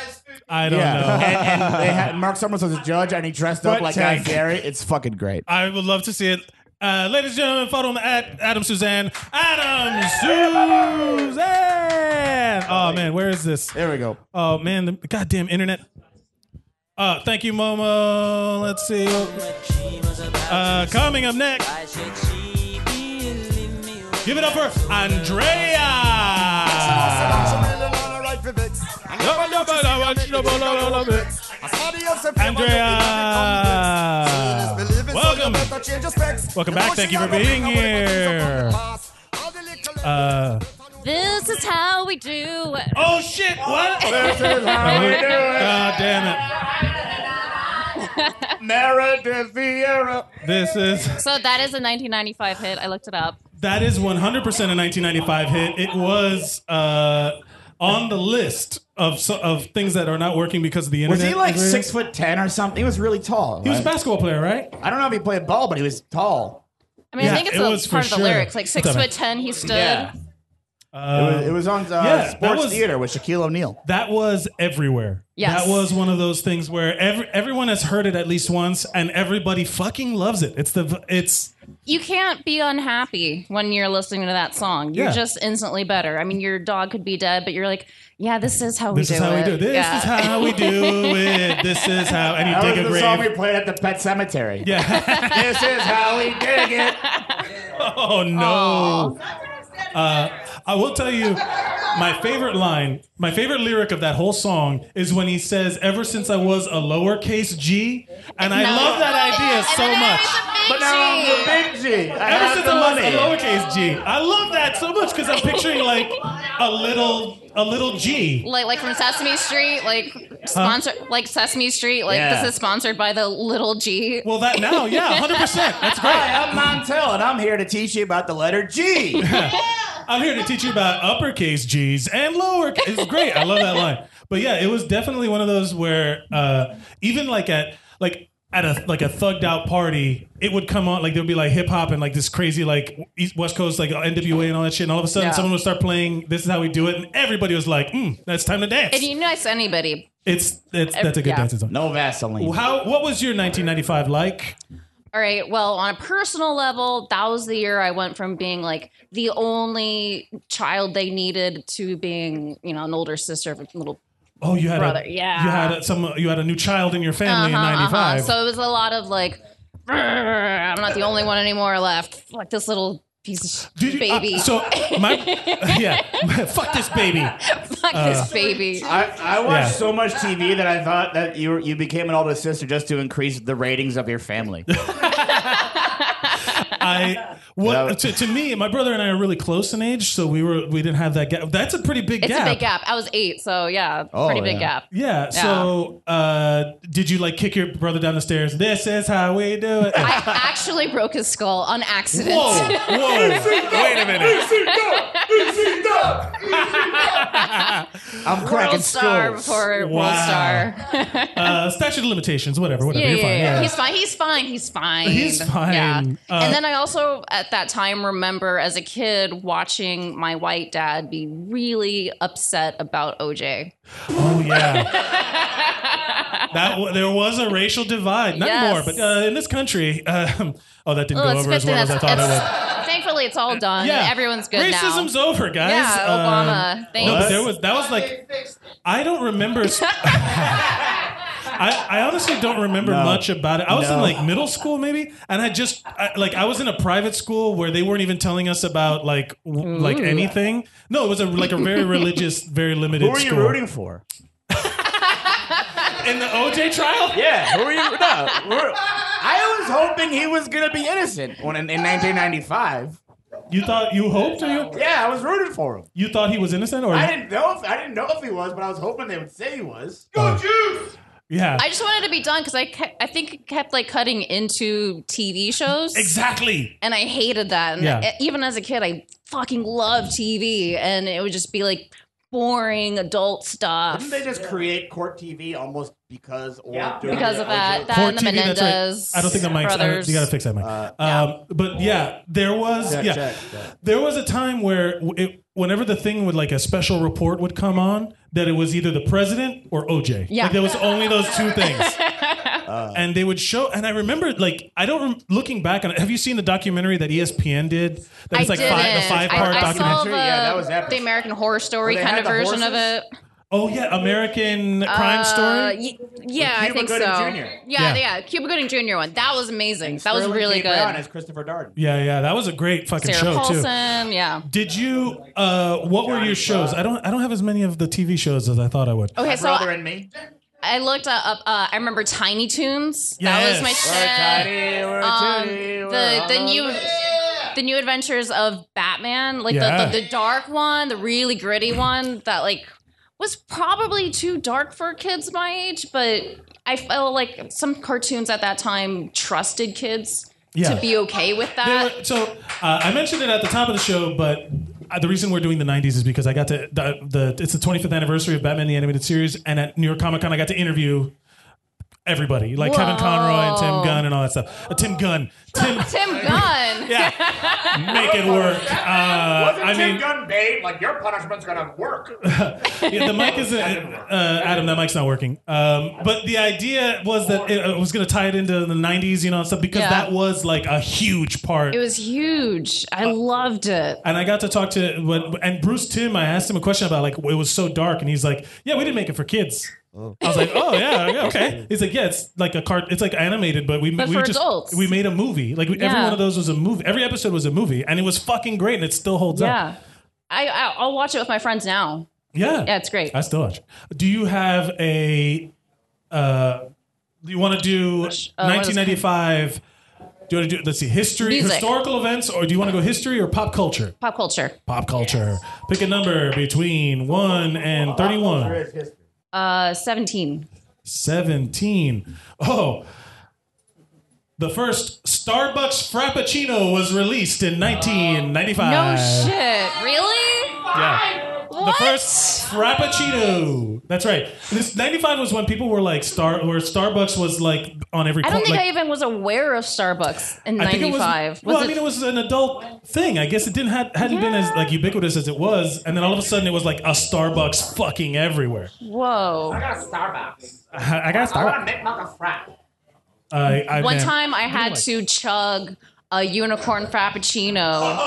S1: I don't know.
S9: And, and they had Mark Summers was a judge, and he dressed up
S1: Butt
S9: like Guy
S1: check.
S9: Fieri. It's fucking great.
S1: I would love to see it. Uh, ladies and gentlemen, follow him at Adam Suzanne. Adam Suzanne. Oh man, where is this?
S9: There we go.
S1: Oh man, the goddamn internet. Uh, thank you, Momo. Let's see. Uh, coming up next. Give it up for Andrea. Andrea. Welcome. Welcome back. Thank you for being here. Uh,
S14: This is how we do it.
S1: Oh shit! What? God damn
S9: Mara de Vieira.
S1: it. This is.
S14: So that is a 1995 hit. I looked it up.
S1: That is 100% a 1995 hit. It was uh, on the list of so- of things that are not working because of the
S9: Was
S1: internet.
S9: he like six foot ten or something? He was really tall.
S1: He was a
S9: right?
S1: basketball player, right?
S9: I don't know if he played ball, but he was tall.
S14: I mean, I think it's a part of the lyrics. Like six foot ten, he stood.
S9: Yeah. it, was, it was on uh,
S1: yeah, that
S9: sports
S1: was-
S9: theater with Shaquille O'Neal.
S1: That was everywhere.
S14: Yes.
S1: That was one of those things where every, everyone has heard it at least once and everybody fucking loves it. It's the it's
S14: You can't be unhappy when you're listening to that song. You're
S1: Yeah.
S14: just instantly better. I mean, your dog could be dead, but you're like, yeah, this is how
S1: this
S14: we
S1: is
S14: do
S1: how
S14: it.
S1: we do this
S14: Yeah.
S1: is how we do it. This is how and you
S9: that
S1: dig a
S9: was the song we
S1: grave.
S9: played at the pet cemetery.
S1: Yeah.
S9: this is how we dig it.
S1: Oh no. Uh, I will tell you, my favorite line, my favorite lyric of that whole song is when he says, "Ever since I was a lowercase G," and I
S12: No.
S1: love that idea so much.
S12: But now I'm
S9: the big G. I
S1: Ever
S12: have
S1: since
S12: the
S1: I was
S12: money.
S1: a lowercase G, I love that so much because I'm picturing like a little, a little G.
S14: Like, like from Sesame Street, like sponsor, like Sesame Street, like
S1: Yeah.
S14: this is sponsored by the Little G.
S1: Well, that now, yeah, 100%. That's great.
S9: Hi, I'm Montel, and I'm here to teach you about the letter G.
S1: I'm here to teach you about uppercase G's and lowercase. It's great. I love that line. But yeah, it was definitely one of those where uh, even like at like at a like a thugged out party, it would come on like there would be like hip hop and like this crazy like East West Coast like NWA and all that shit. And all of a sudden,
S14: Yeah.
S1: someone would start playing. This is how we do it, and everybody was like, mm, "That's time to dance."
S14: And you know, it's anybody.
S1: It's it's that's a good
S14: Yeah.
S1: dancing song.
S9: No Vaseline.
S1: How what was your 1995 like?
S14: All right. Well, on a personal level, that was the year I went from being like the only child they needed to being, you know, an older sister, of a little
S1: Oh, you had
S14: brother.
S1: a
S14: yeah.
S1: You had a, some you had a new child in your family
S14: Uh-huh,
S1: in
S14: uh-huh.
S1: '95.
S14: So it was a lot of like, "Brr, I'm not the only one anymore left. Like this little piece of sh- baby.
S1: uh, so my yeah, fuck this baby.
S14: Fuck
S9: Uh,
S14: this baby.
S9: I, I watched
S1: Yeah.
S9: so much TV that I thought that you were, you became an older sister just to increase the ratings of your family.
S1: I what to, to me, my brother and I are really close in age, so we were we didn't have that gap. That's a pretty big
S14: it's
S1: gap.
S14: a big gap. I was eight, so Oh, yeah,
S9: Oh,
S14: pretty big gap.
S1: Yeah. So, uh, did you like kick your brother down the stairs? This is how we do it.
S14: I actually broke his skull on accident.
S1: Whoa, whoa. Wait a
S9: I'm
S14: World star
S1: skulls.
S14: before world
S1: Wow.
S14: star.
S1: uh, statute of limitations, whatever, whatever.
S14: yeah,
S1: You're fine.
S14: yeah,
S1: Yeah.
S14: yeah. He's fine. He's fine. He's fine.
S1: He's fine.
S14: Yeah.
S1: Uh,
S14: and then I also, at that time, remember as a kid watching my white dad be really upset about OJ.
S1: Oh yeah. that w- there was a racial divide, not
S14: Yes.
S1: more, but uh, in this country. Um, oh, that didn't
S14: Well,
S1: go
S14: it's
S1: over as
S14: good
S1: well as I
S14: that
S1: thought it would.
S14: Thankfully, it's all done.
S1: Yeah.
S14: Everyone's good now.
S1: Racism's over, guys.
S14: Yeah,
S1: Um,
S14: Obama. Thanks.
S1: no, but there was that was like I don't remember. s- I, I honestly don't remember
S12: No.
S1: much about it. I was in
S12: No.
S1: like middle school maybe, and I just I, like I was in a private school where they weren't even telling us about like
S14: Mm.
S1: w- like
S9: Ooh.
S1: anything. No, it was a like a very religious, very limited.
S9: Who are you
S1: school.
S9: rooting for?
S1: In the OJ trial?
S9: Yeah. Who are you? No. we're- I was hoping he was gonna be innocent when in, in 1995.
S1: You thought you hoped, or you?
S9: Yeah, I was rooting for him.
S1: You thought he was innocent, or
S9: I didn't know if I didn't know if he was, but I was hoping they would say he was.
S1: yeah?
S14: I just wanted to be done because I kept, I think it kept like cutting into TV shows.
S1: Exactly.
S14: And I hated that. And e,
S1: Yeah.
S14: even as a kid, I fucking loved TV, and it would just be like boring adult stuff.
S9: Didn't they just create court TV almost because or during
S14: Because
S9: the
S14: of that,
S9: OJ?
S14: that and the Menendez.
S1: I don't think the mic's. I don't-
S14: brothers.
S1: you got to fix that mic. um, but yeah, there was
S9: Check,
S1: yeah,
S9: Uh, check, check.
S1: there was a time where w- it, whenever the thing would like a special report would come on, that it was either the president or OJ.
S12: Yeah.
S1: like, there was only those two things, and they would show. And I remember like I don't rem- looking back on. it, Have you seen the documentary that E ESPN did? That
S14: I
S1: was like
S14: didn't.
S1: five, the five part
S14: I, I saw
S1: documentary.
S14: the, the American Horror Story
S9: Where they
S14: kind of
S9: had the
S14: version of
S9: horses?
S14: it.
S1: Oh yeah, American Crime
S14: Uh,
S1: Story.
S14: y- yeah, I
S1: Cuba
S14: think
S1: Gooding
S14: so.
S1: Jr..
S14: Yeah, yeah,
S1: Yeah.
S14: Cuba Gooding Jr. one. That was amazing. that was
S9: Sterling
S14: really
S9: K.
S14: good.
S9: Brown as Christopher Darden.
S1: Yeah, yeah, that was a great fucking
S14: Sarah
S1: show
S14: Paulson.
S1: too.
S14: Yeah.
S1: Did you? Uh, what were your shows? I don't. I don't have as many of the TV shows as I thought I would.
S14: Okay, so
S9: brother and me.
S14: I looked up. up, Uh, I remember Tiny Toons. That was
S1: Yes.
S14: my
S1: We're
S14: shit.
S1: tiny, we're
S14: Um,
S1: tiny, we're
S14: the the
S1: all
S14: new the new adventures of Batman, like
S1: Yeah.
S14: the, the the dark one, the really gritty one that like was probably too dark for kids my age, but I felt like some cartoons at that time trusted kids
S1: Yeah.
S14: to be okay with
S1: They
S14: that.
S1: were- so uh, I mentioned it at the top of the show, but uh, the reason we're doing the '90s is because I got to the, the it's the 25th anniversary of Batman the Animated Series, and at New York Comic Con I got to interview everybody, like Kevin Conroy and Tim
S14: Whoa.
S1: Gunn and all that stuff. Uh, Tim Gunn, Tim,
S14: Tim Gunn.
S1: make it work. Uh, I
S4: Tim
S1: mean,
S4: Gunn bait? Like, your punishment's gonna work.
S1: yeah, the mic isn't. Uh, Adam, that mic's not working. Um, but the idea was that it, it was going to tie it into the '90s, you know, and stuff because
S14: Yeah.
S1: that was like a huge part.
S14: It was huge. I
S1: Uh,
S14: loved it.
S1: And I got to talk to what and Bruce Tim. I asked him a question about like it was so dark, and he's like, "Yeah, we didn't make it for kids." I was like, "Oh yeah, yeah, okay." He's like, "Yeah, it's like a cart. It's like animated, but we
S14: But
S1: we
S14: for
S1: just
S14: adults.
S1: we made a movie. Like we, every
S14: Yeah.
S1: one of those was a movie. Every episode was a movie, and it was fucking great, and it still holds
S14: Yeah.
S1: up.
S14: I, I I'll watch it with my friends now.
S1: Yeah,
S14: Yeah, it's great.
S1: I still watch. Do you have a? uh Do you want to do
S14: uh, what is it?
S1: 1995? Do you want to do? Let's see, history,
S14: Music.
S1: historical events, or do you want to go history or pop culture?
S14: Pop culture.
S1: Pop culture. Pick a number between 1 and 31.
S14: Uh, seventeen.
S1: 17. Oh. The first Starbucks Frappuccino was released in 1995.
S14: No shit. Really?
S1: Uh, Yeah. The first Frappuccino. That's right. This 95 was when people were like star where Starbucks was like on every
S14: I don't
S1: cor-
S14: think
S1: like-
S14: I even was aware of Starbucks in
S1: I think it was-
S14: '95.
S1: well, I mean, it was an adult thing. I guess it didn't had, hadn't been as like ubiquitous as it was, and then all of a sudden it was like a Starbucks fucking everywhere.
S14: Whoa.
S4: I got a Starbucks.
S1: I, I got
S4: I want a
S1: Starbucks.
S4: Mick Mocha Frat.
S1: I, I,
S14: One
S1: man.
S14: time I had to chug a unicorn
S4: Oh,
S14: frappuccino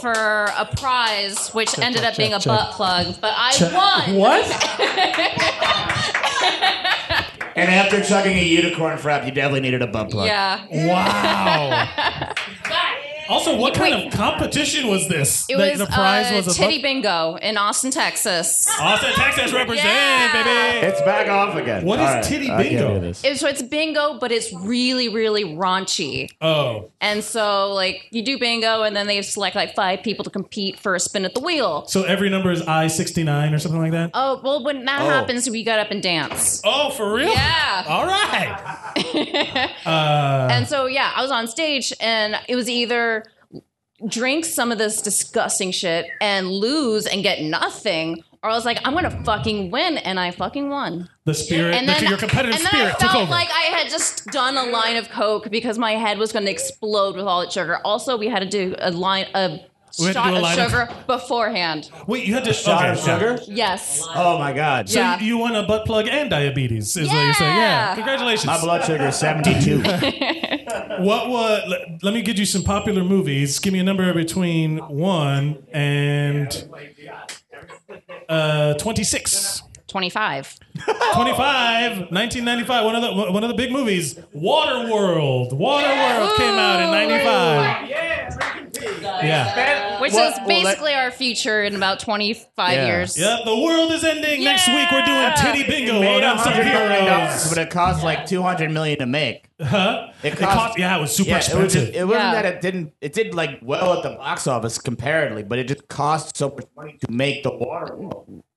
S14: for a prize, which
S1: Chug,
S14: ended
S1: chug,
S14: up being a
S1: chug,
S14: butt
S1: chug.
S14: plug, but I
S9: Chug-
S14: won.
S9: And after chugging a unicorn frap, you definitely needed a butt plug.
S14: yeah.
S1: Wow. Oh. also, what kind of competition was this?
S14: It
S1: That
S14: was
S1: the prize
S14: uh,
S1: was a
S14: titty
S1: bu-
S14: bingo in Austin, Texas.
S1: Austin, Texas, represent, baby.
S9: It's back off again.
S1: What is
S9: All right,
S1: titty
S9: I can't
S1: bingo?
S9: do this.
S14: It- so it's bingo, but it's really, really raunchy.
S1: Oh,
S14: And so, like, you do bingo, and then they select like five people to compete for a spin at the wheel.
S1: so every number is I sixty nine or something like that.
S14: Oh, well, when that
S1: Oh.
S14: happens, we got up and dance.
S1: Oh, for real?
S14: Yeah.
S1: All right. Uh,
S14: and so, yeah, I was on stage, and it was either drink some of this disgusting shit and lose and get nothing, or I was like, I'm gonna fucking win, and I fucking won.
S1: the spirit,
S14: And
S1: the-
S14: then-
S1: your competitive
S14: and then
S1: spirit
S14: I
S1: took
S14: felt
S1: over.
S14: like I had just done a line of coke because my head was going to explode with all that sugar. Also, we had to do a line a
S1: We had to
S14: shot
S1: do a
S14: of
S1: line of-
S14: sugar beforehand.
S1: Wait, you had to
S9: A shot
S1: okay,
S9: of
S1: yeah.
S9: sugar?
S14: Yes.
S9: Oh my god.
S1: So
S14: Yeah.
S1: you you won a butt plug and diabetes, is what you're saying.
S14: Yeah.
S1: Yeah. Congratulations.
S9: My blood sugar is 72.
S1: what was? Let, let me get you some popular movies. Give me a number between one and uh, twenty six.
S14: 25.
S1: 25, 1995, one of the one of the big movies, Waterworld. Waterworld came out in 95. Yeah.
S14: Which
S1: Well-
S14: is
S1: well, that-
S14: basically our future in about 25 years.
S1: Yep, the world is ending. Next week we're doing Titty Bingo
S9: Made
S1: on
S9: a hundred million dollars,
S1: Superheroes.
S9: but it cost like two hundred million to make.
S1: Huh?
S9: It cost,
S1: cost- yeah, it was super
S9: It, was just-
S1: expensive.
S9: it wasn't
S1: Yeah.
S9: that it didn't. It did like well at the box office comparatively, but it just cost so much money to make the water.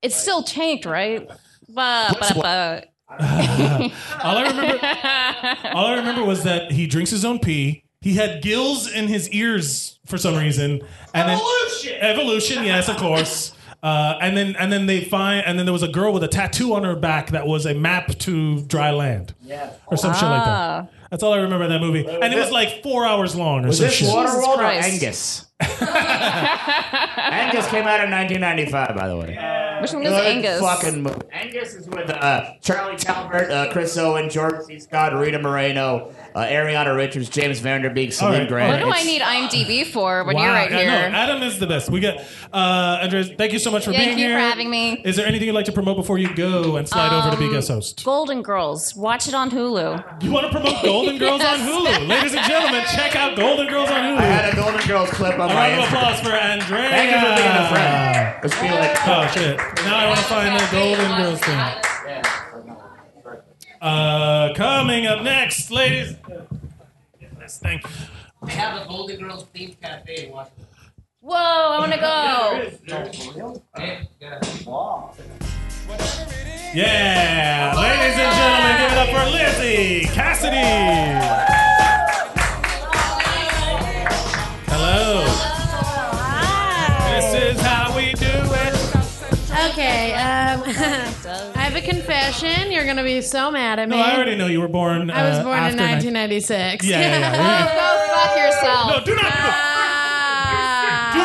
S14: It's still tanked, right? Ba, ba, ba.
S1: All I remember All I remember was that he drinks his own pee. He had gills in his ears for some reason. And evolution. evolution, yes, of course. Uh, and then and then they find and then there was a girl with a tattoo on her back that was a map to dry land. Yeah. Or some shit like
S14: Ah.
S1: that. That's all I remember of that movie. And it was like four hours long or
S9: Was
S1: some
S9: this
S1: shit.
S9: Waterworld or Angus? Angus came out in 1995, by the way.
S14: Which one was
S9: Good
S14: Angus?
S9: Fucking movie. Angus is with uh, Charlie Calvert, uh, Chris Owen, George C. Scott, Rita Moreno,
S15: uh, Ariana Richards, James Vanderbeek,
S1: All
S15: Celine
S1: right.
S15: Grant.
S14: What do I need IMDb for when
S1: wow.
S14: you're right
S1: Yeah,
S14: here?
S1: No, Oh, Adam is the best. We got uh, Andres. Thank you so much for
S14: Thank
S1: being
S14: you
S1: here.
S14: for having me.
S1: Is there anything you'd like to promote before you go and slide over to be
S14: Um,
S1: guest host?
S14: Golden Girls. Watch it on Hulu.
S1: You want to promote Golden Girls on Hulu, ladies and gentlemen. Check out Golden Girls on Hulu. I
S15: had a Golden Girls clip on
S1: a
S15: my
S1: round of
S15: Instagram.
S1: applause for Andrea.
S15: Thank you for being a friend.
S1: Let's feel like oh shit. Now I want to find the Golden Girls thing. Uh, coming up next, ladies. Get This thing.
S15: We have a Golden Girls themed cafe. Watch
S14: Whoa, I want to go.
S1: Yeah, ladies and gentlemen, give it up for Lizzie Cassidy. Hello. This is how we do it.
S16: Okay, um, I have a confession. You're going to be so mad at me.
S1: No, I already know you were born.
S16: I was
S1: uh,
S16: born in
S1: after
S16: 1996.
S1: Yeah, yeah, yeah.
S16: go fuck yourself.
S1: No, do not. Do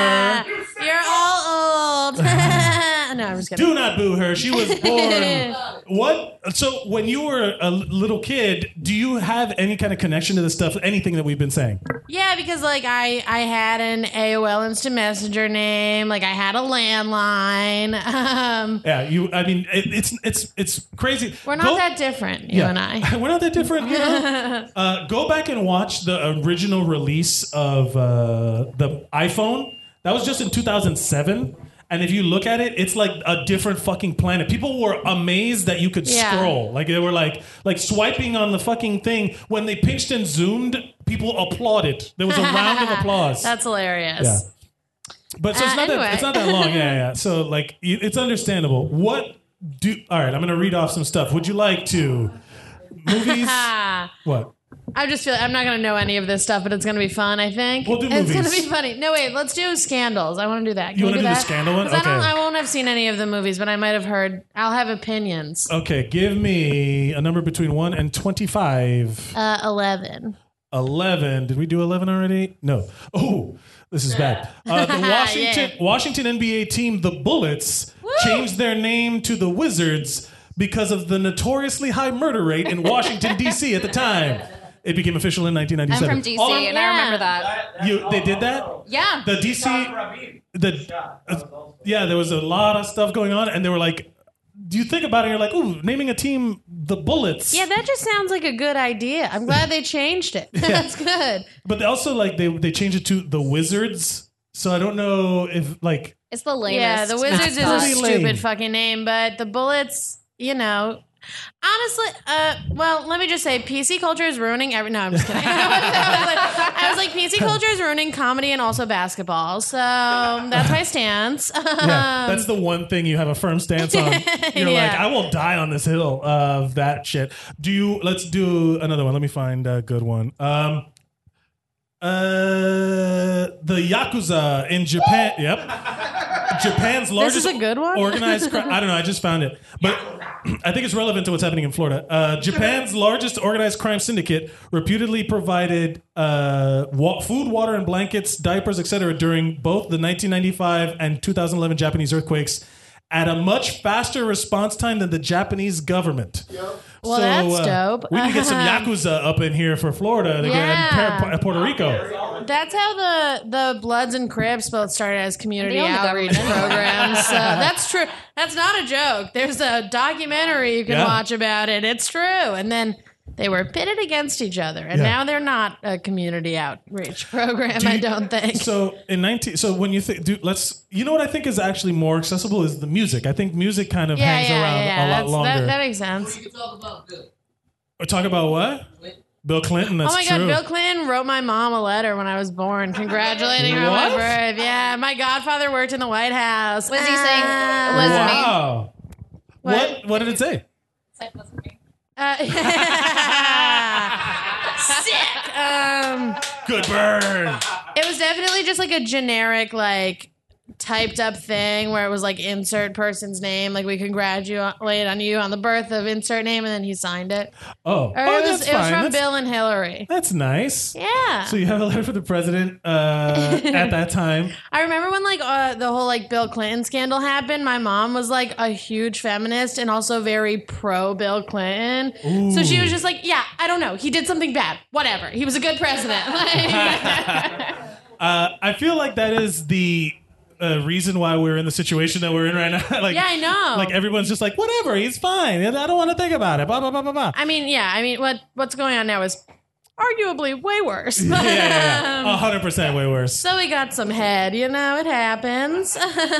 S1: not boo her.
S16: You're all old. no, I'm just kidding.
S1: Do not boo her. She was born. what? So when you were a l- little kid, do you have any kind of connection to the stuff? Anything that we've been saying?
S16: Yeah, because like I I had an AOL Instant Messenger name. Like I had a landline. Um,
S1: Yeah. You. I mean, it, it's it's it's crazy.
S16: we're not
S1: Go-
S16: that different, you and I.
S1: We're not that different. You know? uh, go back and watch the original release of uh, the iPhone. That was just in 2007. And if you look at it, it's like a different fucking planet. People were amazed that you could
S12: Yeah.
S1: scroll. Like they were like like swiping on the fucking thing. When they pinched and zoomed, people applauded. There was a round of applause.
S16: That's hilarious.
S1: Yeah. But so it's
S16: Uh,
S1: not
S16: anyway.
S1: that it's not that long. Yeah, yeah, yeah. So like y- it's understandable. What do? All right, I'm gonna read off some stuff. Would you like to? Movies. what?
S16: I just feel I'm not gonna know any of this stuff, but it's gonna be fun. I think we'll
S1: do
S16: It's gonna
S1: movies.
S16: be funny. No, wait, let's do scandals. I want to do that. Can
S1: You
S16: we
S1: wanna do the
S16: that?
S1: scandal one?
S16: 'Cause I don't.
S1: Okay.
S16: I won't have seen any of the movies, but I might have heard. I'll have opinions.
S1: Okay, give me a number between one and twenty-five.
S16: Uh, Eleven.
S1: Eleven. Did we do eleven already? No. Oh, this is bad. Uh, the Washington Washington NBA team, the Bullets, changed their name to the Wizards because of the notoriously high murder rate in Washington D.C. at the time. It became official in
S14: I'm
S1: 1997.
S14: from DC,
S1: All
S14: and I remember that.
S1: You, they did that.
S14: Yeah.
S1: The DC, the uh, yeah, there was a lot of stuff going on, and they were like, "Do you think about it?" You're like, "Ooh, naming a team the Bullets."
S16: Yeah, that just sounds like a good idea. I'm glad they changed it. That's good.
S1: But they also like they they changed it to the Wizards, so I don't know if like
S14: It's the lamest.
S16: Yeah, the Wizards is a
S1: Really lame.
S16: stupid fucking name, but the Bullets, you know. Honestly, uh, well, let me just say, PC culture is ruining every. No, I'm just kidding. I, was like, I was like, PC culture is ruining comedy and also basketball. So that's my stance.
S1: yeah,
S16: Um,
S1: that's the one thing you have a firm stance on. You're like,
S16: Yeah.
S1: I will die on this hill of that shit. Do you? Let's do another one. Let me find a good one. Um, uh, the yakuza in Japan. Yep, Japan's largest.
S16: is a good one?
S1: Organized. Crime, I don't know. I just found it, but I think it's relevant to what's happening in Florida. Uh, Japan's largest organized crime syndicate reputedly provided uh, wa- food, water, and blankets, diapers, etc., during both the 1995 and 2011 Japanese earthquakes. At a much faster response time than the Japanese government.
S16: Well,
S1: So,
S16: that's
S1: uh,
S16: dope.
S1: We can get some yakuza up in here for Florida to get-
S16: Yeah.
S1: and Pu- Puerto Rico.
S16: That's how the the Bloods and Cribs both started as community
S14: They own the
S16: outreach
S14: government.
S16: programs. So that's true. That's not a joke. There's a documentary you can
S1: Yeah.
S16: watch about it. It's true. And then they were pitted against each other, and
S1: Yeah.
S16: now they're not a community outreach program.
S1: Do
S16: I
S1: you-
S16: don't think.
S1: So in nineteen, so when you think, dude, let's, you know what I think is actually more accessible is the music. I think music kind of hangs around a lot
S16: That's-
S1: longer.
S16: That, that makes sense.
S1: We're talking about what? Bill Clinton. That's
S16: oh my God,
S1: true.
S16: Bill Clinton wrote my mom a letter when I was born, congratulating her on my
S1: What?
S16: birth. Yeah, my godfather worked in the White House. Ah. Was he saying?
S1: wow. What? what? did it say?
S16: Uh, sick. Um,
S1: Good burn.
S16: it was definitely just like a generic like typed up thing where it was like insert person's name, like we congratulate on you on the birth of insert name, and then he signed it.
S1: Oh,
S16: Or
S1: oh,
S16: it was,
S1: that's
S16: it was
S1: fine.
S16: from
S1: That's-
S16: Bill and Hillary.
S1: That's nice.
S16: Yeah.
S1: So you have a letter for the president uh, at that time.
S16: I remember when like uh, the whole like Bill Clinton scandal happened. My mom was like a huge feminist and also very pro Bill Clinton. So she
S6: Ooh.
S1: Mm.
S16: was just like, "Yeah, I don't know. He did something bad. Whatever. He was a good president." Like,
S1: Uh, I feel like that is the uh, reason why we're in the situation that we're in right now. like,
S16: Yeah, I know.
S1: Like everyone's just like, whatever, he's fine. I don't want to think about it. Blah blah blah blah blah.
S16: I mean, yeah. I mean, what what's going on now is arguably way worse.
S1: yeah, yeah, yeah.
S16: Um,
S1: A hundred percent way worse.
S16: so we got some head. You know, it happens.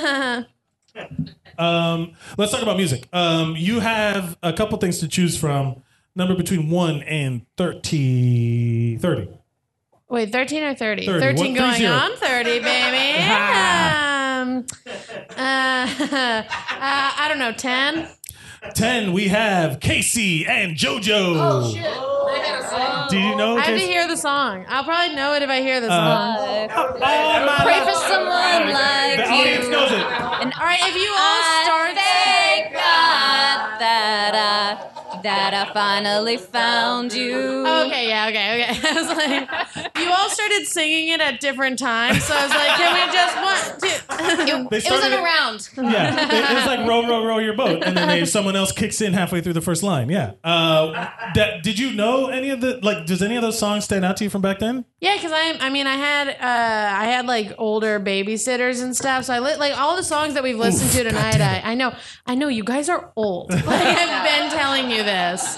S1: Um, let's talk about music. Um, you have a couple things to choose from. Number between one and 30. 30.
S16: Wait, 13 or 30?
S1: 30.
S16: 13
S1: What-
S16: going
S1: 30.
S16: on 30, baby. um, uh, uh, I don't know, 10?
S1: 10, we have Casey and JoJo. Did you know
S16: I have to
S1: Casey-
S16: hear the song. I'll probably know it if I hear the
S1: Uh, oh,
S16: song.
S14: Pray for someone like
S16: The
S14: you.
S16: audience knows it.
S14: And
S16: all right, if you
S14: all start, thank God that I that I finally found you.
S16: Okay, yeah, okay, okay. I was like, you all started singing it at different times, so I was like, can we just one, two?
S1: They started it- Yeah, it- it's like row, row, row your boat, and then they, someone else kicks in halfway through the first line. Yeah. Uh, that, did you know any of the like? Does any of those songs stand out to you from back then?
S16: Yeah, because I, I mean, I had, uh, I had like older babysitters and stuff. So I li- like all the songs that we've listened to tonight. I, I know, I know, you guys are old. Like, I've been telling you this.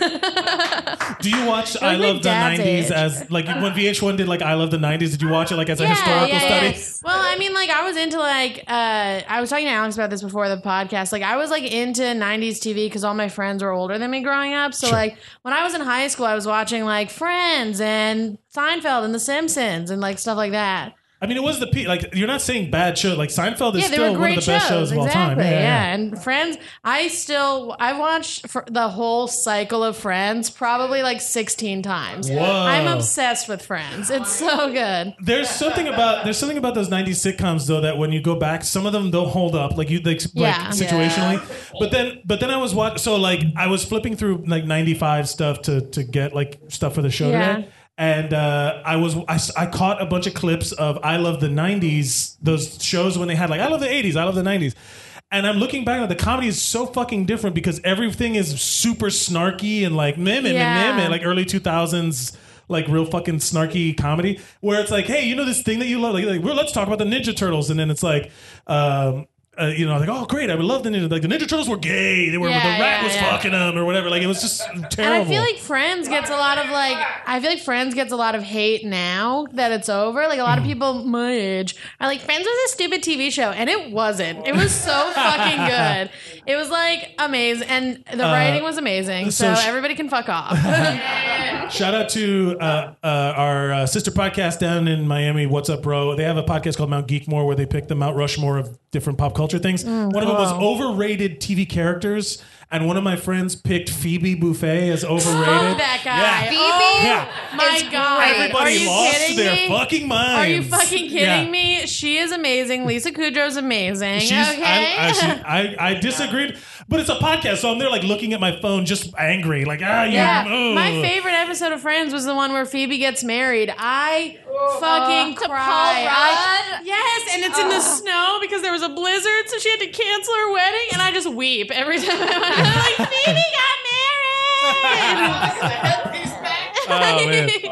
S1: Do you watch
S16: like
S1: I
S16: my
S1: Love the
S16: dad's
S1: '90s
S16: age.
S1: as like when VH1 did like I Love the '90s? Did you watch it like as a historical study?
S16: Well, I mean, like I was into like uh, I was talking to Alex about this before the podcast. Like I was like into '90s TV because all my friends were older than me growing up. So
S6: Sure.
S16: like when I was in high school, I was watching like Friends and Seinfeld and The Simpsons and like stuff like that.
S1: I mean, it was the peak. Like you're not saying bad show. Like Seinfeld is
S16: yeah, they
S1: Oh, still
S16: were
S1: one
S16: great
S1: of the best shows of all
S16: exactly.
S1: time.
S16: Yeah, and Friends. I still I watched fr- the whole cycle of Friends probably like 16 times.
S1: Whoa.
S16: I'm obsessed with Friends. It's so good.
S1: There's something about there's something about those '90s sitcoms though that when you go back, some of them don't hold up. Like you like, like
S16: Yeah.
S1: situationally, but then but then I was watch so like I was flipping through like '95 stuff to to get like stuff for the show
S12: Yeah.
S1: today. And uh, I was I, s- I caught a bunch of clips of I love the '90s those shows when they had like I love the '80s I love the '90s, and I'm looking back at the comedy is so fucking different because everything is super snarky and like meh meh meh, meh, meh
S12: Yeah.
S1: like early 2000s like real fucking snarky comedy where it's like hey you know this thing that you love like, like well, let's talk about the ninja turtles and then it's like um uh, you know like oh great i would love the ninja like the ninja turtles were gay they were
S16: Yeah,
S1: the rat
S16: yeah,
S1: was
S16: yeah.
S1: fucking them or whatever like it was just terrible
S16: And I feel like Friends gets a lot of like I feel like Friends gets a lot of hate now that it's over. Like a lot of
S1: Mm.
S16: people my age are like Friends was a stupid TV show and it wasn't. It was so fucking good. It was like amazing and the
S1: Uh,
S16: writing was amazing.
S1: so
S16: So,
S1: sh-
S16: everybody can fuck off.
S1: Shout out to uh, uh, our uh, sister podcast down in Miami, What's Up, Bro. They have a podcast called Mount Geekmore where they pick the Mount Rushmore of different pop culture things.
S12: Mm,
S1: one of them was
S12: wow.
S1: overrated TV characters, and one of my friends picked Phoebe Buffet as overrated.
S16: Fuck that guy.
S1: Yeah.
S16: Oh,
S1: Yeah.
S16: my god.
S1: Everybody
S16: Are you
S1: lost
S16: kidding
S1: their
S16: me?
S1: fucking
S16: Are you
S1: minds.
S16: fucking kidding
S1: Yeah.
S16: me? She is amazing. Lisa Kudrow's amazing.
S1: She's,
S16: okay.
S1: I, I, she- I, I disagreed, but it's a podcast, so I'm there like looking at my phone, just angry, like ah, you,
S16: Yeah,
S1: oh.
S16: my favorite episode of Friends was the one where Phoebe gets married. I fucking
S14: Oh, To Paul
S16: cried. I-
S14: Rudd?
S16: yes, and it's in the
S14: Ugh.
S16: snow because there was a blizzard, so she had to cancel her wedding, and I just weep every time. I'm like, Phoebe got
S1: Oh, man.
S16: married.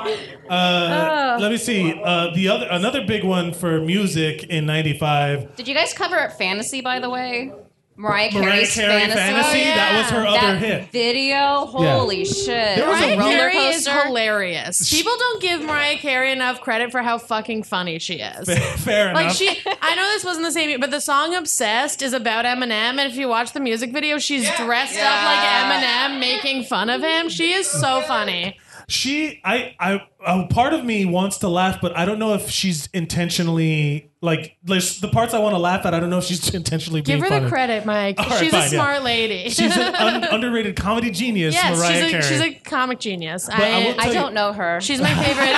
S1: Uh,
S14: Oh.
S1: Let me see. Uh, the other another big one for music in '95.
S14: Did you guys cover up fantasy, by the way? Mariah
S1: Mariah
S14: Carey's
S1: Carey
S14: fantasy. Oh,
S1: Fantasy? That was her
S14: That
S1: other hit.
S14: Video, holy shit!
S1: There was a
S16: Mariah
S1: roller
S16: Carey is
S14: coaster.
S16: hilarious. People don't give Mariah Carey enough credit for how fucking funny she is.
S1: Fair
S16: like
S1: enough.
S16: she, I know this wasn't the same, year, but the song "Obsessed" is about Eminem, and if you watch the music video, she's dressed
S6: Yeah.
S16: up like Eminem, making fun of him. She is so funny.
S1: She, I, I, a part of me wants to laugh, but I don't know if she's intentionally like. There's the parts I want to laugh at. I don't know if she's intentionally
S16: Give
S1: being
S16: her
S1: funny.
S16: the credit, Mike.
S1: All right,
S16: she's
S1: fine,
S16: a
S1: yeah.
S16: smart lady.
S1: She's an un- underrated comedy genius,
S16: yes,
S1: Mariah
S16: she's a,
S1: Carey.
S16: she's a comic genius.
S1: But I will
S16: I,
S1: tell I you- don't
S14: know her.
S16: She's my favorite.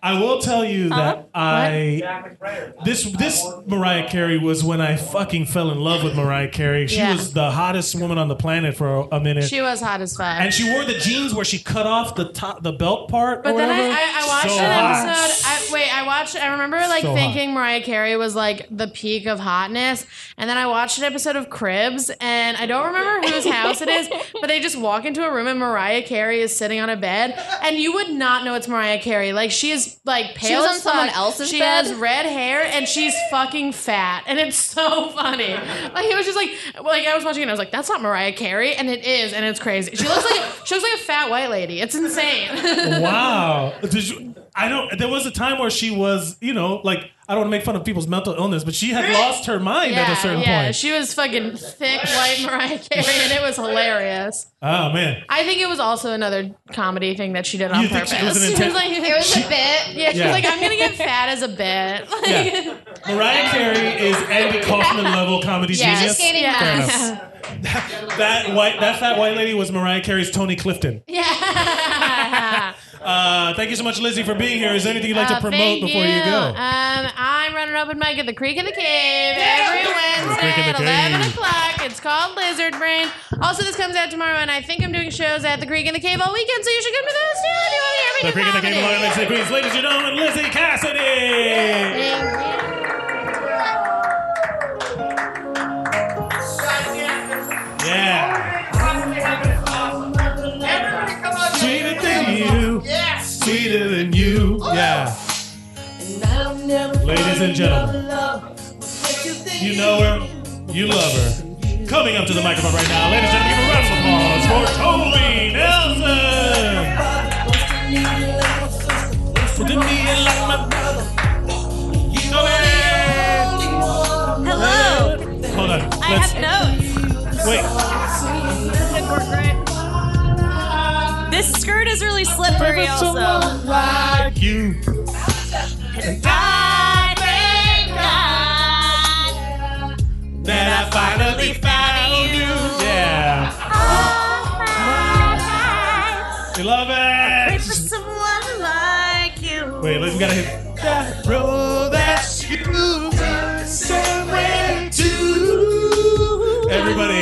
S1: I will tell you that
S10: Huh?
S1: I this this Mariah Carey was when I fucking fell in love with Mariah Carey. She
S16: Yeah.
S1: was the hottest woman on the planet for a minute.
S16: She was hot as fuck.
S1: and she wore the jeans where she cut off the top, the belt part.
S16: But
S1: or
S16: then I,
S1: whatever.
S16: I, I watched
S1: So
S16: an
S1: hot.
S16: episode. I, wait, I watched. I remember like
S1: So hot.
S16: thinking Mariah Carey was like the peak of hotness, and then I watched an episode of Cribs, and I don't remember whose house it is, but they just walk into a room and Mariah Carey is sitting on a bed, and you would not know it's Mariah Carey. Like she is like pale.
S8: She was
S16: as
S8: on someone
S16: fuck.
S8: else's
S16: She
S8: bed?
S16: has red hair, and she's fucking fat, and it's so funny. Like it was just like like I was watching it, and I was like, that's not Mariah Carey, and it is, and it's crazy. She looks like she looks like a fat white lady. It's insane.
S1: wow. Did you- I don't. There was a time where she was, you know, like I don't want to make fun of people's mental illness, but she had lost her mind at a certain
S16: yeah,
S1: point.
S16: she was fucking thick white Mariah Carey, and it was hilarious.
S1: oh man.
S16: I think it was also another comedy thing that she did on
S1: You think
S16: purpose.
S1: she was an intent-
S16: like, it was a bit. Yeah, she
S1: Yeah.
S16: was like, I'm gonna get fat as a bit. Like,
S1: Yeah. Mariah Carey is Andy Kaufman level comedy
S16: Yeah.
S1: genius.
S16: Just skating
S1: Fair
S16: back.
S1: enough. That white, that fat white lady was Mariah Carey's Tony Clifton. Uh, thank you so much, Lizzie, for being here. Is there anything you'd like
S16: Uh,
S1: to promote
S16: thank
S1: before you,
S16: Um,
S1: go?
S16: I'm running open mic at the Creek in the Cave every Wednesday
S1: Creek in
S16: at
S1: the
S16: 11
S1: Cave.
S16: o'clock. It's called Lizard Brain. Also, this comes out tomorrow, and I think I'm doing shows at the Creek in the Cave all weekend, so you should come to those too if you want to hear me
S1: The
S16: do
S1: Creek in the Cave,
S16: comedy.
S1: Long Island City, Queens. Ladies and gentlemen, Lizzie Cassidy.
S17: Yeah.
S1: Sweeter than you.
S17: Yeah.
S1: Sweeter than you.
S17: Oh,
S1: Yeah. Ladies and gentlemen, you know her, you love her. Coming up to the microphone right now, ladies and gentlemen, give a round of applause for Toby Nelson.
S17: Hello.
S1: Hold on.
S17: I
S1: Let's,
S17: have notes.
S1: Wait.
S17: This didn't work right.
S18: This skirt is really slippery,
S17: Never someone
S18: also.
S17: like
S1: you.
S17: I thank God that I finally found you.
S1: Yeah. You love
S17: Wait
S1: it.
S17: for someone like you.
S1: Wait, let's- we gotta hit-
S17: that road that you send me to.
S1: Everybody,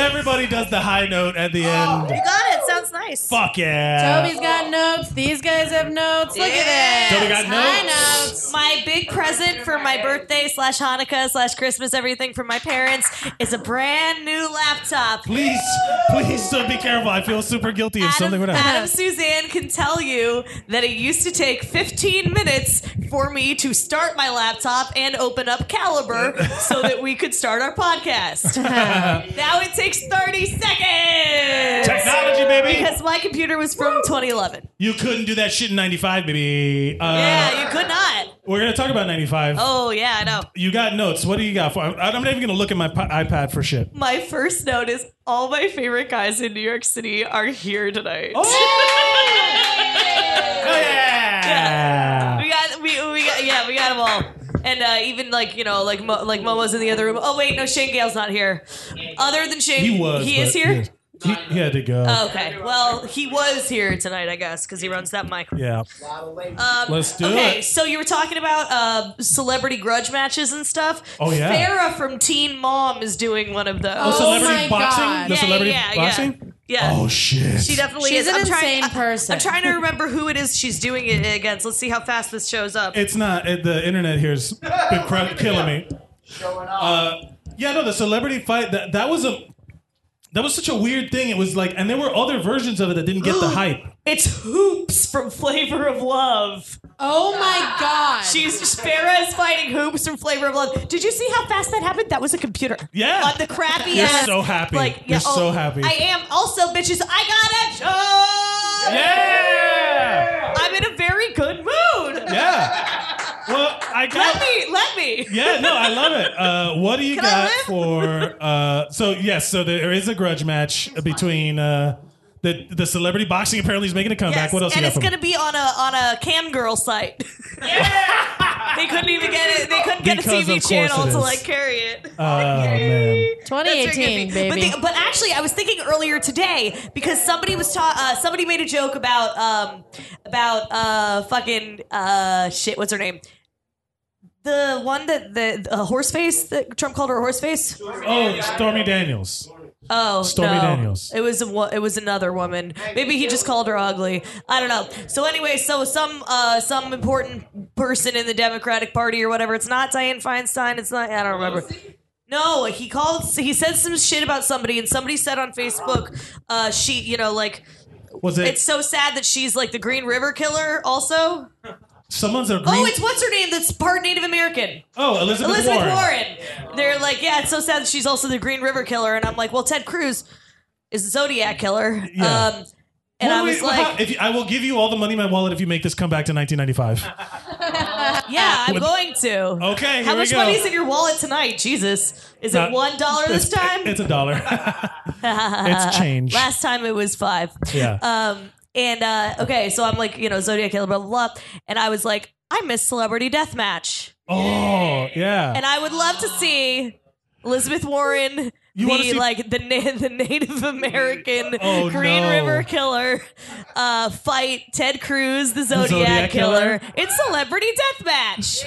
S1: everybody does the high note at
S17: Oh,
S1: the end.
S18: You got it. Sounds nice.
S1: Fuck yeah.
S16: Toby's got notes. These guys have notes. Look
S18: Yeah.
S16: at this.
S1: Toby got
S16: Hi,
S1: notes.
S18: My big present for my birthday slash Hanukkah slash Christmas everything from my parents is a brand new laptop.
S1: Please, please sir, be careful. I feel super guilty if something would
S18: Adam
S1: happen.
S18: Suzanne can tell you that it used to take 15 minutes for me to start my laptop and open up Caliber so that we could start our podcast. now it takes 30 seconds.
S1: Technology, baby.
S18: Because my computer was from 2011.
S1: You couldn't do that shit in 95, baby. Uh,
S18: yeah, you could not.
S1: We're going to talk about 95.
S18: Oh, yeah, I know.
S1: You got notes. What do you got for? I'm, I'm not even going to look at my pi- iPad for shit.
S18: My first note is all my favorite guys in New York City are here tonight.
S1: Oh!
S18: We got we, we got yeah we got them all, and uh, even like you know like Mo, like Momo's in the other room. Oh wait, no, Shane Gale's not here. Other than Shane,
S1: He was.
S18: He is
S1: but-
S18: here.
S1: Yeah. He, he had to go.
S18: Oh, okay, well he was here tonight, I guess, because he runs that mic.
S1: Yeah.
S18: Um,
S1: Let's do
S18: okay,
S1: it.
S18: so you were talking about uh, celebrity grudge matches and stuff.
S1: Oh, yeah.
S18: Farrah from Teen Mom is doing one of those.
S1: Oh, celebrity my boxing? God. The
S18: Yeah,
S1: celebrity
S18: yeah, yeah,
S1: boxing?
S18: Yeah.
S1: Oh, shit.
S18: She definitely
S16: She's
S18: is.
S16: an
S18: I'm
S16: insane
S18: trying,
S16: person.
S18: I, am trying to remember who it is she's doing it against. Let's see how fast this shows up.
S1: It's not. It, the internet here's been cra- killing me. Uh, yeah, no, the celebrity fight that that was a that was such a weird thing. It was like, and there were other versions of it that didn't get the hype.
S18: It's Hoops from Flavor of Love.
S16: Oh my god.
S18: She's Farrah is fighting Hoops from Flavor of Love. Did you see how fast that happened? That was a computer.
S1: Yeah.
S18: On the crappy
S1: You're
S18: ass.
S1: so happy.
S18: Like, yeah,
S1: You're
S18: oh,
S1: so happy.
S18: I am also bitches. I got a show.
S1: Yeah.
S18: I'm in a very good mood.
S1: Yeah. Well, I got.
S18: Let me, let me.
S1: Yeah, no, I love it. Uh, what do you
S18: Can I
S1: got
S18: live?
S1: for? Uh, so yes, so there is a grudge match between uh, the the celebrity boxing. Apparently, is making a comeback.
S18: Yes,
S1: what else
S18: and
S1: you
S18: it's
S1: got?
S18: gonna be on a on a cam girl site. they couldn't even get it. They couldn't get
S1: Because
S18: a
S1: of
S18: TV
S1: course
S18: channel
S1: it
S18: to
S1: is.
S18: like carry it.
S1: from? Uh, man.
S16: 2018,
S18: That's very good.
S16: baby.
S18: But, the- but actually, I was thinking earlier today because somebody was ta- uh, somebody made a joke about um, about uh fucking uh shit. What's her name? The one that the uh, horse face that Trump called her horse face.
S1: Oh, Stormy Daniels.
S18: Oh,
S1: Stormy
S18: no.
S1: Daniels.
S18: It was a, wo- it was another woman. Maybe he just called her ugly. I don't know. So anyway, so some uh, some important person in the Democratic Party or whatever. It's not Dianne Feinstein. It's not. I don't remember. No, he called. He said some shit about somebody, and somebody said on Facebook, uh, she, you know, like.
S1: Was it-
S18: It's so sad that she's like the Green River Killer. Also,
S1: Someone's a green.
S18: oh, it's what's her name? That's part Native American.
S1: Oh, Elizabeth Warren.
S18: Warren. They're like, yeah, it's so sad that she's also the Green River Killer, and I'm like, well, Ted Cruz is the Zodiac Killer.
S1: Yeah.
S18: Um, and
S1: Well,
S18: I was
S1: wait,
S18: like,
S1: well, how- if you- I will give you all the money in my wallet if you make this come back to 1995.
S18: yeah, I'm
S1: With-
S18: going to.
S1: Okay, here
S18: How
S1: we
S18: much
S1: go.
S18: money's in your wallet tonight? Jesus, is
S1: Not-
S18: it one dollar this
S1: it's-
S18: time?
S1: It's a dollar. It's change.
S18: Last time it was five.
S1: Yeah.
S18: Um, and uh, okay, so I'm like, you know, Zodiac Killer, blah, blah, blah. And I was like, I miss Celebrity Deathmatch.
S1: oh, yeah.
S18: And I would love to see Elizabeth Warren, the
S1: You wanna see-
S18: like the na- the Native American
S1: Oh,
S18: Green
S1: no.
S18: River Killer, uh, fight Ted Cruz, the Zodiac,
S1: Zodiac
S18: killer.
S1: Killer.
S18: It's Celebrity Deathmatch.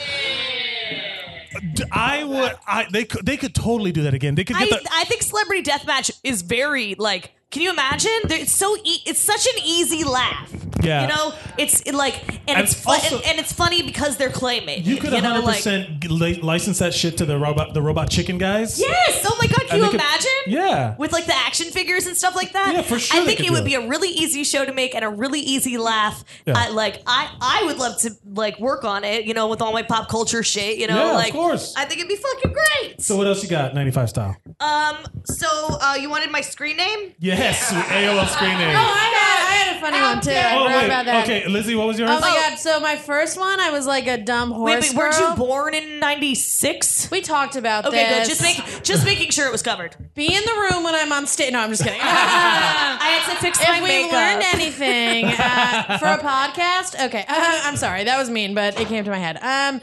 S1: D- I would. I they could they could totally do that again. They could
S18: I
S1: get the.
S18: I think Celebrity Deathmatch is very like. Can you imagine? There- It's so e- it's such an easy laugh.
S1: Yeah.
S18: You know, it's it, like and
S1: And
S18: it's fu-
S1: also-
S18: and, and it's funny because they're claiming.
S1: You could
S18: you know,
S1: 100% g- li- license that shit to the robot the robot chicken guys.
S18: Yes. Oh my God. Can
S1: And
S18: you
S1: they could-
S18: imagine?
S1: Yeah.
S18: With like the action figures and stuff like that.
S1: Yeah, for sure
S18: I
S1: they
S18: think
S1: could
S18: it
S1: do
S18: would
S1: it.
S18: be a really easy show to make and a really easy laugh.
S1: Yeah.
S18: I, like I, I would love to like work on it. You know, with all my pop culture shit. You know,
S1: Yeah, of
S18: like
S1: course.
S18: I think it'd be fucking great.
S1: So what else you got? 95 style.
S18: Um. So uh, you wanted my screen name? Um,
S1: Yes, AOL screen name.
S16: I had a funny one too. I
S1: Oh,
S16: forgot
S1: wait.
S16: about that.
S1: Okay, Lizzie, what was yours?
S16: Oh my god! So my first one, I was like a dumb horse.
S18: but weren't you
S16: born
S18: in '96?
S16: We talked about
S18: Okay, good.
S16: this.
S18: Just make just making sure it was covered.
S16: Be in the room when I'm on stage. No, I'm just kidding. I
S18: had to fix
S16: if
S18: my
S16: we
S18: makeup.
S16: learned anything uh, for a podcast, okay. Uh, I'm sorry, that was mean, but it came to my head. Um,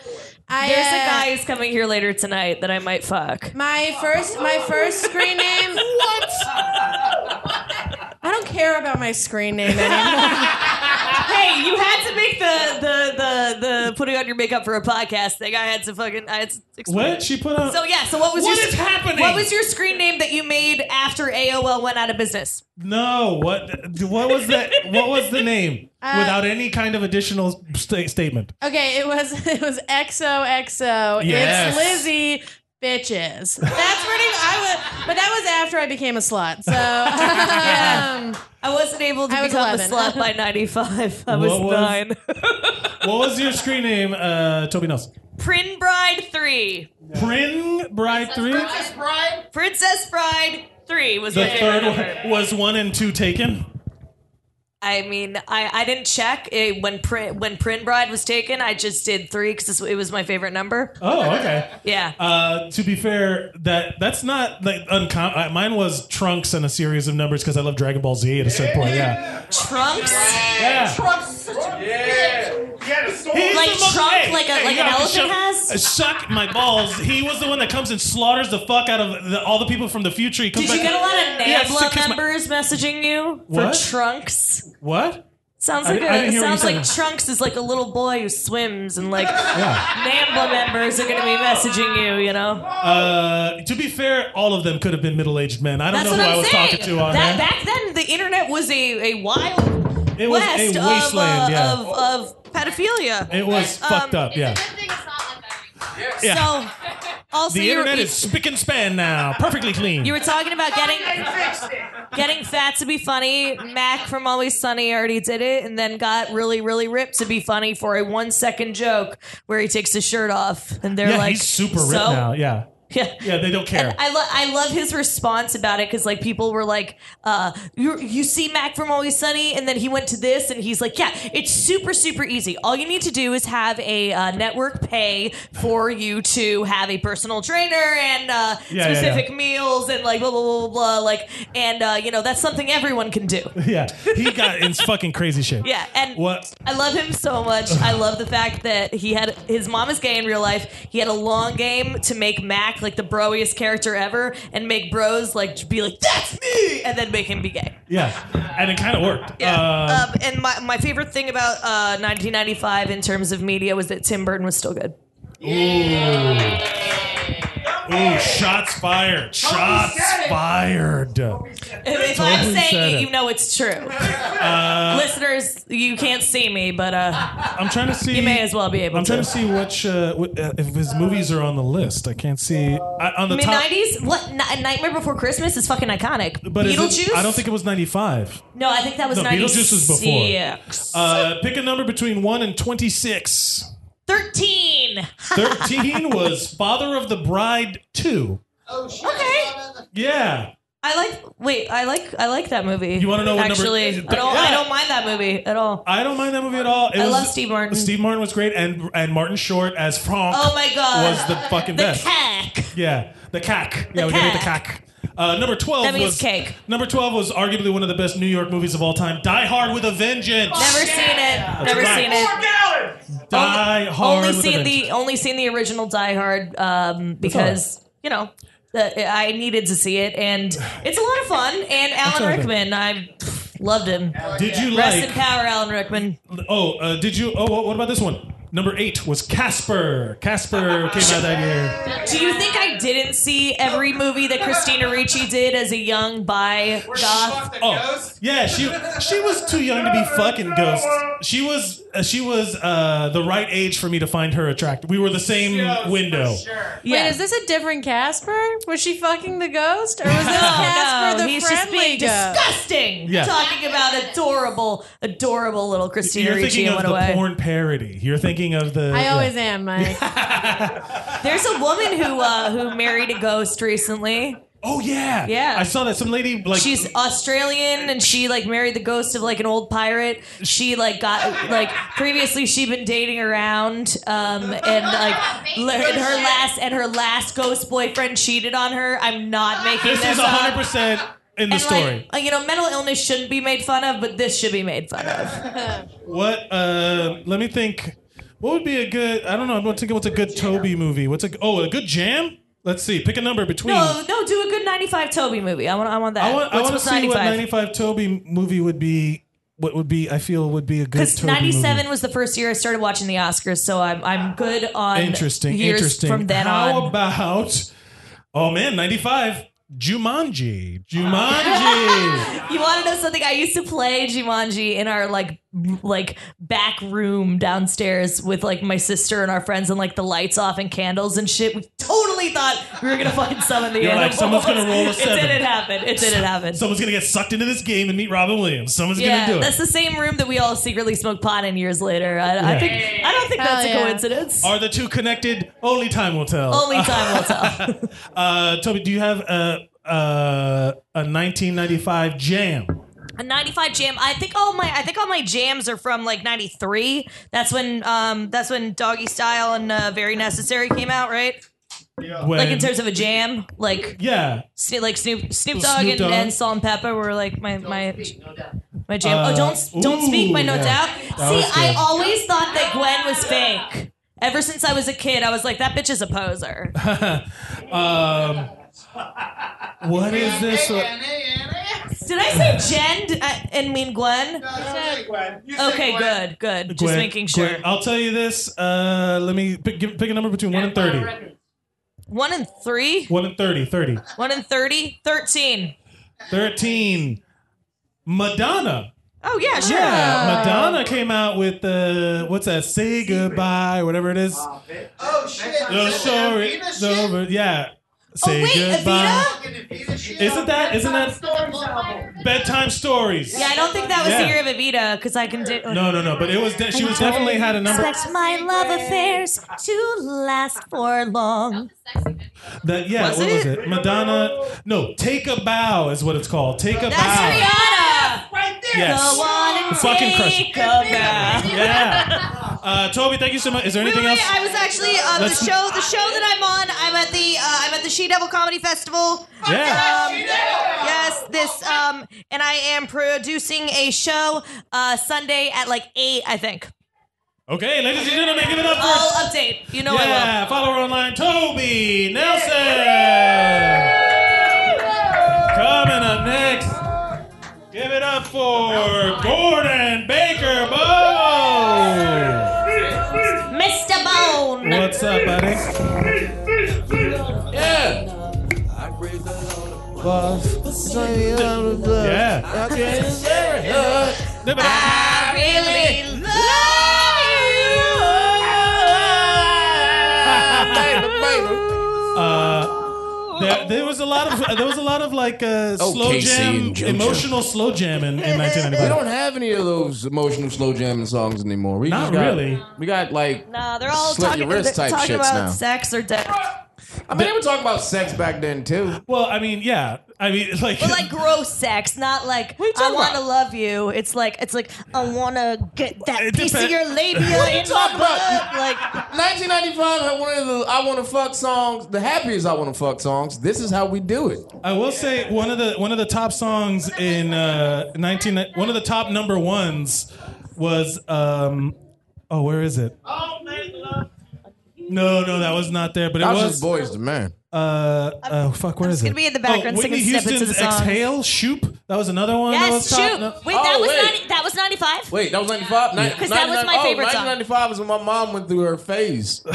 S16: I,
S18: There's
S16: uh,
S18: a guy who's coming here later tonight that I might fuck.
S16: My first, my first screen name. what? I don't care about my screen name anymore.
S18: hey, you had to make the, the the the putting on your makeup for a podcast thing. I had to fucking I had to explain.
S1: What? She put on-
S18: So yeah. So what was
S1: What
S18: your,
S1: is happening?
S18: What was your screen name that you made after AOL went out of business?
S1: No, what what was that? what was the name
S16: Uh,
S1: without any kind of additional sta- statement?
S16: okay, it was it was XOXO.
S1: Yes.
S16: It's Lizzie. Bitches. That's pretty. I was, but that was after I became a slut. So um,
S18: I wasn't able to
S16: I was
S18: become
S16: 11.
S18: a slut by '95. I was,
S1: What was-
S18: nine.
S1: What was your screen name, uh, Toby Nelson?
S18: Prin Bride Three.
S1: Prin Bride Three.
S18: Bride. Princess Bride Three was
S1: The
S18: my favorite
S1: third
S18: number.
S1: one was one and two taken.
S18: I mean, I, I didn't check eh, when Prin, when Prin Bride was taken. I just did three because it was my favorite number.
S1: Oh, okay.
S18: Yeah.
S1: Uh, to be fair, that that's not like uncommon. Uh, mine was trunks and a series of numbers because I love Dragon Ball Z at a certain point. Yeah.
S18: Trunks?
S1: Yeah.
S15: Trunks is such a bitch. Yeah, the sword.
S1: He's the most- hey, hey, you have to shut-
S18: has?
S1: uh, Suck my balls. He was the one that comes and slaughters the fuck out of the, all the people from the future. He comes
S18: Did you
S1: back-
S18: get a lot of
S1: Yeah, to
S18: NABLA
S1: kiss my-
S18: members messaging you
S1: What?
S18: for Trunks?
S1: What?
S18: Sounds
S1: I
S18: like
S1: di- I
S18: a,
S1: didn't hear what
S18: sounds
S1: you
S18: like
S1: said.
S18: Trunks is like a little boy who swims and like
S1: Yeah.
S18: NABLA members are gonna be messaging you, you know.
S1: Uh, to be fair, all of them could have been middle-aged men. I don't
S18: That's
S1: know who
S18: what I'm
S1: I was
S18: saying.
S1: talking to on
S18: that, back
S1: that.
S18: then, the internet was a, a wild
S1: It was a
S18: west of, uh,
S1: wasteland, yeah.
S18: of of pedophilia.
S1: It was
S18: Um,
S1: fucked up. Yeah. Yeah.
S18: So, also
S1: the
S18: you were-
S1: internet is spick and span now, perfectly clean.
S18: You were talking about getting getting fat to be funny. Mac from Always Sunny already did it, and then got really, really ripped to be funny for a one second joke where he takes his shirt off, and they're
S1: yeah,
S18: like,
S1: he's super ripped
S18: "So?"
S1: now. Yeah.
S18: Yeah.
S1: Yeah, they don't care.
S18: I love I love his response about it because like people were like, uh, you you see Mac from Always Sunny, and then he went to this, and he's like, yeah, it's super super easy. All you need to do is have a uh, network pay for you to have a personal trainer and uh,
S1: Yeah, yeah,
S18: specific meals and like blah blah blah blah, blah like and uh, you know that's something everyone can do.
S1: yeah. He got in fucking crazy shape.
S18: Yeah, and
S1: What?
S18: I love him so much. I love the fact that he had his mom is gay in real life. He had a long game to make Mac act like the broiest character ever and make bros like be like that's me and then make him be gay.
S1: Yeah, and it kind of worked. Uh, Yeah.
S18: Um, and my, my favorite thing about uh, 1995 in terms of media was that Tim Burton was still good.
S1: Ooh. Ooh, shots fired. Shots fired.
S18: If, if I'm
S1: Totally said
S18: saying
S1: it.
S18: it, you know it's true.
S1: Uh,
S18: Listeners, you can't see me, but uh, I'm
S1: trying to see.
S18: You may as well be able
S1: I'm
S18: to.
S1: trying to see which uh, what, uh, if his movies are on the list. I can't see I, on the
S18: Mid
S1: top.
S18: '90s, what N- Nightmare Before Christmas is fucking iconic.
S1: But is it-
S18: Beetlejuice.
S1: I don't think it was 95.
S18: No, I think that was
S1: no,
S18: 96.
S1: Beetlejuice was before. Uh, pick a number between one and 26.
S18: Thirteen.
S1: 13 was Father of the Bride 2.
S18: Okay.
S1: Yeah.
S18: I like. Wait, I like. I like that movie. You
S1: want to know what number-
S18: Actually, I don't. I
S1: Yeah.
S18: don't mind that movie at all.
S1: I don't mind that movie at all.
S18: I love Steve Martin.
S1: Steve Martin was great, and and Martin Short as Frank.
S18: Oh my God.
S1: was the fucking
S18: The
S1: best.
S18: cack.
S1: Yeah, the cack. yeah, we gotta get the cack. Uh, number twelve.
S18: That means
S1: was,
S18: cake.
S1: Number twelve was arguably one of the best New York movies of all time. Die Hard with a Vengeance.
S18: Never seen it. Never
S1: right.
S18: seen it.
S1: Four Die Hard.
S18: only
S1: with a
S18: seen
S1: Vengeance.
S18: the only seen the original Die Hard um, because you know the, I needed to see it, and it's a lot of fun. And Alan
S1: all right.
S18: Rickman, I pff, loved him.
S1: Did you
S18: Rest
S1: like-
S18: in power, Alan Rickman?
S1: Oh, uh, did you? Oh, what what about this one? Number eight was Casper. Casper came out that year.
S18: Do you think I didn't see every movie that Christina Ricci did as a young bi goth?
S1: Oh, yeah, she she was too young to be fucking ghosts. She was uh, she was uh, the right age for me to find her attractive. We were the same window.
S16: Wait, is this a different Casper? Was she fucking the ghost, or was this Casper the
S18: he's just
S16: friendly
S18: being
S16: ghost?
S18: disgusting.
S1: Yeah.
S18: Talking about adorable, adorable little Christina
S1: You're
S18: Ricci
S1: thinking
S18: in
S1: of
S18: one
S1: the
S18: away.
S1: porn parody. You're thinking of the.
S18: I always
S16: am, Mike.
S18: There's a woman who uh, who married a ghost recently.
S1: Oh yeah.
S18: Yeah.
S1: I saw that some lady like
S18: she's Australian and she like married the ghost of like an old pirate. She like got like previously she'd been dating around um, and like l- and her last and her last ghost boyfriend cheated on her. I'm not making
S1: This
S18: this,
S1: is
S18: up.
S1: 100 percent in
S18: And,
S1: the
S18: like,
S1: story.
S18: uh, you know, mental illness shouldn't be made fun of, but this should be made fun of.
S1: What? Uh, let me think. What would be a good? I don't know. I'm going to think. What's a good Toby movie? What's a? Oh, a good jam. Let's see. Pick a number between.
S18: no, no, do a good '95 Toby movie. I want, I want that.
S1: I want. I
S18: What's-
S1: want to
S18: what's
S1: see what 95 Toby movie would be. What would be? I feel would be a good.
S18: Because
S1: Toby
S18: '97
S1: movie.
S18: was the first year I started watching the Oscars, so I'm I'm good on
S1: Interesting.
S18: years
S1: interesting.
S18: from then
S1: How
S18: on.
S1: about? Oh man, 95. Jumanji. Jumanji.
S18: You want to know something? I used to play Jumanji in our like m- like back room downstairs with like my sister and our friends and like the lights off and candles and shit. We totally thought we were gonna fucking summon the
S1: You're like,
S18: animals.
S1: someone's gonna roll a seven.
S18: It didn't happen. It didn't happen.
S1: Someone's gonna get sucked into this game and meet Robin Williams. Someone's
S18: yeah,
S1: gonna do it.
S18: that's the same room that we all secretly smoked pot in years later. I, I
S1: Yeah.
S18: think I don't think
S16: Hell
S18: that's
S16: yeah.
S18: a coincidence.
S1: Are the two connected? Only time will tell.
S18: Only time will tell.
S1: Uh, Toby, do you have a uh, a 1995 jam?
S18: A 95 jam. I think all my I think all my jams are from like 93. That's when um that's when Doggy Style and uh, Very Necessary came out, right?
S1: When-
S18: Like in terms of a jam, like
S1: Yeah.
S18: Sno- like Snoop Snoop Dogg,
S1: Snoop Dogg.
S18: And, and Salt and Pepper were like my my my jam.
S1: Uh,
S18: oh, don't don't speak my
S1: ooh,
S18: no
S1: yeah.
S18: doubt.
S1: That
S18: See,
S1: was
S18: I
S1: good.
S18: always thought that Gwen was fake. Ever since I was a kid, I was like that bitch is a poser.
S1: um, what is this? one?
S18: Did I say Jen d- I- and mean Gwen? okay, good, good. Just
S1: Gwen-
S18: making sure.
S1: Gwen, I'll tell you this. Uh, let me pick, give, pick a number between one and thirty.
S18: One and three.
S1: One and 30, 30.
S18: One in 30? 13.
S1: 13. Madonna.
S18: Oh, yeah, sure.
S1: Yeah, Madonna came out with uh, what's that? Say goodbye, whatever it is.
S3: Oh shit!
S1: No, sorry. No, yeah. Say
S18: Oh, wait,
S1: goodbye.
S3: Evita?
S1: Isn't that? Isn't that? Bedtime stories.
S18: Yeah, I don't think that was
S1: Yeah.
S18: the year of Evita because I can do.
S1: No, no, no. But it was. De- she was definitely had a number.
S18: Expect my love affairs to last for long.
S1: That yeah.
S18: Was
S1: what was
S18: it?
S1: it? Madonna. No, take a bow is what it's called. Take a
S18: That's
S1: bow.
S18: Rihanna. Right
S1: there. Yes.
S18: Go on and
S1: The fucking crush.
S18: take a bow.
S1: Yeah. Uh, Toby, thank you so much. Is there
S18: Wait,
S1: anything
S18: wait, wait,
S1: else?
S18: I was actually on
S1: Let's-
S18: the show. The show that I'm on, I'm at the uh, I'm at the She Devil Comedy Festival.
S1: Yeah.
S18: Um, yes, this um, and I am producing a show uh, Sunday at like eight, I think.
S1: Okay, ladies and gentlemen, give it up for
S18: I'll update. You know I
S1: yeah,
S18: will.
S1: follow her online, Toby Nelson. Coming up next, give it up for Gordon Baker Bones.
S18: Mr. Bone.
S1: What's up, buddy?
S18: Yeah.
S1: Yeah.
S18: I really love
S1: Uh, there, there was a lot of there was a lot of like uh,
S17: Oh,
S1: slow
S17: KC
S1: jam,
S17: and JoJo.
S1: emotional slow jam in, in
S17: We don't
S1: 1995.
S17: have any of those emotional slow jamming songs anymore. We
S1: Not
S17: just got,
S1: really.
S17: We got like
S18: Nah, they're all
S17: Slit
S18: talking,
S17: your wrist
S18: they're
S17: type
S18: talking
S17: shits
S18: about
S17: now.
S18: sex or death.
S17: I mean, they were talking about sex back then too.
S1: Well, I mean, yeah. I mean, like,
S18: But like gross sex, not like I want to love you. It's like it's like I want to get that piece of
S17: depend-
S18: your labia
S17: What you
S18: in my
S17: talking about?
S18: butt. Like
S17: 1995 had one of the I want to fuck songs, the happiest I want to fuck songs. This is how we do it.
S1: I will say one of the one of the top songs in uh, 19 one of the top number ones was um oh where is it? No, no, that was not there, but it
S17: I
S1: was
S17: was just boys to man.
S1: Uh, uh, fuck, where is
S18: gonna
S1: it?
S18: be in the background
S1: oh,
S18: singing
S1: Whitney
S18: snippets of
S1: Houston's
S18: songs.
S1: "Exhale," "Shoop." That was another one. that was
S18: yes,
S1: top-
S18: shoot.
S1: no-
S18: Wait, that
S17: Oh,
S18: was
S17: wait.
S18: 90, that was ninety five.
S17: Wait, that was 95? Nin-
S18: 'Cause that was
S17: 99
S18: my
S17: oh,
S18: favorite song.
S17: 1995 was when my mom went through her phase. I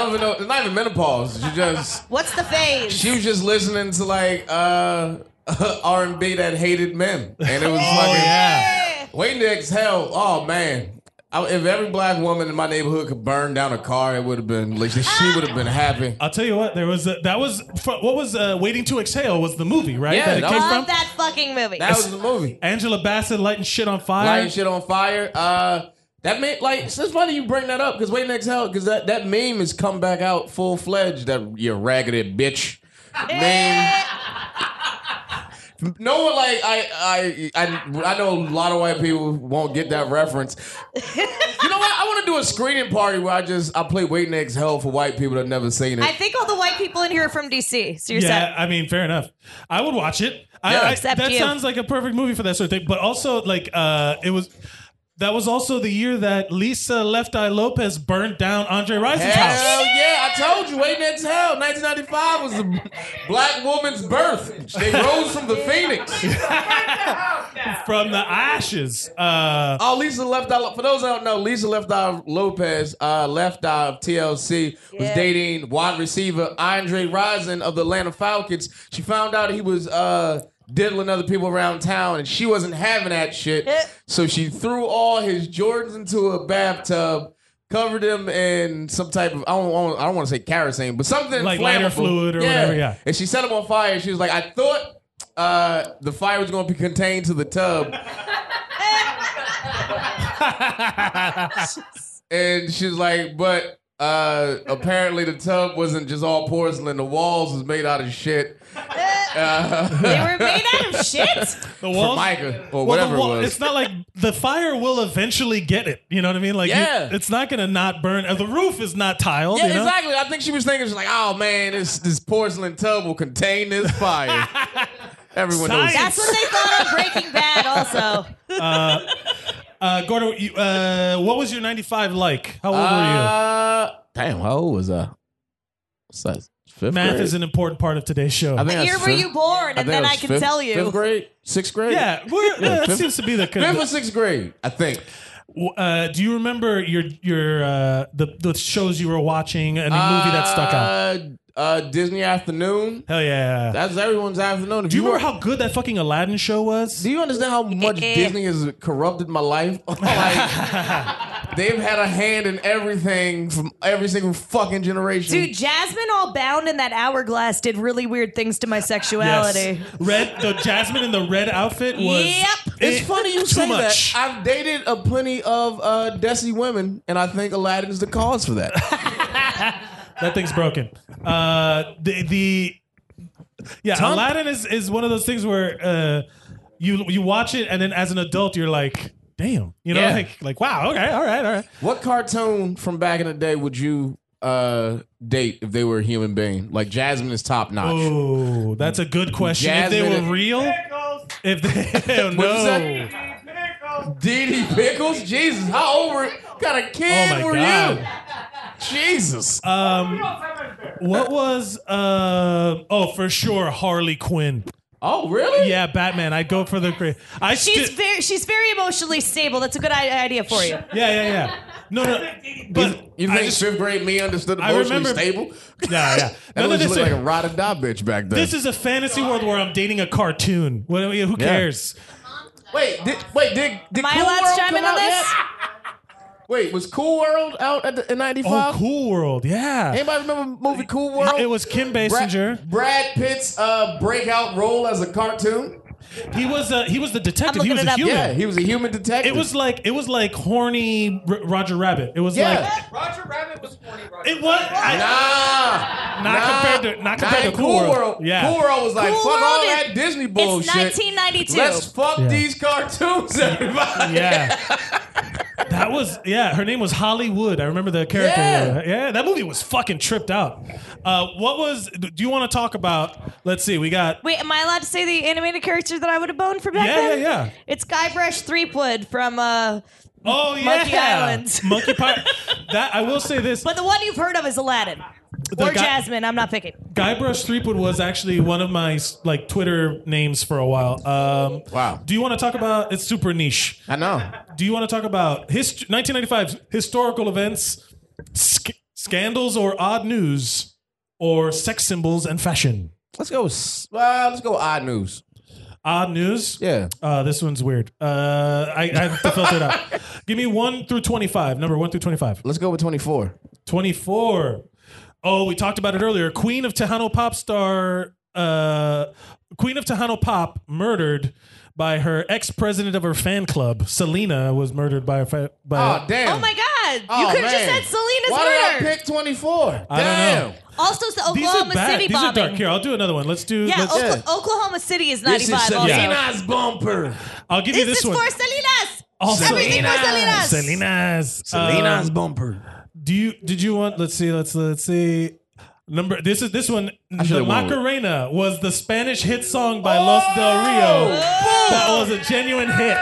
S17: don't even know. It's not even menopause. She just
S18: What's the phase?
S17: she was just listening to like uh R and B that hated men, and it was
S18: Oh,
S17: fucking
S1: yeah.
S17: Waiting to exhale. Oh man. I, if every black woman in my neighborhood could burn down a car, it would have been like she would have been happy.
S1: I'll tell you what. There was a, that was fr- what was uh, "Waiting to Exhale" was the movie, right?
S17: Yeah,
S1: it
S17: that
S1: came
S17: was-
S1: from.
S18: Love that fucking movie.
S17: That was the movie.
S1: Angela Bassett lighting shit on fire.
S17: Lighting shit on fire. Uh, that made like it's just funny you bring that up because waiting to exhale because that that meme has come back out full fledged. That you raggedy bitch meme. No one like I, I I I know a lot of white people won't get that reference. You know what? I want to do a screening party where I just I play Waiting to Exhale for white people that never seen it.
S18: I think all the white people in here are from DC. So you're
S1: yeah,
S18: set.
S1: I mean, fair enough. I would watch it. I-
S18: Yeah.
S1: I-
S18: Except
S1: that
S18: you.
S1: sounds like a perfect movie for that sort of thing. But also, like, uh, it was. That was also the year that Lisa Left Eye Lopez burned down Andre Rison's
S17: Hell
S1: house.
S17: yeah! I told you, Waiting to Exhale, 1995 was the black woman's birth. They rose from the phoenix.
S1: From the ashes. Uh,
S17: oh, Lisa Left Eye. For those that don't know, Lisa Left Eye Lopez, uh, Left Eye of TLC, was
S18: Yeah.
S17: dating wide receiver Andre Rison of the Atlanta Falcons. She found out he was uh, diddling other people around town, and she wasn't having that shit. So she threw all his Jordans into a bathtub. Covered him in some type of I don't, I don't, I don't want to say kerosene, but something
S1: Like lighter
S17: flammable.
S1: fluid or whatever, yeah.
S17: And she set him on fire. And she was like, "I thought uh, the fire was going to be contained to the tub, and she's like, but uh, apparently the tub wasn't just all porcelain. The walls was made out of shit. Uh,
S18: they were made out of shit.
S1: The walls,
S17: Formica,
S1: Well, the
S17: or whatever
S1: wall-
S17: it was.
S1: It's not like the fire will eventually get it. You know what I mean? Like, you-
S17: Yeah.
S1: it's not gonna not burn. uh, The roof is not tiled.
S17: yeah,
S1: you know?
S17: exactly. I think she was thinking, she's like, oh man, this this porcelain tub will contain this fire. Everyone knows.
S18: That's what they thought of Breaking Bad. Also,
S1: uh, uh, Gordo, you, uh, what was your 95 like? How old
S17: Uh, Damn, how old was I? What's that?
S1: were you?
S17: Fifth
S1: Math
S17: grade?
S1: is an important part of today's show.
S17: I think I
S18: what
S17: was
S18: year were
S17: fifth-
S18: you born?
S17: I
S18: And
S17: think
S18: then
S17: was
S18: I can
S17: fifth-
S18: tell you.
S17: Fifth grade, sixth grade.
S1: Yeah, we're, uh, that
S17: fifth-
S1: seems to be the con-
S17: fifth or sixth grade. I think.
S1: W- Uh, do you remember your your uh, the the shows you were watching and a movie that stuck out?
S17: Uh, uh, Disney Afternoon.
S1: Hell yeah!
S17: That's everyone's afternoon. If
S1: Do you
S17: were-
S1: remember how good that fucking Aladdin show was?
S17: Do you understand how much Disney has corrupted my life? like, they've had a hand in everything from every single fucking generation.
S18: Dude, Jasmine all bound in that hourglass did really weird things to my sexuality.
S1: Red the Jasmine in the red outfit was.
S18: Yep.
S17: It's
S1: it-
S17: funny you
S1: too
S17: say
S1: much.
S17: that. I've dated a plenty of uh, Desi women, and I think Aladdin's the cause for that.
S1: That thing's broken. Uh, the the yeah,
S17: Tom-
S1: Aladdin is is one of those things where uh, you you watch it and then as an adult you're like, damn, you know,
S17: Yeah.
S1: like like wow, okay, all right, all right.
S17: What cartoon from back in the day would you uh, date if they were a human being? Like Jasmine is top notch.
S1: Oh, that's a good question. if
S17: Jasmine-
S1: they were real, if they oh,
S17: What'd you
S1: no,
S17: say? Dee Dee Pickles? Jesus, how old were kind of kid
S1: Oh my
S17: were
S1: God.
S17: you? Jesus.
S1: Um, what was uh? Oh, for sure, Harley Quinn.
S17: Oh, really?
S1: Yeah, Batman. I'd go for the. Cra- I
S18: She's
S1: sti-
S18: very she's very emotionally stable. That's a good i- idea for you.
S1: Yeah, yeah, yeah. No, no. But
S17: You think fifth grade me understood
S1: I
S17: emotionally
S1: remember-
S17: stable?
S1: Yeah, yeah.
S17: That
S1: None of
S17: was
S1: this
S17: looked like
S1: is-
S17: a ride or die bitch back then.
S1: this is a fantasy world where I'm dating a cartoon. What, who cares?
S17: Wait, did, wait, did, did
S18: Am I
S17: Cool
S18: allowed to
S17: World
S18: chime
S17: come
S18: in on
S17: out
S18: this?
S17: yet? Wait, was Cool World out at the, in
S1: Oh,
S17: '95?
S1: Cool World. Yeah.
S17: Anybody remember the movie Cool World?
S1: It was Kim Basinger.
S17: Brad, Brad Pitt's uh, breakout role as a cartoon.
S1: He was a he was the detective. He was a human.
S17: Yeah, he was a human detective.
S1: It was like it was like horny R- Roger Rabbit. It was
S17: Yeah.
S1: like Roger Rabbit was horny. It was I,
S17: nah,
S1: not
S17: nah,
S1: compared to not compared
S17: in
S1: to Cool World. Yeah,
S17: Cool World was like
S18: Cool
S17: fuck all
S18: World is-
S17: that Disney
S18: it's
S17: bullshit.
S18: 1992.
S17: Let's fuck
S1: Yeah.
S17: these cartoons, everybody.
S1: yeah. That was yeah. Her name was Hollywood. I remember the character.
S17: Yeah.
S1: Yeah, that movie was fucking tripped out. Uh, what was? Do you want to talk about? Let's see. We got
S18: Wait, am I allowed to say the animated character that I would have boned from back
S1: Yeah,
S18: then?
S1: yeah, yeah.
S18: It's Guybrush Threepwood from uh,
S1: oh yeah,
S18: Monkey Island.
S1: Monkey Pie. that I will say this.
S18: But the one you've heard of is Aladdin
S1: The
S18: or
S1: guy-
S18: Jasmine. I'm not picking. Oh
S1: Guybrush Threepwood was actually one of my like Twitter names for a while. Um, wow. Do you want to talk about? It's super niche.
S17: I know.
S1: Do you want to talk about hist- 1995 historical events, sc- scandals or odd news, or sex symbols and fashion?
S17: Let's go. s- Well, let's go. Odd news.
S1: Odd news.
S17: Yeah.
S1: Uh, this one's weird. Uh, I, I have to filter it out. Give me one through 25. Number one through 25.
S17: Let's go with 24.
S1: 24. Oh, we talked about it earlier. Queen of Tejano pop star, uh, Queen of Tejano pop murdered by her ex president of her fan club. Selena was murdered by her. Fa- by
S17: Oh damn.
S18: Oh my God!
S17: Oh,
S18: you could have just
S17: man.
S18: said Selena's
S17: Why did I
S18: murder.
S17: pick 24?
S1: I don't know.
S18: Also, the
S1: These are
S18: Oklahoma
S1: bad.
S18: City
S1: These are
S18: bombing.
S1: dark. Here, I'll do another one. Let's do.
S18: Yeah, oh,
S1: let's,
S18: Okla- Oklahoma City is 95. also.
S17: bumper.
S1: I'll give you
S18: This
S1: this,
S18: is
S1: one.
S18: for Selena's.
S17: Oh,
S1: Also-
S18: Everything for Selena's.
S1: Selena's.
S17: Selena's
S1: bumper. Um, Do you did you want let's see, let's let's see. Number this is this one the
S17: should've won with-
S1: Macarena was the Spanish hit song by Los Del Rio. That was a genuine hit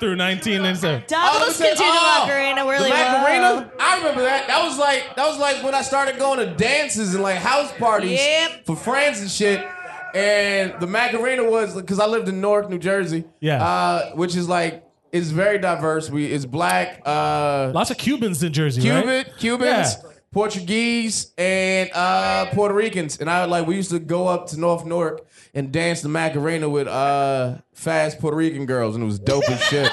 S1: through 1997.
S18: Douglas
S17: Oh,
S18: can do the
S17: oh,
S18: Macarena really
S17: the
S18: well.
S17: Macarena? I remember that. That was like that was like when I started going to dances and like house parties
S18: Yep.
S17: for friends and shit. And the Macarena was because I lived in North New Jersey.
S1: Yeah.
S17: Uh, which is like it's very diverse. We it's black, uh,
S1: Lots of Cubans in Jersey,
S17: Cuban,
S1: right?
S17: Cubans.
S1: Yeah.
S17: Portuguese and uh, Puerto Ricans, and I like we used to go up to North Newark and dance the Macarena with uh, fast Puerto Rican girls, and it was dope as shit.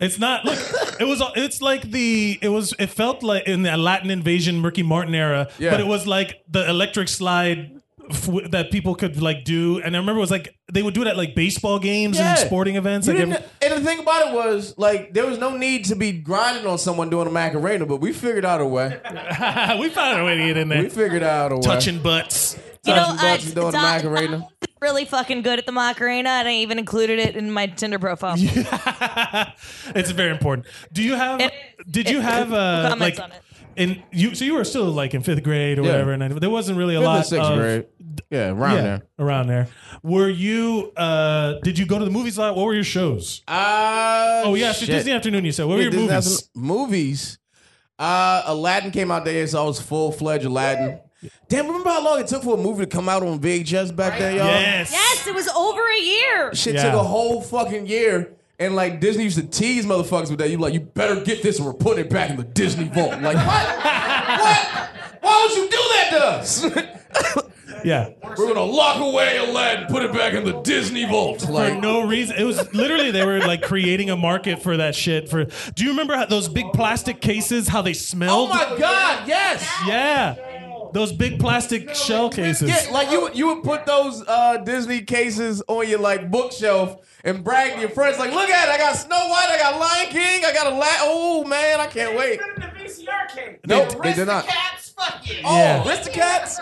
S1: It's not look. It was. It's like the. It was. It felt like in the Latin invasion, Ricky Martin era.
S17: Yeah.
S1: But it was like the electric slide f- that people could like do. And I remember it was like they would do it at like baseball games and
S17: Yeah.
S1: sporting events.
S17: You
S1: Like
S17: didn't- and the thing about it was, like, there was no need to be grinding on someone doing a Macarena, but we figured out a way.
S1: every- we found a way to get in there.
S17: We figured out a way.
S1: Touching butts.
S18: You know,
S17: Touching
S18: uh,
S17: butts and doing a
S18: Don- uh,
S17: Macarena.
S18: really fucking good at the Macarena, and I even included it in my Tinder profile.
S1: It's very important. Do you have? did you
S18: it-
S1: have uh,
S18: comments
S1: like?
S18: on it.
S1: In you, so you were still like in fifth grade or
S17: Yeah.
S1: whatever, and I- there wasn't really a
S17: Fifth or
S1: lot.
S17: sixth
S1: of,
S17: grade. Yeah, around there.
S1: Around there. Were you? Uh, did you go to the movies a lot? What were your shows?
S17: Uh,
S1: oh yeah, so
S17: shit.
S1: Disney Afternoon. You said. What were
S17: Yeah,
S1: your
S17: Disney
S1: movies?
S17: Afternoon- movies. Uh, Aladdin came out there, so I was full fledged Aladdin. Damn, remember how long it took for a movie to come out on VHS back then, y'all?
S1: Yes.
S18: yes, it was over a year.
S17: Shit took a whole fucking year. And like Disney used to tease motherfuckers with that. You like, you better get this and put it back in the Disney vault. Like, what? what? Why would you do that to us?
S1: Yeah.
S17: We're gonna lock away Aladdin, put it back in the Disney vault.
S1: for
S17: Like,
S1: no reason. It was literally they were like creating a market for that shit. For do you remember how those big plastic cases? How they
S17: oh
S1: smelled?
S17: my god, yes.
S1: Yeah, those big plastic shell cases.
S17: Yeah, like you would- you would put those uh, Disney cases on your like bookshelf and brag to your friends, like, look at it, I got Snow White, I got Lion King, I got a la- oh man, I can't wait.
S4: VCR came.
S17: Nope, they did not.
S4: Cats, fuck you.
S17: Oh, Aristocats?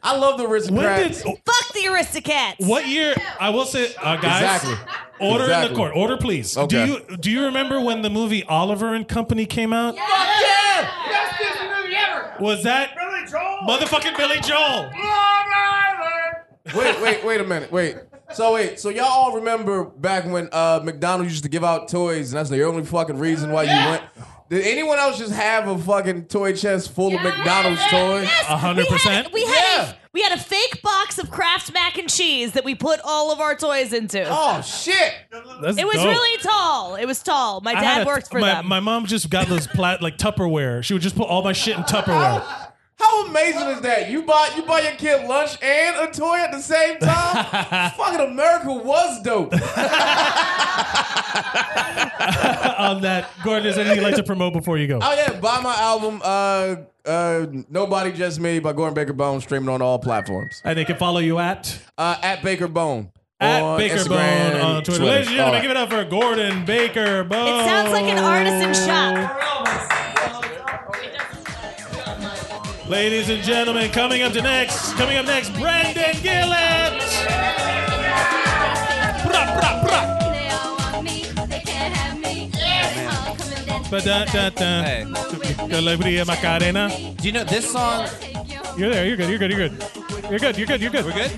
S17: I love the Aristocats.
S1: When did
S18: Fuck the Aristocats.
S1: what year? I will say, uh, guys.
S17: Exactly.
S1: Order in
S17: Exactly.
S1: the court. Order, please.
S17: Okay.
S1: Do you do you remember when the movie Oliver and Company came out?
S17: yeah!
S4: Best Disney movie ever.
S1: Was that
S4: Billy Joel.
S1: motherfucking Billy Joel?
S4: Long Island.
S17: Wait, wait, wait a minute. Wait. So wait, so y'all all remember back when uh, McDonald's used to give out toys, and that's the only fucking reason why you went. Did anyone else just have a fucking toy chest full of McDonald's toys?
S18: Yes,
S1: hundred percent.
S18: We had a we had a fake box of Kraft mac and cheese that we put all of our toys into.
S17: Oh shit!
S1: That's
S18: it was
S1: dope.
S18: really tall. It was tall. My
S1: I had
S18: dad
S1: a-
S18: worked for
S1: my,
S18: them.
S1: My mom just got those plat like Tupperware. She would just put all my shit in Tupperware.
S18: Oh.
S17: How amazing is that? You bought you buy your kid lunch and a toy at the same time. fucking America was dope.
S1: on that. Gordon, is there anything you'd like to promote before you go?
S17: Oh yeah, buy my album. Uh, uh, Nobody Just Me by Gordon Baker Bone, streaming on all platforms.
S1: And they can follow you at
S17: uh, at Baker Bone.
S1: At
S17: on
S1: Baker
S17: Instagram
S1: Bone
S17: and
S1: on Twitter. Ladies and
S17: All
S1: gentlemen,
S17: right.
S1: give it up for Gordon Baker Bone.
S18: It sounds like an artisan shop.
S1: Ladies and gentlemen, coming up to next, coming up next, Brandon Gillett. Ba-da-da-da. Alegría Macarena.
S19: Do you know this song?
S1: You're there. You're good. You're good. You're good. You're good. You're good. You're good. We're
S19: good.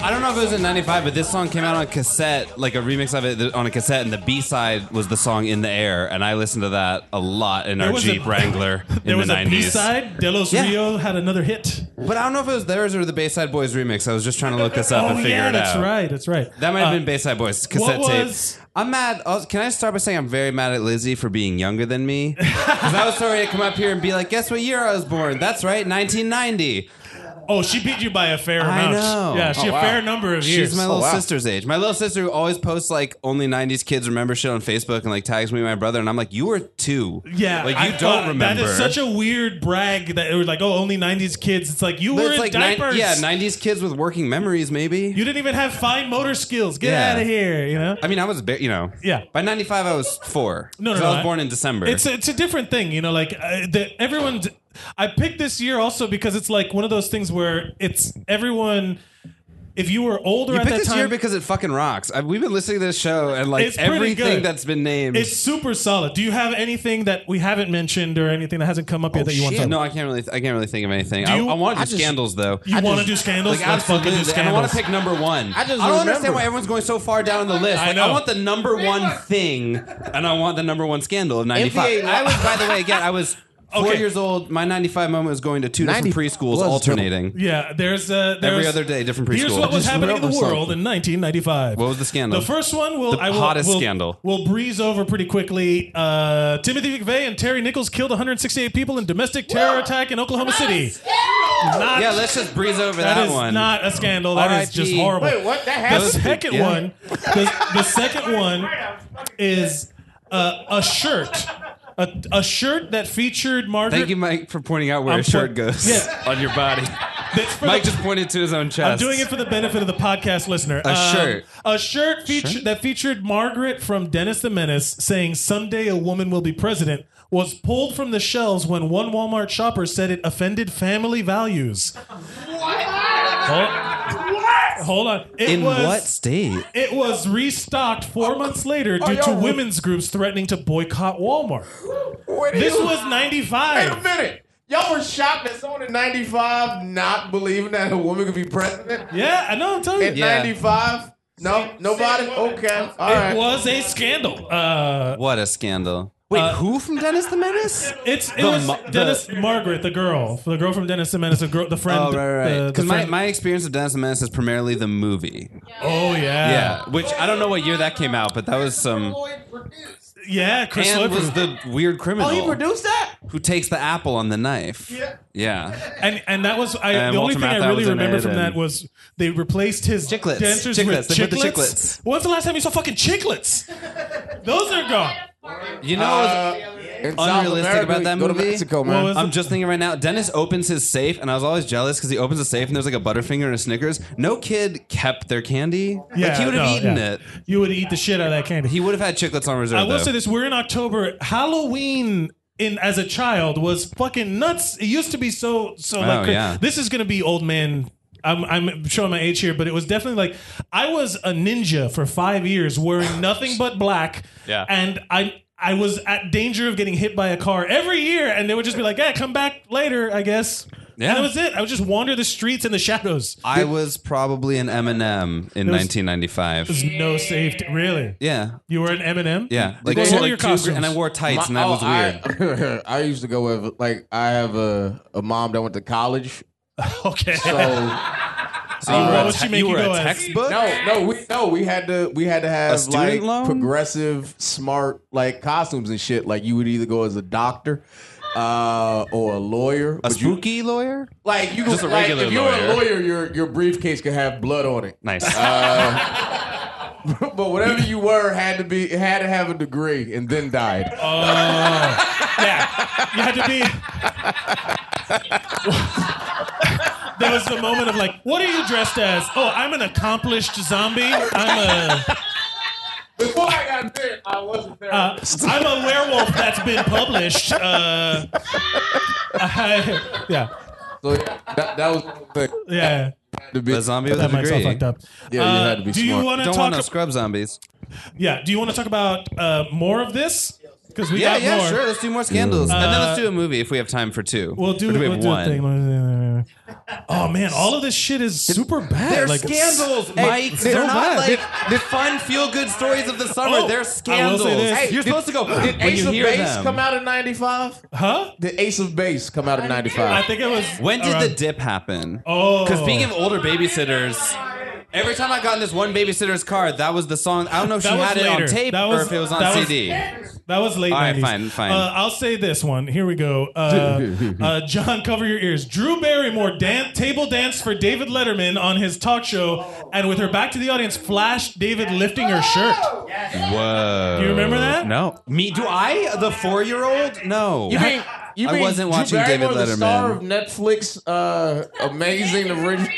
S19: I don't know if it was in '95, but this song came out on cassette, like a remix of it on a cassette, and the B side was the song "In the Air," and I listened to that a lot in
S1: There
S19: our
S1: was a-
S19: Jeep Wrangler in
S1: There
S19: the
S1: was a
S19: '90s.
S1: B-side. De Los
S19: Yeah.
S1: Rio had another hit.
S19: But I don't know if it was theirs or the Bayside Boys remix. I was just trying to look this up
S1: Oh
S19: and figure
S1: yeah,
S19: it
S1: that's
S19: out.
S1: right. That's right.
S19: That might have
S1: Uh,
S19: been Bayside Boys cassette
S1: what
S19: tape.
S1: was-
S19: I'm mad. I was- Can I start by saying I'm very mad at Lizzie for being younger than me? Because I was so ready to come up here and be like, "Guess what year I was born?" That's right, 1990.
S1: Oh, she beat you by a fair
S19: I
S1: amount.
S19: know.
S1: Yeah, she
S19: Oh,
S1: a
S19: wow.
S1: fair number of years.
S19: She's my little sister's age. My little sister who always posts like only '90s kids remember shit on Facebook and like tags me and my brother, and I'm like, "You were two.
S1: Yeah,
S19: like
S1: I
S19: you
S1: thought-
S19: don't remember."
S1: That is such a weird brag that it was like, oh, only '90s kids. It's like you
S19: But
S1: were
S19: it's
S1: in
S19: like nine-
S1: diapers.
S19: yeah, '90s kids with working memories, maybe. You
S1: didn't even have fine motor skills. Get
S19: Yeah.
S1: out of here. You know.
S19: I mean, I was, ba- you know,
S1: Yeah.
S19: By '95, I was four.
S1: No, no,
S19: 'Cause
S1: no,
S19: I was
S1: I-
S19: born in December.
S1: It's a, it's a different thing, you know. Like uh, the, everyone, d- I picked this year also because it's like one of those things where it's everyone. If you were older
S19: you
S1: at
S19: picked
S1: that
S19: this
S1: time,
S19: year because it fucking rocks. I, we've been listening to this show and like
S1: It's pretty
S19: everything
S1: good.
S19: that's been named.
S1: it's super solid. Do you have anything that we haven't mentioned or anything that hasn't come
S19: Oh,
S1: up yet that you want to?
S19: no, I can't really. I can't really think of anything.
S1: Do
S19: I,
S1: you-
S19: I want
S1: I
S19: to do
S1: just-
S19: scandals though.
S1: You
S19: I
S1: wanna
S19: just-
S1: do scandals?
S19: Like,
S1: Let's fucking do
S19: absolutely. And I want to
S1: scandals.
S19: pick number one. I
S1: I just
S19: just. I don't understand
S1: remember.
S19: why everyone's going so far down the list.
S1: I
S19: Like,
S1: know.
S19: I want the number one thing, and I want the number one scandal of '95.
S1: NBA
S19: I was, by the way, again, I was four
S1: Okay.
S19: years old. My '95 moment was going to two different
S1: 90
S19: preschools,
S1: was
S19: alternating.
S1: Yeah, there's, uh, there's
S19: Every other day, different
S1: Here's
S19: preschool.
S1: what was
S19: Just
S1: happening in the
S19: remember
S1: world in 1995.
S19: What was the scandal?
S1: The first one will
S19: The
S1: I will,
S19: hottest
S1: will-
S19: scandal.
S1: We'll breeze over pretty quickly. Uh, Timothy McVeigh and Terry Nichols killed 168 people in domestic terror attack in Oklahoma City. Not-
S19: yeah, let's just breeze over that,
S1: that is
S19: one.
S1: not a scandal. That is just
S19: RIP.
S1: horrible.
S19: Wait, what? That
S1: The
S19: happened?
S1: second
S19: Yeah.
S1: one, the, the second one is uh, a shirt, a, a shirt that featured Margaret.
S19: Thank you, Mike, for pointing out where
S1: I'm
S19: a shirt
S1: point-
S19: goes
S1: Yeah.
S19: on your body. Mike just pointed to his own chest.
S1: I'm doing it for the benefit of the podcast listener. Um,
S19: A shirt.
S1: A shirt, feature, that featured Margaret from Dennis the Menace saying, Someday a woman will be president, was pulled from the shelves when one Walmart shopper said it offended family values. Hold, hold on. It
S19: In
S1: was,
S19: what state?
S1: It was restocked four months later
S19: Oh,
S1: due to
S19: y'all-
S1: women's groups threatening to boycott Walmart. This was 95.
S17: Wait a minute. Y'all were shocked that someone in 95 not believing that a woman could be president?
S1: Yeah, I know, I'm telling you.
S17: In
S1: Yeah.
S17: 95? No, nobody? Okay. All
S1: it
S17: right.
S1: was a scandal. Uh,
S19: what a scandal.
S1: Wait,
S19: who from Dennis the Menace?
S1: Uh, It's it
S19: The
S1: was
S19: mo- the-
S1: Dennis Margaret, the girl, the girl from Dennis the Menace, the, girl, the friend.
S19: oh, right, right,
S1: the-
S19: right.
S1: the
S19: Because my,
S1: friend-
S19: my experience with Dennis the Menace is primarily the movie.
S1: oh yeah,
S19: Yeah, which I don't know what year that came out, but that was some.
S1: yeah. Chris
S19: and
S1: Lloyd
S19: was the weird criminal
S1: produced that,
S19: who takes the apple on the knife. Yeah.
S1: and and that was I,
S19: And
S1: the only
S19: Walter
S1: thing I
S19: Matthau
S1: really
S19: was in
S1: remember
S19: it,
S1: from
S19: and-
S1: that was they replaced his
S19: Chiclets.
S1: dancers
S19: Chiclets.
S1: with
S19: They put the
S1: chiclets.
S19: chiclets.
S1: When's the last time you saw fucking chiclets? Those are gone.
S19: You know,
S1: Uh,
S19: what's
S1: in South
S19: unrealistic
S1: America,
S19: about that
S1: go to
S19: movie.
S1: Mexico, man. What was
S19: I'm
S1: the-
S19: just thinking right now. Dennis opens his safe, and I was always jealous because he opens a safe and there's like a Butterfinger and a Snickers. No kid kept their candy.
S1: Yeah,
S19: like he would have
S1: no,
S19: eaten
S1: yeah.
S19: it.
S1: You would eat the shit out of that candy.
S19: He would have had chiclets on reserve.
S1: I will
S19: though.
S1: say this: we're in October. Halloween. In, as a child was fucking nuts. It used to be so so
S19: Oh,
S1: like cra-
S19: yeah.
S1: this is gonna be old man. I'm, I'm showing my age here, but it was definitely like I was a ninja for five years wearing nothing but black.
S19: Yeah.
S1: and I I was at danger of getting hit by a car every year, and they would just be like, "Yeah, come back later, I guess."
S19: Yeah.
S1: And that was it. I would just wander the streets in the shadows.
S19: I was probably an Eminem in
S1: There was-
S19: 1995.
S1: There's no safety. Really?
S19: yeah.
S1: You were an Eminem?
S19: Yeah,
S1: Like,
S17: They
S1: what
S17: had
S1: were your
S17: two
S1: costumes?
S17: gr-
S19: and I wore tights, and
S15: oh,
S19: that was
S17: weird. oh, I, used to go with like I have a, a mom that went to college.
S1: Okay.
S17: So,
S19: So you
S17: uh,
S19: were a What would she te- make you you were go a as? textbook?
S17: No, no, we no, we had to we had to have
S19: student
S17: like
S19: loan?
S17: progressive, smart like costumes and shit. Like you would either go as a doctor. Uh, or a lawyer,
S19: A
S17: but you-
S19: spooky lawyer?
S17: Like you,
S19: Just a
S17: like,
S19: regular
S17: if you're a
S19: lawyer.
S17: lawyer, your your briefcase could have blood on it.
S19: Nice.
S17: Uh, but whatever you were had to be had to have a degree and then died. Oh,
S1: yeah. You had to be. There was the moment of like, what are you dressed as? Oh, I'm an accomplished zombie. I'm a
S15: Before I got there, I wasn't there.
S1: uh, I'm a werewolf that's been published. Uh, I- yeah.
S17: So that, that was the thing.
S1: Yeah.
S17: To be,
S19: a zombie with
S1: That
S19: a
S1: might
S19: degree.
S1: sound fucked up.
S19: Yeah, you had to be
S1: Uh, do you
S19: smart.
S1: wanna
S19: Don't
S1: talk
S19: want no
S1: ab-
S19: scrub zombies.
S1: Yeah. Do you want to talk about uh, more of this? Because we
S19: yeah,
S1: got
S19: yeah,
S1: more.
S19: sure. Let's do more scandals, and then
S1: Uh,
S19: let's do a movie if we have time for two.
S1: We'll do,
S19: Or we
S1: we'll
S19: have
S1: do a
S19: one.
S1: thing. Oh man, all of this shit is super bad.
S19: They're
S1: Like,
S19: scandals,
S1: Hey,
S19: Mike.
S1: so
S19: They're not
S1: bad.
S19: like the fun, feel-good stories of the summer.
S17: Oh, I
S19: They're
S17: will say
S19: scandals.
S17: this. Hey,
S19: You're
S17: did-
S19: supposed to go
S17: did
S19: when
S17: Ace
S19: you
S17: of
S19: hear
S17: Base
S19: them.
S17: come out in '95?
S1: Huh?
S17: Did Ace of Base come out in '95?
S1: I think it was.
S19: When did the
S17: around-
S19: dip happen?
S1: Oh.
S19: because being of older babysitters. Every time I got in this one babysitter's car, that was the song. I don't know if she
S1: That was
S19: had it on
S1: later.
S19: tape
S1: That
S19: or
S1: was-
S19: if it was on
S1: that was-
S19: CD.
S1: That was late
S19: All right,
S1: 90s.
S19: fine, fine.
S1: Uh, I'll say this one. Here we go. Uh, uh, John, cover your ears. Drew Barrymore dan- table danced for David Letterman on his talk show, and with her back to the audience, flashed David lifting her shirt.
S19: Oh! Whoa.
S1: Do you remember that?
S19: No. Me? Do I? The four-year-old? No.
S17: You mean you
S19: I
S17: mean
S19: wasn't
S17: Drew
S19: watching David
S17: Barrymore, The star of
S19: Letterman.
S17: Netflix, uh, amazing original.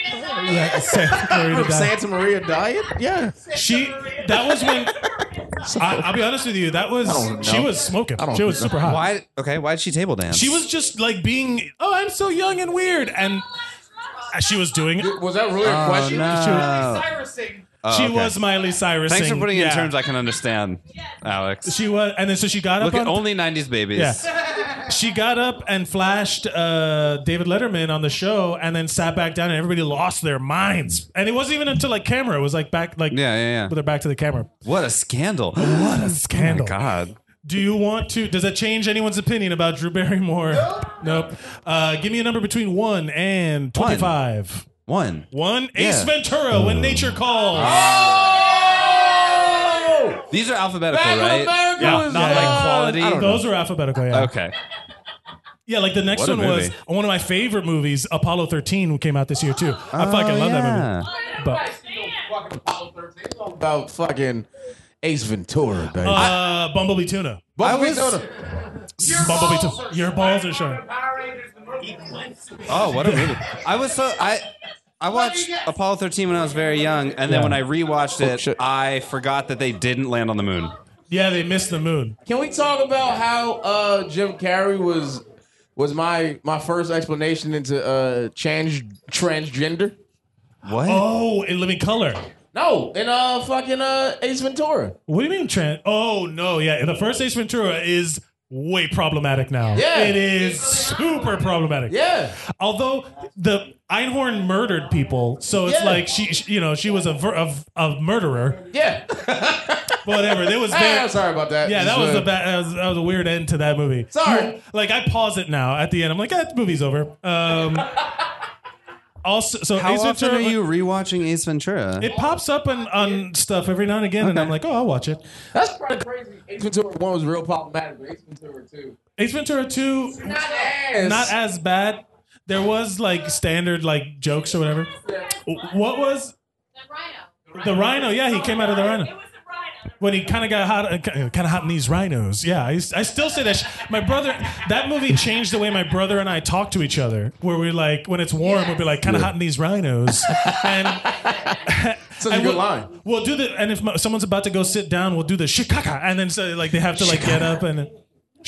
S1: Santa Maria
S17: From
S1: Diet.
S17: Santa Maria Diet. Yeah,
S1: she. That was when. I, I'll be honest with you. That was she was smoking. She was super hot.
S19: Why? Okay. Why did she table dance?
S1: She was just like being. Oh, I'm so young and weird, and she was doing.
S17: Was that really
S19: Oh, no.
S1: She
S19: Miley
S1: was,
S19: Oh,
S1: she
S19: okay.
S1: was Miley Cyrus.
S19: Thanks for
S1: singing.
S19: putting it in
S1: Yeah.
S19: terms I can understand, Alex.
S1: She was, and then so she got
S19: Look
S1: up
S19: at
S1: on
S19: only '90s babies.
S1: Yeah. She got up and flashed uh, David Letterman on the show, and then sat back down, and everybody lost their minds. And it wasn't even until like camera; it was like back, like
S19: Yeah, yeah, yeah.
S1: with her back to the camera.
S19: What a scandal! what
S1: a scandal!
S19: God.
S1: Do you want to? Does that change anyone's opinion about Drew Barrymore? Nope. Uh, give me a number between one and twenty-five.
S19: One.
S1: One.
S19: Yeah.
S1: Ace
S19: Oh,
S1: Ventura: When Nature Calls.
S19: These are alphabetical,
S1: Back in
S19: right?
S1: America
S19: yeah,
S1: was
S19: not like
S1: good.
S19: quality.
S1: I don't know. Those were alphabetical. Yeah.
S19: Okay.
S1: Yeah, like the next
S19: What a
S1: one was
S19: movie.
S1: one of my favorite movies, Apollo 13, came out this year too. I
S17: Oh,
S1: fucking love
S17: yeah.
S1: that movie. But
S17: about fucking Ace Ventura, baby.
S1: uh, Bumblebee Tuna.
S17: Bumblebee
S1: I was-
S17: Tuna.
S1: Bumblebee Tuna. Your balls are showing.
S19: Oh, what a movie! I was so I. I watched Apollo 13 when I was very young, and then
S1: Yeah.
S19: when I rewatched it, I forgot that they didn't land on the moon.
S1: Yeah, they missed the moon.
S17: Can we talk about how uh, Jim Carrey was was my my first explanation into uh, trans transgender?
S19: What?
S1: Oh, in Living Color.
S17: No, in uh fucking uh Ace Ventura.
S1: What do you mean, Trent? Oh no, yeah. The first Ace Ventura is way problematic now.
S17: Yeah.
S1: It is super problematic.
S17: Yeah.
S1: Although the Einhorn murdered people, so it's
S17: Yeah.
S1: like she, she- you know, she was a ver- of a murderer.
S17: Yeah.
S1: Whatever. There was.
S17: Ah,
S1: very-
S17: sorry about that.
S1: Yeah,
S17: Just,
S1: that was
S17: uh,
S1: the bad. That was, that was a weird end to that movie.
S17: Sorry.
S1: You- like I pause it now at the end. I'm like, ah, the movie's over. Um, also, so
S19: How
S1: Ace
S19: often
S1: Ventura,
S19: are you rewatching Ace Ventura?
S1: It pops up on, on stuff every now and again, and I'm like, oh, I'll watch it.
S17: That's kind of crazy. Ace Ventura one was real problematic, but Ace Ventura two.
S1: Ace Ventura 2, not
S17: as.
S1: bad. There was like standard like jokes or whatever. What was the rhino? Yeah, he came out of the rhino. When he kind of got hot, kind of hot in these rhinos. Yeah, I, I still say that. sh- My brother, that movie changed the way my brother and I talk to each other. Where we're like, when it's warm, we'll be like, kind of
S17: Yeah.
S1: hot in these rhinos. and
S17: Such a
S1: and
S17: good
S1: we'll,
S17: line.
S1: We'll do the, and if mo- someone's about to go sit down, we'll do the shikaka, and then so like they have to like get up and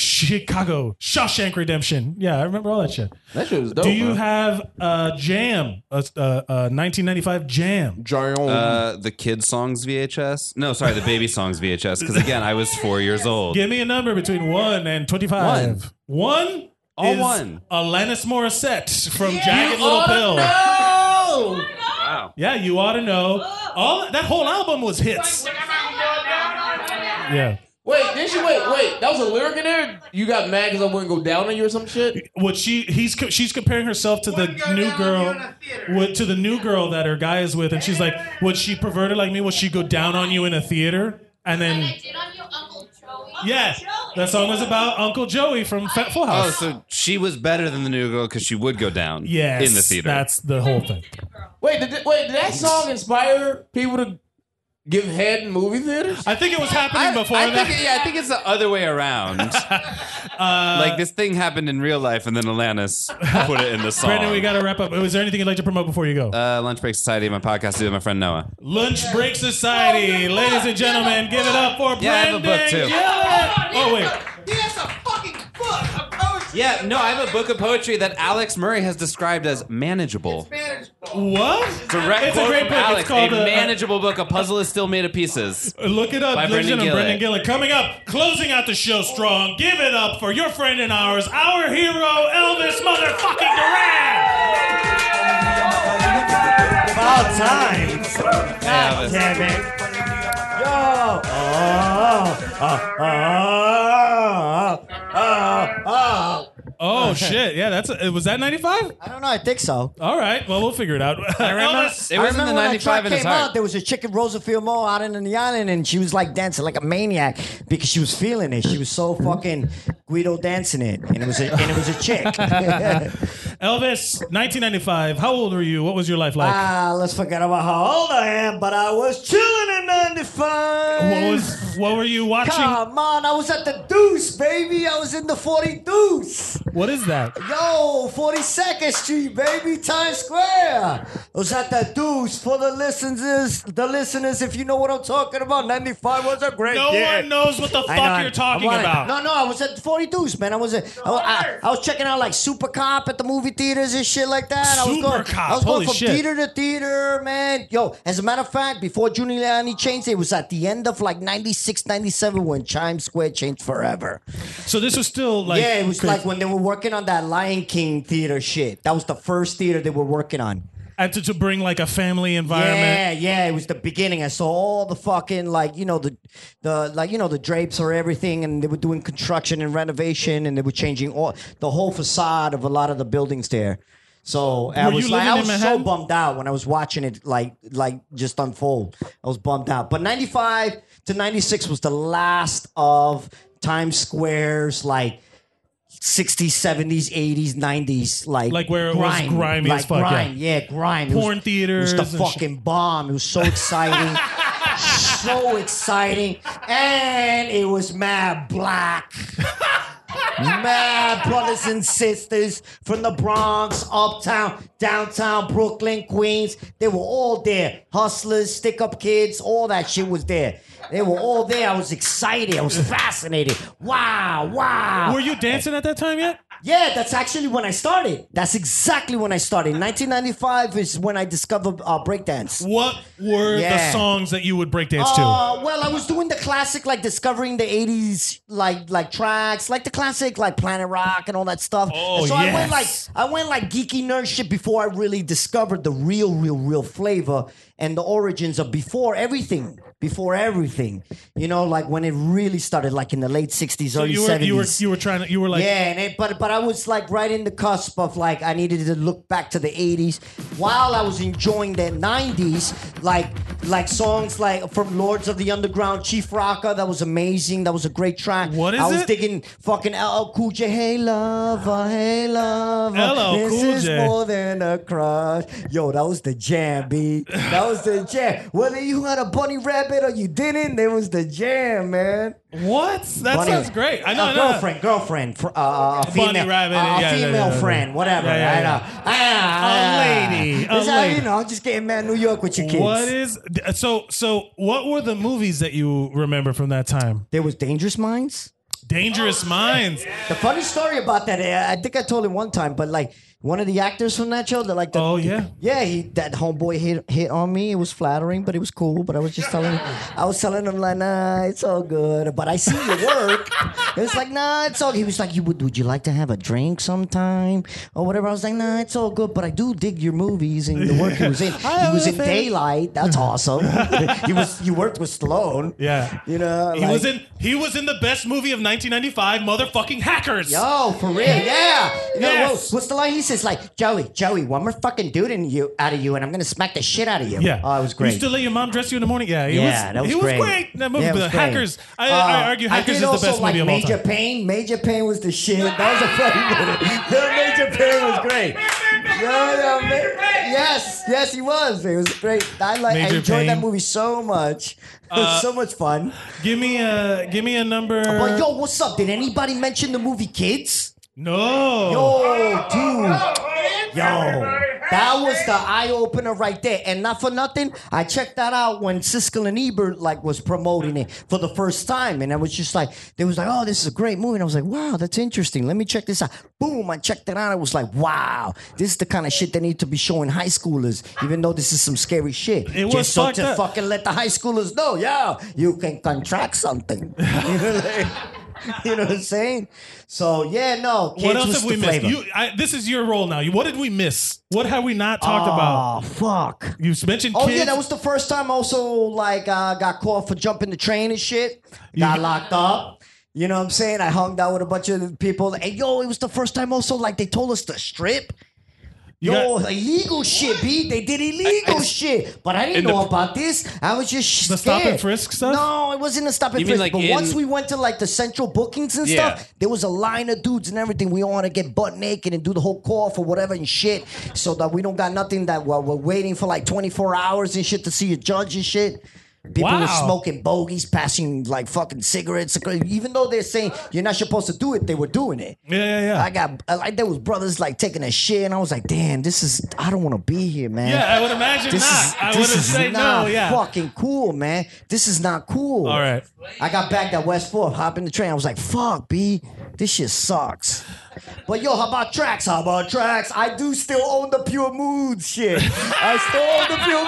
S1: Chicago, Shawshank Redemption. Yeah, I remember all that shit.
S17: That shit was dope.
S1: Do you
S17: man.
S1: have uh, Jam? Uh, uh, uh, 1995 Jam.
S17: Jam.
S19: Uh, the kid songs VHS? No, sorry, the baby songs VHS. Because again, I was four years old.
S1: Give me a number between one and twenty-five. One.
S19: All
S1: is
S19: one.
S1: Alanis Morissette from
S19: Yeah.
S1: Jagged
S19: You
S1: Little
S19: oughta
S1: Pill.
S19: know.
S1: Wow. Yeah, you ought to know. All that whole album was hits. Yeah.
S17: Wait, did you wait? Wait, that was a lyric in there. You got mad because I wouldn't go down on you or some shit.
S1: What she he's co- she's comparing herself to the new girl, what, to the new girl that her guy is with, and she's like, would she perverted like me? Would she go down on you in a theater? And then yes, that song was about Uncle Joey from Fa- Full
S19: Oh,
S1: House.
S19: so she was better than the new girl because she would go down
S1: yes,
S19: in the theater.
S1: That's the whole thing.
S17: Wait, did, th- wait, did that song inspire people to give head in movie theaters?
S1: I think it was happening before
S19: I
S1: that.
S19: think, yeah, I think it's the other way around. Uh, like this thing happened in real life, and then Alanis put it in the song.
S1: Brandon, we got to wrap up. Was there anything you'd like to promote before you go?
S19: uh, Lunch Break Society, my podcast, with my friend Noah.
S1: Lunch Break Society, ladies and gentlemen, give it up for
S19: Yeah, I have a
S1: Brandon.
S19: book, too.
S1: Gillett. Oh wait,
S19: Yeah, no, I have a book of poetry that Alex Murray has described as manageable.
S1: what?
S19: Direct
S1: It's a
S19: quote from
S1: great book. It's
S19: Alex,
S1: called,
S19: a
S1: uh,
S19: manageable book. A puzzle is still made of pieces.
S1: Look it up,
S19: by
S1: ladies
S19: Brendan
S1: and gentlemen, Brendan
S19: Gillett.
S1: Gillick. Coming up, closing out the show strong. Give it up for your friend and ours, our hero, Elvis motherfucking Duran.
S2: About time.
S19: God
S2: damn it. Yo. Oh, oh, oh, oh, oh.
S1: Oh shit! Yeah, that's a, was that ninety five?
S20: I don't know. I think so.
S1: All right. Well, we'll figure it out.
S20: I remember,
S1: Elvis,
S20: I remember when that track came out, there was a chick in Rosefield Mall out in the island, and she was like dancing like a maniac because she was feeling it. She was so fucking Guido dancing it, and it was a, and it was a chick.
S1: Elvis, 1995. How old were you? What was your life like?
S20: Ah, let's forget about how old I am, but I was chilling in '95.
S1: what was? What were you watching?
S20: Come on, I was at the Deuce, baby. I was in the 40 Deuce.
S1: What is that?
S20: Yo, 42nd Street, baby, Times Square. I was at the Deuce for the listeners. The listeners, if you know what I'm talking about, 95 was a great
S1: No
S20: year.
S1: one knows what the
S20: I
S1: fuck
S20: know,
S1: you're talking
S20: I'm on it.
S1: about.
S20: No, no, I was at the 40 Deuce, man. I was at, I, I, I was checking out like Super Cop at the movie theaters and shit like that. I was
S1: Super
S20: going,
S1: Cop,
S20: I was going
S1: holy
S20: from
S1: shit.
S20: theater to theater, man. Yo, as a matter of fact, before Giuliani changed, it was at the end of like 96, 97 when Times Square changed forever.
S1: So this was still like
S20: yeah, it was
S1: crazy.
S20: like when they were working on that Lion King theater shit. That was the first theater they were working on.
S1: And to, to bring like a family environment.
S20: Yeah, yeah, it was the beginning. I saw all the fucking like you know the the like you know the drapes or everything, and they were doing construction and renovation, and they were changing all the whole facade of a lot of the buildings there. So I
S2: Were you
S20: was like,
S2: living
S20: I
S2: in
S20: was so
S2: Manhattan?
S20: bummed out when I was watching it like like just unfold. I was bummed out. But ninety five to ninety six was the last of Times Square's like. 60s, 70s, 80s, 90s, like
S1: Like where it was
S20: grind,
S1: grimy
S20: like
S1: as fuck, yeah.
S20: grind, yeah, grind. It was-
S1: Porn theaters
S20: It was
S1: and
S20: the
S1: shit.
S20: fucking bomb. It was so exciting, so exciting, and it was mad black. Mad brothers and sisters from the Bronx, uptown, downtown, Brooklyn, Queens. They were all there. Hustlers, stick up kids, all that shit was there. They were all there. I was excited. I was fascinated. Wow, wow.
S1: Were you dancing at that time yet?
S20: Yeah, that's actually when I started. That's exactly when I started. 1995 is when I discovered uh, breakdance.
S1: What were the
S20: Yeah.
S1: songs that you would breakdance
S20: Uh, well, I was doing the classic, like discovering the '80s, like like tracks, like the classic, like Planet Rock and all that stuff.
S1: Oh,
S20: And so I went like
S1: yes.
S20: I went like geeky nerd shit before I really discovered the real, real, real flavor and the origins of before everything, before everything. You know, like when it really started, like in the late '60s,
S1: to? So
S20: early
S1: you were,
S20: '70s.
S1: you were you were trying to you were like
S20: yeah, and it, but but I was like right in the cusp of like I needed to look back to the '80s while I was enjoying the '90s, like like songs like from Lords of the Underground, Chief Rocker, that was amazing, that was a great track. What
S2: is
S20: I was
S2: it?
S20: digging fucking LL Cool J, Hey Lover, Hey Lover,
S2: LL
S20: this
S2: Cool
S20: is
S2: J.
S20: more than a crush. Yo, that was the jam, B. That was the jam. Whether you had a bunny rabbit or you didn't, it was the jam, man.
S1: What? That
S20: Bunny-
S1: sounds great. I know.
S20: Uh,
S1: I know.
S20: girlfriend, girlfriend, fr- uh,
S1: Bunny
S20: female,
S1: rabbit,
S20: uh,
S1: yeah, yeah,
S20: female
S1: yeah, yeah.
S20: friend, whatever. I
S1: Yeah, yeah, yeah.
S20: know. Ah,
S1: A lady, a
S20: This how
S1: lady.
S20: you know, I'm just getting mad New York with your kids.
S1: What is so so? What were the movies that you remember from that time?
S20: There was Dangerous Minds.
S1: Dangerous Minds.
S20: The funny story about that, eh, I think I told it one time, but like one of the actors from that show that like the, oh yeah yeah he that homeboy hit hit on me it was flattering but it was cool but I was just telling I was telling him like nah it's all good but I see your work it's like nah it's all he was like you would would you like to have a drink sometime or whatever I was like nah it's all good but I do dig your movies and the work he was in
S21: I
S20: he was in
S21: think-
S20: Daylight that's awesome you was you worked with Stallone
S1: yeah
S20: you know
S1: He
S20: like-
S1: was in he was in the best movie of 1995, motherfucking Hackers.
S20: Yo, Oh, for real, yeah.
S1: Yes.
S20: No, whoa, what's the line? He says like, Joey, Joey, one more fucking dude in you out of you, and I'm gonna smack the shit out of you.
S1: Yeah.
S20: oh, it was
S1: You
S20: great.
S1: still let your mom dress you in the morning? Yeah, he
S20: yeah,
S1: was,
S20: that was
S1: he
S20: great.
S1: was great. in That movie,
S20: Yeah, it
S1: but
S20: was great.
S1: Hackers. I,
S20: Uh,
S1: I argue Hackers
S20: I
S1: is
S20: did
S1: the
S20: also
S1: best
S20: like
S1: movie of all
S20: Major
S1: time.
S20: Pain. Major Pain was the shit. That was a funny movie. Major Pain was great. Yeah, yeah, Ma- yes, yes, he was. It was great. I like.
S1: Major
S20: I enjoyed that
S1: Payne.
S20: movie so much. It was
S1: Uh,
S20: so much fun.
S1: Give me a give me a number.
S20: But yo, what's up? Did anybody mention the movie Kids?
S1: No.
S20: Yo, dude. Yo. That was the eye opener right there, and not for nothing. I checked that out when Siskel and Ebert like was promoting it for the first time, and I was just like, they was like, "Oh, this is a great movie," and I was like, "Wow, that's interesting. Let me check this out." Boom, I checked it out. I was like, "Wow, this is the kind of shit they need to be showing high schoolers, even though this is some scary shit."
S1: It was
S20: just so
S1: fucked
S20: to
S1: up.
S20: fucking let the high schoolers know, yo, you can contract something. you, know, like- you know what I'm saying? So yeah, no.
S1: what
S20: Kids
S1: else
S20: was
S1: have
S20: the
S1: we missed?
S20: flavor.
S1: You, I, this is your role now. You- What did we miss? What have we not talked
S20: Oh,
S1: about?
S20: fuck.
S1: You mentioned
S20: Oh
S1: kids.
S20: yeah, that was the first time. Also, like, uh, got caught for jumping the train and shit. Got locked up. You know what I'm saying? I hung out with a bunch of people. And yo, it was the first time. Also, like, they told us to strip.
S1: You
S20: yo, illegal shit, B. They did illegal shit, but I didn't In the- know about this. I was just
S1: The stop
S20: scared.
S1: and frisk stuff?
S20: No, it wasn't a stop and
S1: You mean,
S20: frisk.
S1: like,
S20: but
S1: in-
S20: once we went to like the central bookings and
S1: Yeah.
S20: stuff, there was a line of dudes and everything. We all want to get butt naked and do the whole call or whatever and shit, so that we don't got nothing that while we're waiting for like 24 hours and shit to see a judge and shit. People were
S22: Wow.
S20: smoking bogeys, passing like fucking cigarettes. Even though they're saying you're not supposed to do it, they were doing it.
S1: Yeah, yeah, yeah.
S20: I got I- like there was brothers like taking a shit, and I was like, damn, this is I don't want to be here, man.
S1: Yeah, I would imagine
S20: This
S1: not.
S20: is-
S1: I
S20: this
S1: would have
S20: is
S1: said no,
S20: not
S1: yeah.
S20: fucking cool, man. This is not cool. All
S1: right.
S20: I got back at West Fourth, hop in the train. I was like, fuck, B, this shit sucks. But yo, how about tracks? How about tracks? I do still own the Pure Moods shit. I still own the Pure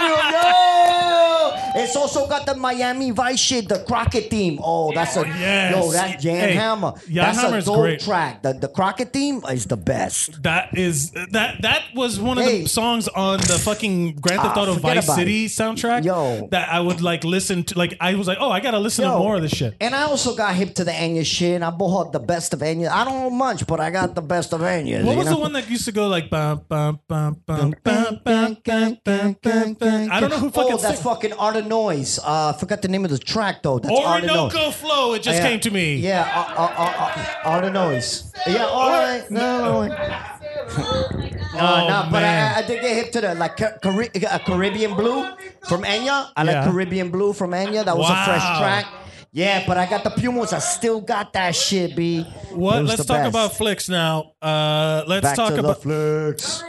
S20: Moods. Yo, it's also got the Miami Vice shit, the Crockett theme. Oh, that's a
S1: Yes.
S20: yo, that Jan
S1: Hey,
S20: Hammer.
S1: Jan
S20: that's
S1: Hammer's
S20: a dope
S1: great.
S20: track. The the Crockett theme is the best.
S1: That is that that was one of the songs on the fucking Grand Theft
S20: Ah,
S1: Auto
S20: forget
S1: Vice
S20: about
S1: City
S20: it.
S1: soundtrack. Yo, that I would like listen to. Like I was like, oh, I gotta listen to
S20: Yo.
S1: more of this shit.
S20: And I also got hip to the Enya shit. And I bought the best of Enya. I don't own much, but I got the best of Enya.
S1: What
S20: you
S1: was
S20: know?
S1: the one that used to go like bum bum bum bum bum bum bum bum bum? bum? I don't know who fucking.
S20: Oh, that's
S1: sing-
S20: fucking Art of Noise. Uh, I forgot the name of the track though. That's Art of Noise.
S1: Orinoco Flow. It just
S20: Yeah.
S1: came to me.
S20: Yeah, uh, uh, uh, uh, Art of Noise. Yeah, all right. No, no, no.
S1: Oh,
S20: No, no, but
S1: man.
S20: I, I did get hip to the like Car- Cari- uh, Caribbean Blue from Enya. I
S1: Yeah.
S20: like Caribbean Blue from Enya. That was a
S1: Wow.
S20: fresh track. Yeah, but I got the Pumas. I still got that shit, B. It
S1: What?
S20: was
S1: Let's
S20: the
S1: talk
S20: best.
S1: about flicks now. Uh, let's
S20: Back
S1: talk
S20: to the
S1: about
S20: flicks.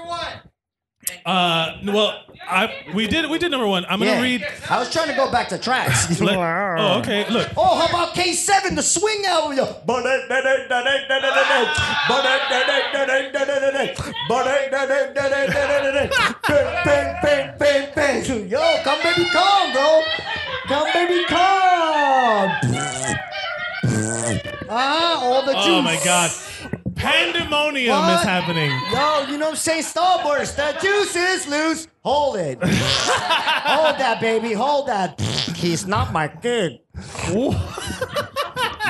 S1: Uh, well, I we did we did number one. I'm gonna
S20: Yeah.
S1: read.
S20: I was trying to go back to tracks.
S1: Let- oh, okay. Look,
S20: Oh, how about K7, the swing album? yo? Yo, come baby, come, bro. Come baby, come. Ah, all the juice.
S1: oh my god, pandemonium is
S20: What?
S1: happening.
S20: Yo, you know what I'm saying? Starburst, the juice is loose. Hold it. Hold that, baby. Hold that. He's not my kid.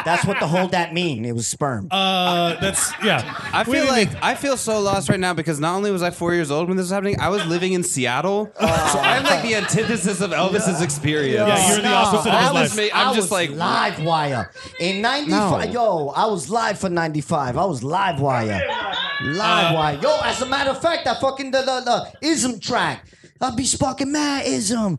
S20: That's what the hold that mean. It was sperm.
S1: Uh, that's yeah.
S19: I feel like I feel so lost right now because not only was I four years old when this was happening, I was living in Seattle,
S20: Oh.
S19: so I'm like the antithesis of Elvis's experience.
S20: Yeah, you're the opposite of his
S19: I was
S20: life.
S19: ma- I'm
S20: I was
S19: just like
S20: live wire in '95. Yo, I was live for '95. I was live wire, live
S19: Uh,
S20: wire. Yo, as a matter of fact, I fucking the the, the ism track. I'll be sparking mad ism,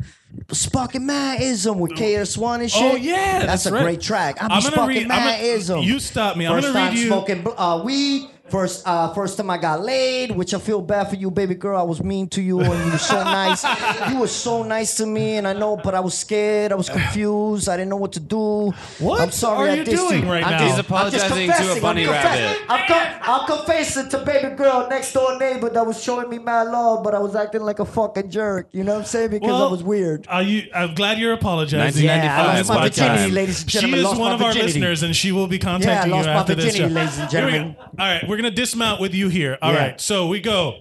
S20: sparking mad ism with KS One and shit.
S1: Oh yeah,
S20: that's,
S1: that's,
S20: a
S1: right.
S20: great track. I'll be
S1: I'm gonna
S20: sparking
S1: I'm
S20: mad
S1: gonna-
S20: ism.
S1: You stop me. I'm
S20: 1st
S1: gonna
S20: time
S1: read you.
S20: smoking bl- uh, weed. First, uh, first time I got laid, which I feel bad for you, baby girl. I was mean to you, and you were so nice. You were so nice to me, and I know, but I was scared. I was confused. I didn't know what to do.
S1: What
S20: I'm sorry
S1: are
S20: I
S1: you
S20: dissed you
S1: doing right
S20: I'm
S1: now?
S20: just-
S1: He's
S20: I'm just
S19: apologizing to a
S20: confessing.
S19: bunny
S20: I'm confessing.
S19: rabbit.
S20: I'm, con- I'm confessing to baby girl next door neighbor that was showing me my love, but I was acting like a fucking jerk. You know what I'm saying? Because I
S1: Well,
S20: was weird.
S1: Are uh, you? I'm glad you're apologizing.
S20: 1995. Yeah, I lost
S1: On
S20: my
S1: this podcast.
S20: virginity, ladies and gentlemen,
S1: She is
S20: lost
S1: one
S20: my
S1: of our
S20: virginity.
S1: listeners, and she will be
S20: Yeah,
S1: contacting
S20: I lost
S1: you
S20: my
S1: after this show.
S20: virginity, ladies and
S1: Here we go.
S20: gentlemen.
S1: All right, we're gonna dismount with you here. All right,
S20: Yeah.
S1: so we go.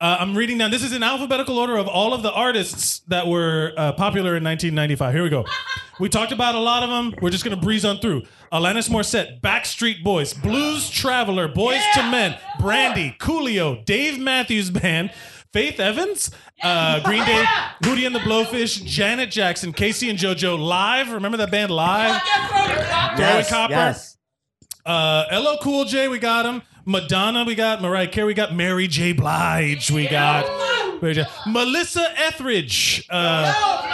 S1: Uh, I'm reading down. This is in alphabetical order of all of the artists that were uh, popular in 1995. Here we go. We talked about a lot of them. We're just gonna breeze on through. Alanis Morissette, Backstreet Boys, Blues Traveler, Boys to Men, Brandy, Coolio, Dave Matthews Band, Faith Evans, uh, Green Day, Hootie and the Blowfish, Janet Jackson, Casey and JoJo, Live. Remember that band, Live? Joey
S20: Yes,
S1: Copper.
S20: yes.
S1: Uh, LL Cool J, we got him. Madonna, we got Mariah Carey, we got Mary J. Blige, we got Mary J. Melissa Etheridge. Uh, oh,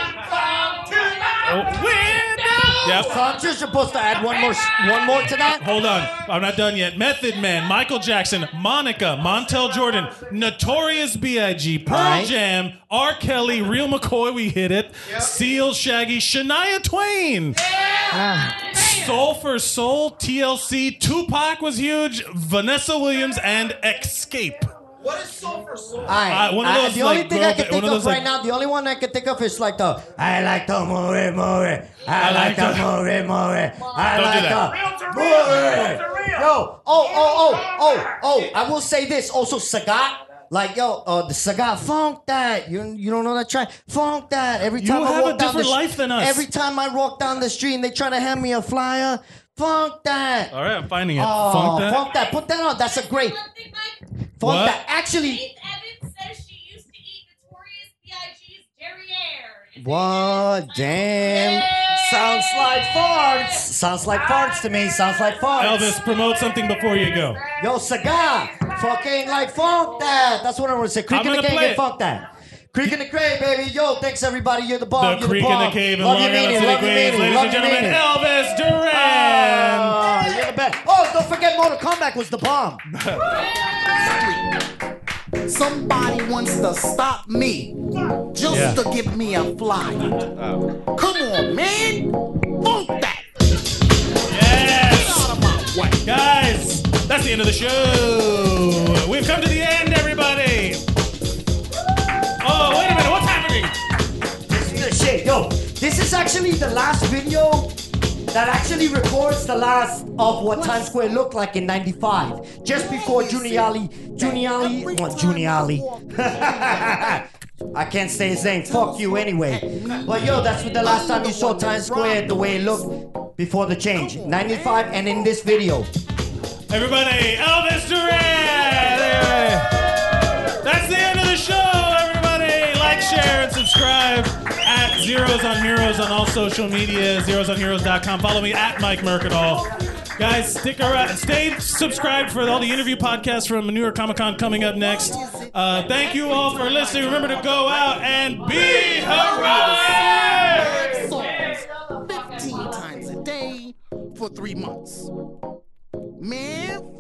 S1: yep.
S20: So I'm just supposed to add one more, one more to that.
S1: Hold on, I'm not done yet. Method Man, Michael Jackson, Monica, Montel Jordan, Notorious B.I.G., Pearl
S20: Alright.
S1: Jam, R. Kelly, Real McCoy, we hit it. Seal, Shaggy, Shania Twain.
S20: Ah.
S1: Soul for Soul, TLC, Tupac was huge, Vanessa Williams, and Escape.
S15: What is soul for soul?
S1: I- one of
S20: I-
S1: those,
S20: the
S1: like,
S20: only thing
S1: girl
S20: I can
S1: ba-
S20: think
S1: one of
S20: of,
S1: those,
S20: right
S1: like-
S20: now, the only one I can think of is like the I like the more more. I like the more more. I
S15: Don't do
S20: like
S15: that.
S20: the more. Yo, oh oh oh oh oh! I will say this also, Sagat. Like yo, uh, the Sagat funk that you you don't know that track funk that every
S1: You
S20: time I
S1: have
S20: walk down
S1: a
S20: the
S1: different
S20: sh-
S1: life than us.
S20: Every time I walk down the street and they try to hand me a flyer, funk that.
S1: All right, I'm finding it.
S20: Oh,
S1: Funk that.
S20: Put that on. That's a great. Funk
S1: What?
S20: that. Actually. What? Damn. Sounds like farts. Sounds like farts to me. Sounds like farts.
S1: Elvis, promote something before you go.
S20: Yo, cigar. Fucking like funk that. That's what I want to say. Creek
S1: I'm
S20: in the
S1: gonna
S20: cave
S1: play
S20: and
S1: it.
S20: funk that. Creek in the cave, baby. Yo, thanks everybody. You're the bomb.
S1: The
S20: You're
S1: Creek
S20: the
S1: in the
S20: bomb.
S1: Cave in
S20: Love you,
S1: Long Island
S20: mean it.
S1: City,
S20: Love you,
S1: Queens.
S20: mean it.
S1: Ladies
S20: Love
S1: and
S20: you, mean
S1: gentlemen,
S20: it.
S1: Elvis Duran.
S20: Ah, you're the best. Oh, don't forget Mortal Kombat was the bomb.
S2: Somebody wants to stop me just
S15: Yeah.
S2: to give me a flyer.
S15: Oh.
S2: Come on, man. Funk that.
S1: Guys, that's the end of the show. We've come to the end, everybody. Oh, wait a minute, what's happening?
S20: Good shit, yo. This is actually the last video that actually records the last of what Times Square looked like in '95, just before Giuliani, Giuliani, well, Giuliani. I can't say his name. Fuck you anyway. But yo, that's what the last time you saw Times Square the way it looked before the change, '95, and in this video.
S1: Everybody, Elvis Duran. There. That's the end of the show, everybody. Like, share, and subscribe at Zeros on Heroes on all social media, zerosonheroes.com. Follow me at Mike Mercadal. Guys, stick around. Stay subscribed for all the interview podcasts from Manure Comic Con coming up next. Uh, thank you all for listening. Remember to go out and be heroic.
S2: Songs 15 times a day for three months. Man,